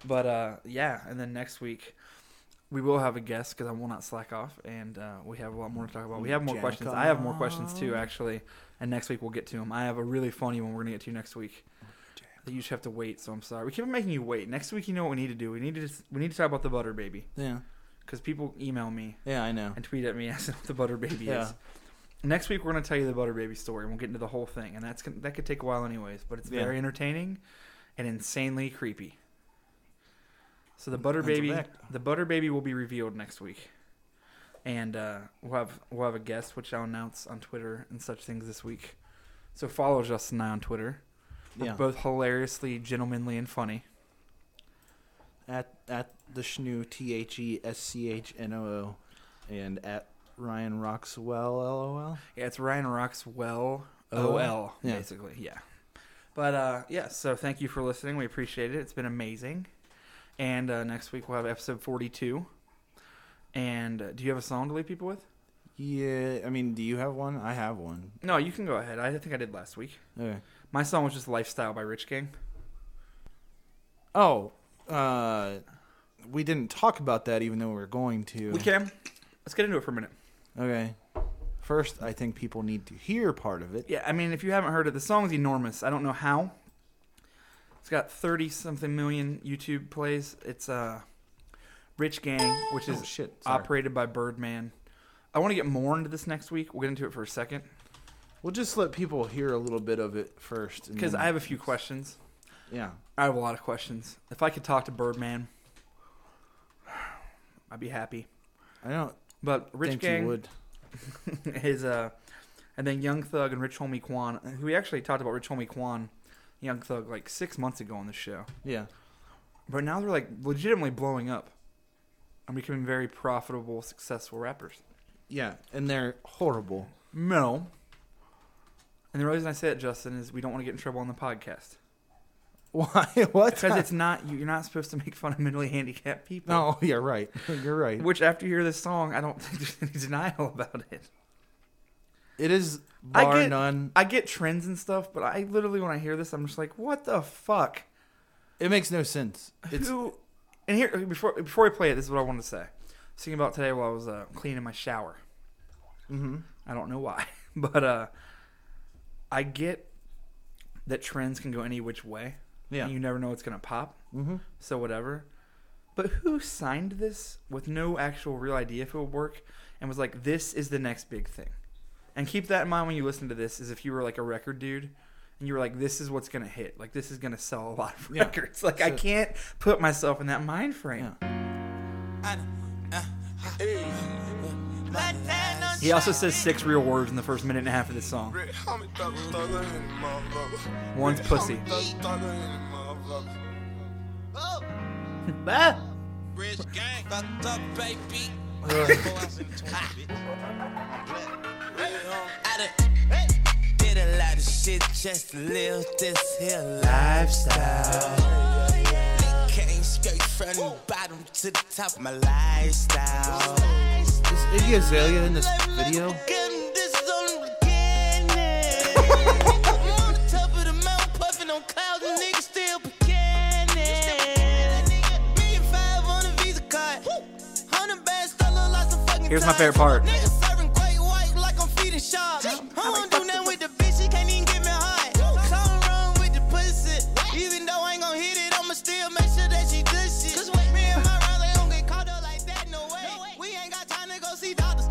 But uh, yeah, and then next week, we will have a guest because I will not slack off, and uh, we have a lot more to talk about. We have more
Jack
questions. I have more questions too, actually, and next week we'll get to them. I have a really funny one we're gonna get to next week. That you just have to wait. So I'm sorry. We keep making you wait. Next week, you know what we need to do. We need to we need to talk about the butter baby
Yeah.
because people email me
Yeah, I know.
and tweet at me asking what the butter baby
Yeah.
is. Next week we're going to tell you the butter baby story and we'll get into the whole thing and that's gonna, that could take a while anyways, but it's
Yeah.
very entertaining and insanely creepy. So the butter
That's a
baby,
fact.
the butter baby will be revealed next week, and uh, we'll have we'll have a guest which I'll announce on Twitter and such things this week. So follow Justin and I on Twitter. We're
Yeah.
both hilariously gentlemanly and funny.
At at the Schnoo T H E S C H N O O and at Ryan Roxwell L O L.
Yeah, it's Ryan Roxwell
Oh,
OL,
yeah.
basically. Yeah. But uh yeah, so thank you for listening. We appreciate it. It's been amazing. And uh, next week we'll have episode 42. And uh, do you have a song to leave people with?
Yeah, I mean, do you have one? I have one.
No, you can go ahead. I think I did last week.
Okay.
My song was just Lifestyle by Rich Gang.
Oh, uh, we didn't talk about that, even though we were going to.
We can. Let's get into it for a minute.
Okay. First, I think people need to hear part of it.
Yeah, I mean, if you haven't heard it, the song's enormous. I don't know how. It's got 30 something million YouTube plays. It's uh, Rich Gang, which is
Oh, shit. Sorry.
operated by Birdman. I want to get more into this next week. We'll get into it for a second
We'll just let people hear a little bit of it first. and
because
then-
I have a few questions.
Yeah.
I have a lot of questions. If I could talk to Birdman, I'd be happy.
I don't
But Rich
think
Gang
you would.
is uh, and then Young Thug and Rich Homie Quan, who we actually talked about Rich Homie Quan, Young Thug like six months ago on the show.
Yeah.
But now they're like legitimately blowing up and becoming very profitable, successful rappers.
Yeah. And they're horrible.
No. And the reason I say it, Justin, is we don't want to get in trouble on the podcast
Why? What?
because it's not you- you're not supposed to make fun of mentally handicapped people.
No, yeah, right. You're right.
Which, after you hear this song, I don't think there's any denial about it.
It is
I
bar
get-
none.
I get trends and stuff, but I literally when I hear this, I'm just like, what the fuck?
It makes no sense. It's
Who? And here before before I play it, this is what I wanted to say. Thinking about today while I was uh, cleaning my shower.
Mhm.
I don't know why, but uh, I get that trends can go any which way.
Yeah.
and you never know what's gonna pop.
Mhm.
So whatever. But who signed this with no actual real idea if it would work, and was like, "This is the next big thing." And keep that in mind when you listen to this. Is if you were like a record dude, and you were like, "This is what's gonna hit. Like this is gonna sell a lot of
Yeah.
records." Like I
So-
can't put myself in that mind frame.
Yeah.
He also says six real words in the first minute and a half of this song. One's pussy.
Rich gang. Fucked up, baby. I done did a lot of shit just to live this here lifestyle. It Came straight from the bottom to the top of my lifestyle.
Is Iggy Azalea in this video?
Again, this is all I'm beginning. I'm on the top of the mountain, puffing on clouds, and niggas still beginning. Me and five on a Visa card. Hundred bands, still look like some fucking
Here's my
ties.
favorite part.
Niggas serving great white like I'm feeding sharks. I don't do nothing with the bitch, she can't even get me hot. Something wrong with the pussy. Even though I ain't gon' hit it, I'ma still make sure that she does shit. me and my brother don't get caught up like that, no way. We ain't got time to go see doctors.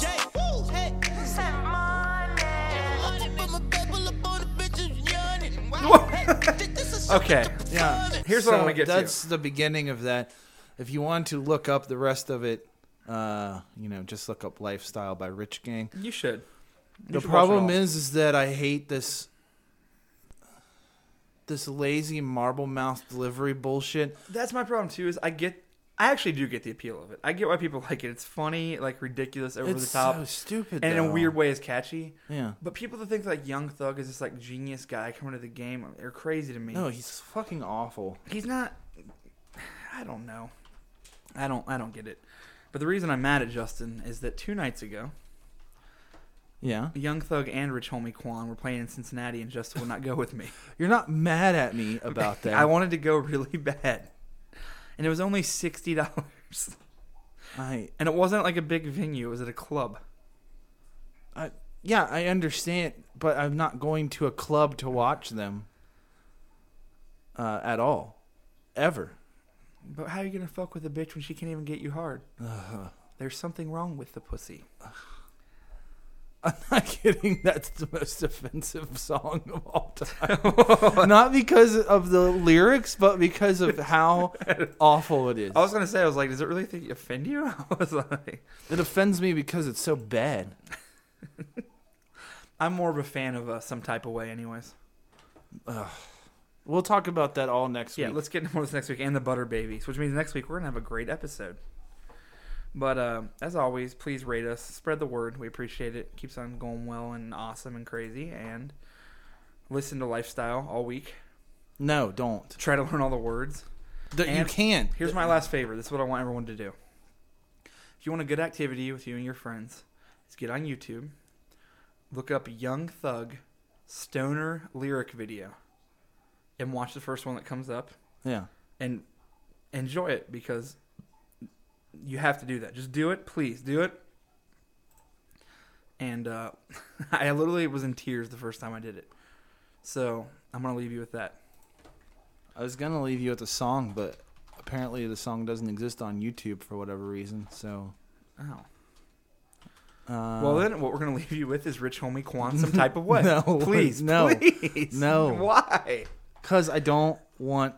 Jay, woo, hey. I put my back, pull up on the bitches, yawning. Wow, hey, th- this is
Okay.
Yeah.
Here's what I wanna get to.
That's the beginning of that. If you want to look up the rest of it, uh, you know, just look up "Lifestyle" by Rich Gang.
You should. You
the
should watch it
problem
all.
is, is that I hate this this lazy marble mouth delivery bullshit.
That's my problem too. Is I get, I actually do get the appeal of it. I get why people like it. It's funny, like ridiculous, over
It's
the top,
so stupid.
and in a
though.
weird way is catchy.
Yeah.
But people that think like Young Thug is this like genius guy coming to the game, they're crazy to me.
No, he's fucking awful.
he's not. I don't know. I don't. I don't get it. But the reason I'm mad at Justin is that two nights ago,
Yeah.
Young Thug and Rich Homie Quan were playing in Cincinnati, and Justin would not go with me.
You're not mad at me about that.
I wanted to go really bad, and it was only sixty dollars.
I
And it wasn't like a big venue, it was at a club.
I yeah, I understand, but I'm not going to a club to watch them uh, at all, ever.
But how are you gonna fuck with a bitch when she can't even get you hard? Uh-huh. There's something wrong with the pussy.
I'm not kidding. That's the most offensive song of all time. not because of the lyrics, but because of how awful it is.
I was gonna say, I was like, does it really think offend you? I was like,
It offends me because it's so bad.
I'm more of a fan of uh, some type of way, anyways.
We'll talk about that all next
Yeah,
week.
let's get into more of this next week and the butter babies, which means next week we're gonna have a great episode. But uh, as always, please rate us, spread the word. We appreciate it. Keeps on going well and awesome and crazy. And listen to lifestyle all week.
no, don't.
Try to learn all the words.
Th- you
And
can't.
Here's my last favor. This is what I want everyone to do. If you want a good activity with you and your friends, is get on YouTube, look up Young Thug Stoner lyric video, and watch the first one that comes up
Yeah.
and enjoy it because you have to do that. Just do it, please do it. And uh, I literally was in tears the first time I did it, so I'm gonna leave you with that.
I was gonna leave you with a song, but apparently the song doesn't exist on YouTube for whatever reason. So,
Oh.
uh,
Well, then, what we're going to leave you with is Rich Homie Quan some type of way.
No,
Please.
no,
Please.
no.
Why?
because I don't want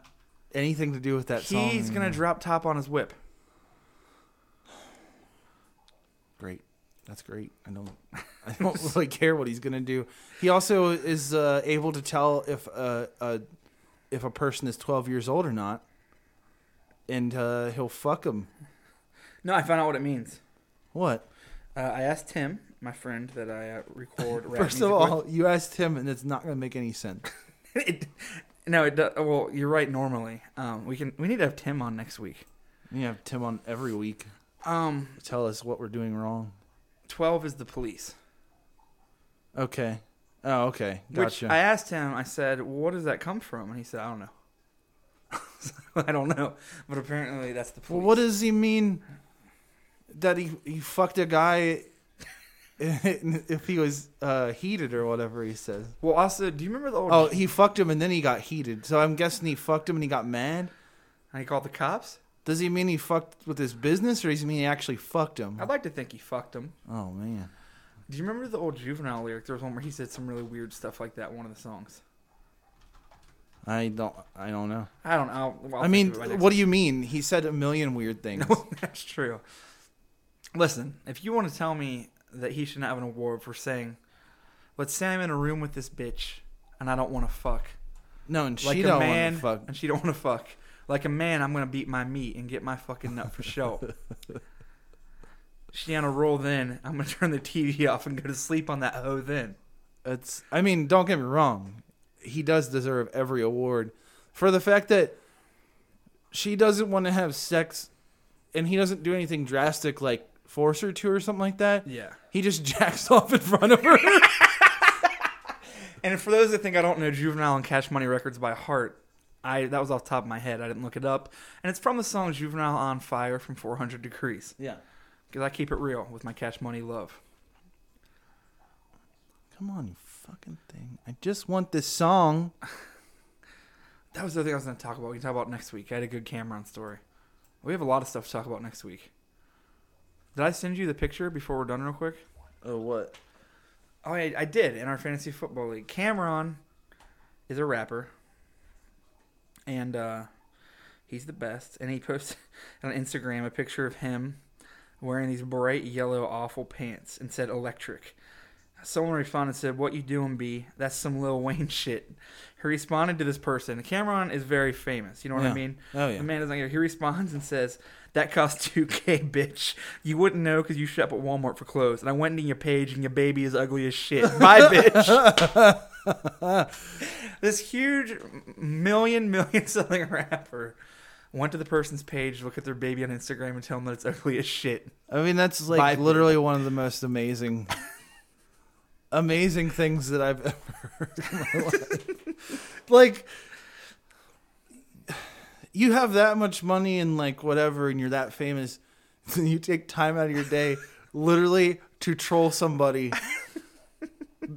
anything to do with that song.
He's going to
anymore.
drop top on his whip.
Great. That's great. I don't. I don't really care what he's gonna do. He also is uh, able to tell if uh, uh, if a person is twelve years old or not, and uh, he'll fuck him.
No, I found out what it means.
What?
Uh, I asked him, my friend that I uh, record rap
First of
music
all, you asked him, and it's not gonna make any sense.
with. it, no, it does. Well, you're right. Normally, um, we can we need to have Tim on next week.
You have Tim on every week
Um,
to tell us what we're doing wrong.
twelve is the police.
Okay. Oh, okay. Gotcha.
Which I asked him, I said, "What does that come from?" And he said, "I don't know." So, I don't know, but apparently that's the
well,
police.
what does he mean that he he fucked a guy if he was uh, heated or whatever he says?
well, also, do you remember the old?
Oh, he fucked him and then he got heated. So I'm guessing he fucked him and he got mad.
and he called the cops.
Does he mean he fucked with his business or does he mean he actually fucked him?
I'd like to think he fucked him.
Oh man.
Do you remember the old juvenile lyric? There was one where he said some really weird stuff like that. in One of the songs.
I don't I don't know.
I don't know. I'll- I'll
I mean,
think of it by next
what do you mean? He said a million weird things.
week. That's true. Listen, if you want to tell me that he shouldn't have an award for saying, "Let's say I'm in a room with this bitch and I don't want to fuck,"
No, and she
like a
don't
man,
want to fuck.
and she don't want to fuck. Like a man, I'm gonna beat my meat and get my fucking nut for show. she on a roll. Then I'm gonna turn the TV off and go to sleep on that hoe. Then.
It's I mean, don't get me wrong. He does deserve every award for the fact that she doesn't want to have sex and he doesn't do anything drastic like force her to or something like that.
Yeah.
He just jacks off in front of her.
And for those that think I don't know Juvenile and Cash Money Records by heart, I that was off the top of my head. I didn't look it up. And it's from the song Juvenile on Fire from 400 Degrees.
yeah.
Because I keep it real with my Cash Money love.
Come on, you fucking thing. I just want this song.
That was the other thing I was going to talk about. We can talk about next week. I had a good Cameron story. We have a lot of stuff to talk about next week. Did I send you the picture before we're done, real quick?
Oh, what?
Oh, I, I did in our fantasy football league. Cameron is a rapper, and uh, he's the best. And he posted on Instagram a picture of him wearing these bright yellow awful pants and said "electric." Someone responded and said, "What you doing, B? That's some Lil Wayne shit." He responded to this person. Cameron is very famous. You know what I
Yeah.
mean?
Oh, yeah.
The man doesn't care. He responds and says, "That cost two k, bitch. You wouldn't know because you shop at Walmart for clothes, and I went into your page, and your baby is ugly as shit. Bye, bitch." this huge million million selling rapper went to the person's page, look at their baby on Instagram, and tell them that it's ugly as shit.
I mean, that's like
Bye,
literally one of the most amazing, amazing things that I've ever heard in my life. like, you have that much money and like whatever, and you're that famous. you take time out of your day literally to troll somebody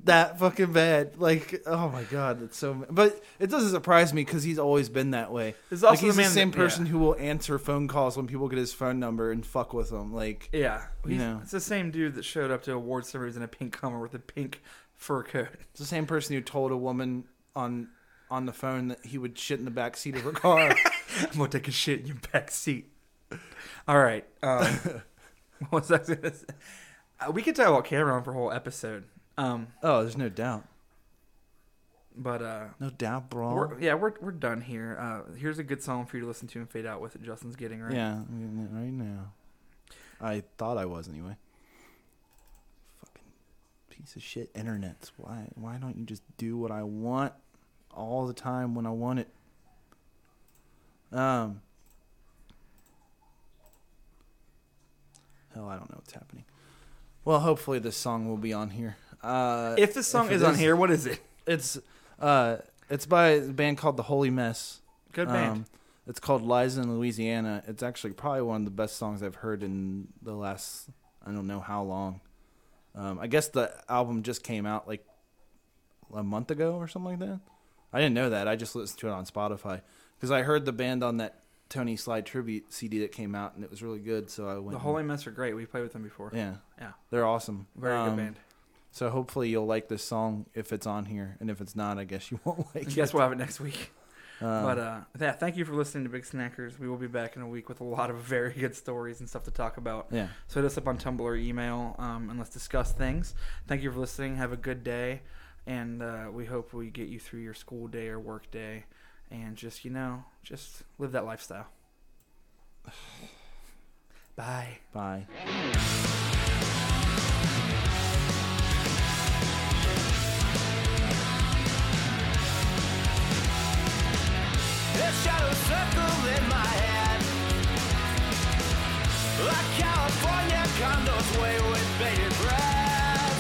that fucking bad. Like, oh my god, that's so. But it doesn't surprise me because he's always been that way.
It's also
like,
the
he's the,
man
same
that-
person
yeah.
who will answer phone calls when people get his phone number and fuck with him. Like,
Yeah, he's,
know.
it's the same dude that showed up to award ceremonies in a pink Hummer with a pink fur coat.
it's the same person who told a woman on on the phone that he would shit in the back seat of her car.
I'm gonna take a shit in your back seat. All right, um, what was I gonna say? Uh, we could talk about Cameron for a whole episode, um,
oh, there's no doubt,
but uh,
no doubt, bro.
we're, yeah, we're we're done here. Uh, here's a good song for you to listen to and fade out with. That Justin's getting right.
Yeah, I'm getting it right now. I thought I was anyway. Fucking piece of shit internets. Why why don't you just do what I want all the time when I want it? Um Hell, I don't know what's happening. Well, hopefully this song will be on here. Uh
If this song
it
is on here, what is it?
it's uh it's by a band called The Holy Mess.
Good band.
Um, it's called Liza in Louisiana. It's actually probably one of the best songs I've heard in the last I don't know how long. Um, I guess the album just came out like a month ago or something like that. I didn't know that. I just listened to it on Spotify because I heard the band on that Tony Slide tribute CD that came out and it was really good. So I went.
the
and-
Holy Mess are great. We played with them before.
Yeah,
Yeah.
they're awesome.
very
Um,
good band.
So hopefully you'll like this song if it's on here, and if it's not, I guess you won't like
I
it.
guess we'll have it next week.
Um,
but uh, yeah, thank you for listening to Big Snackers. We will be back in a week with a lot of very good stories and stuff to talk about.
yeah.
So hit us up on Tumblr, or email, um, and let's discuss things. Thank you for listening. Have a good day, and uh, we hope we get you through your school day or work day, and just you know, just live that lifestyle. Bye.
Bye.
There's shadows circle in my head. Like California condos wait with bated breath.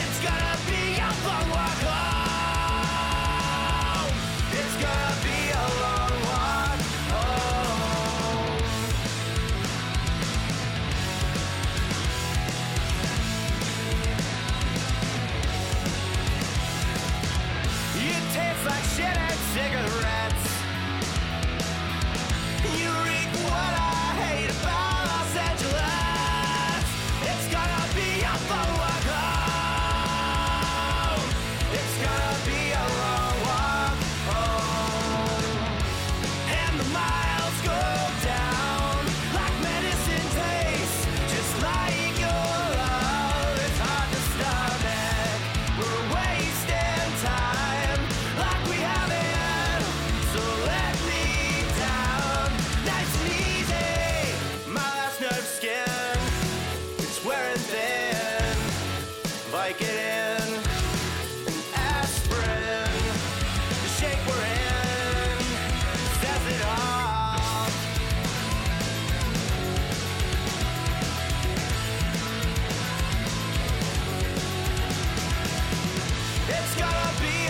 It's gonna be a long walk home. It's gonna be a long walk home. It tastes like shit and cigarettes. You reek what I hate about Los Angeles. It's gonna be a long walk home. It's gonna be a long walk home. And the miles go down like medicine tastes, just like your love. It's hard to stomach. We're wasting time like we haven't. So let me down, nice and easy. My last nerve skin, it's wearing thin. Vicodin and aspirin, the shape we're in says it all. It's gonna be oh.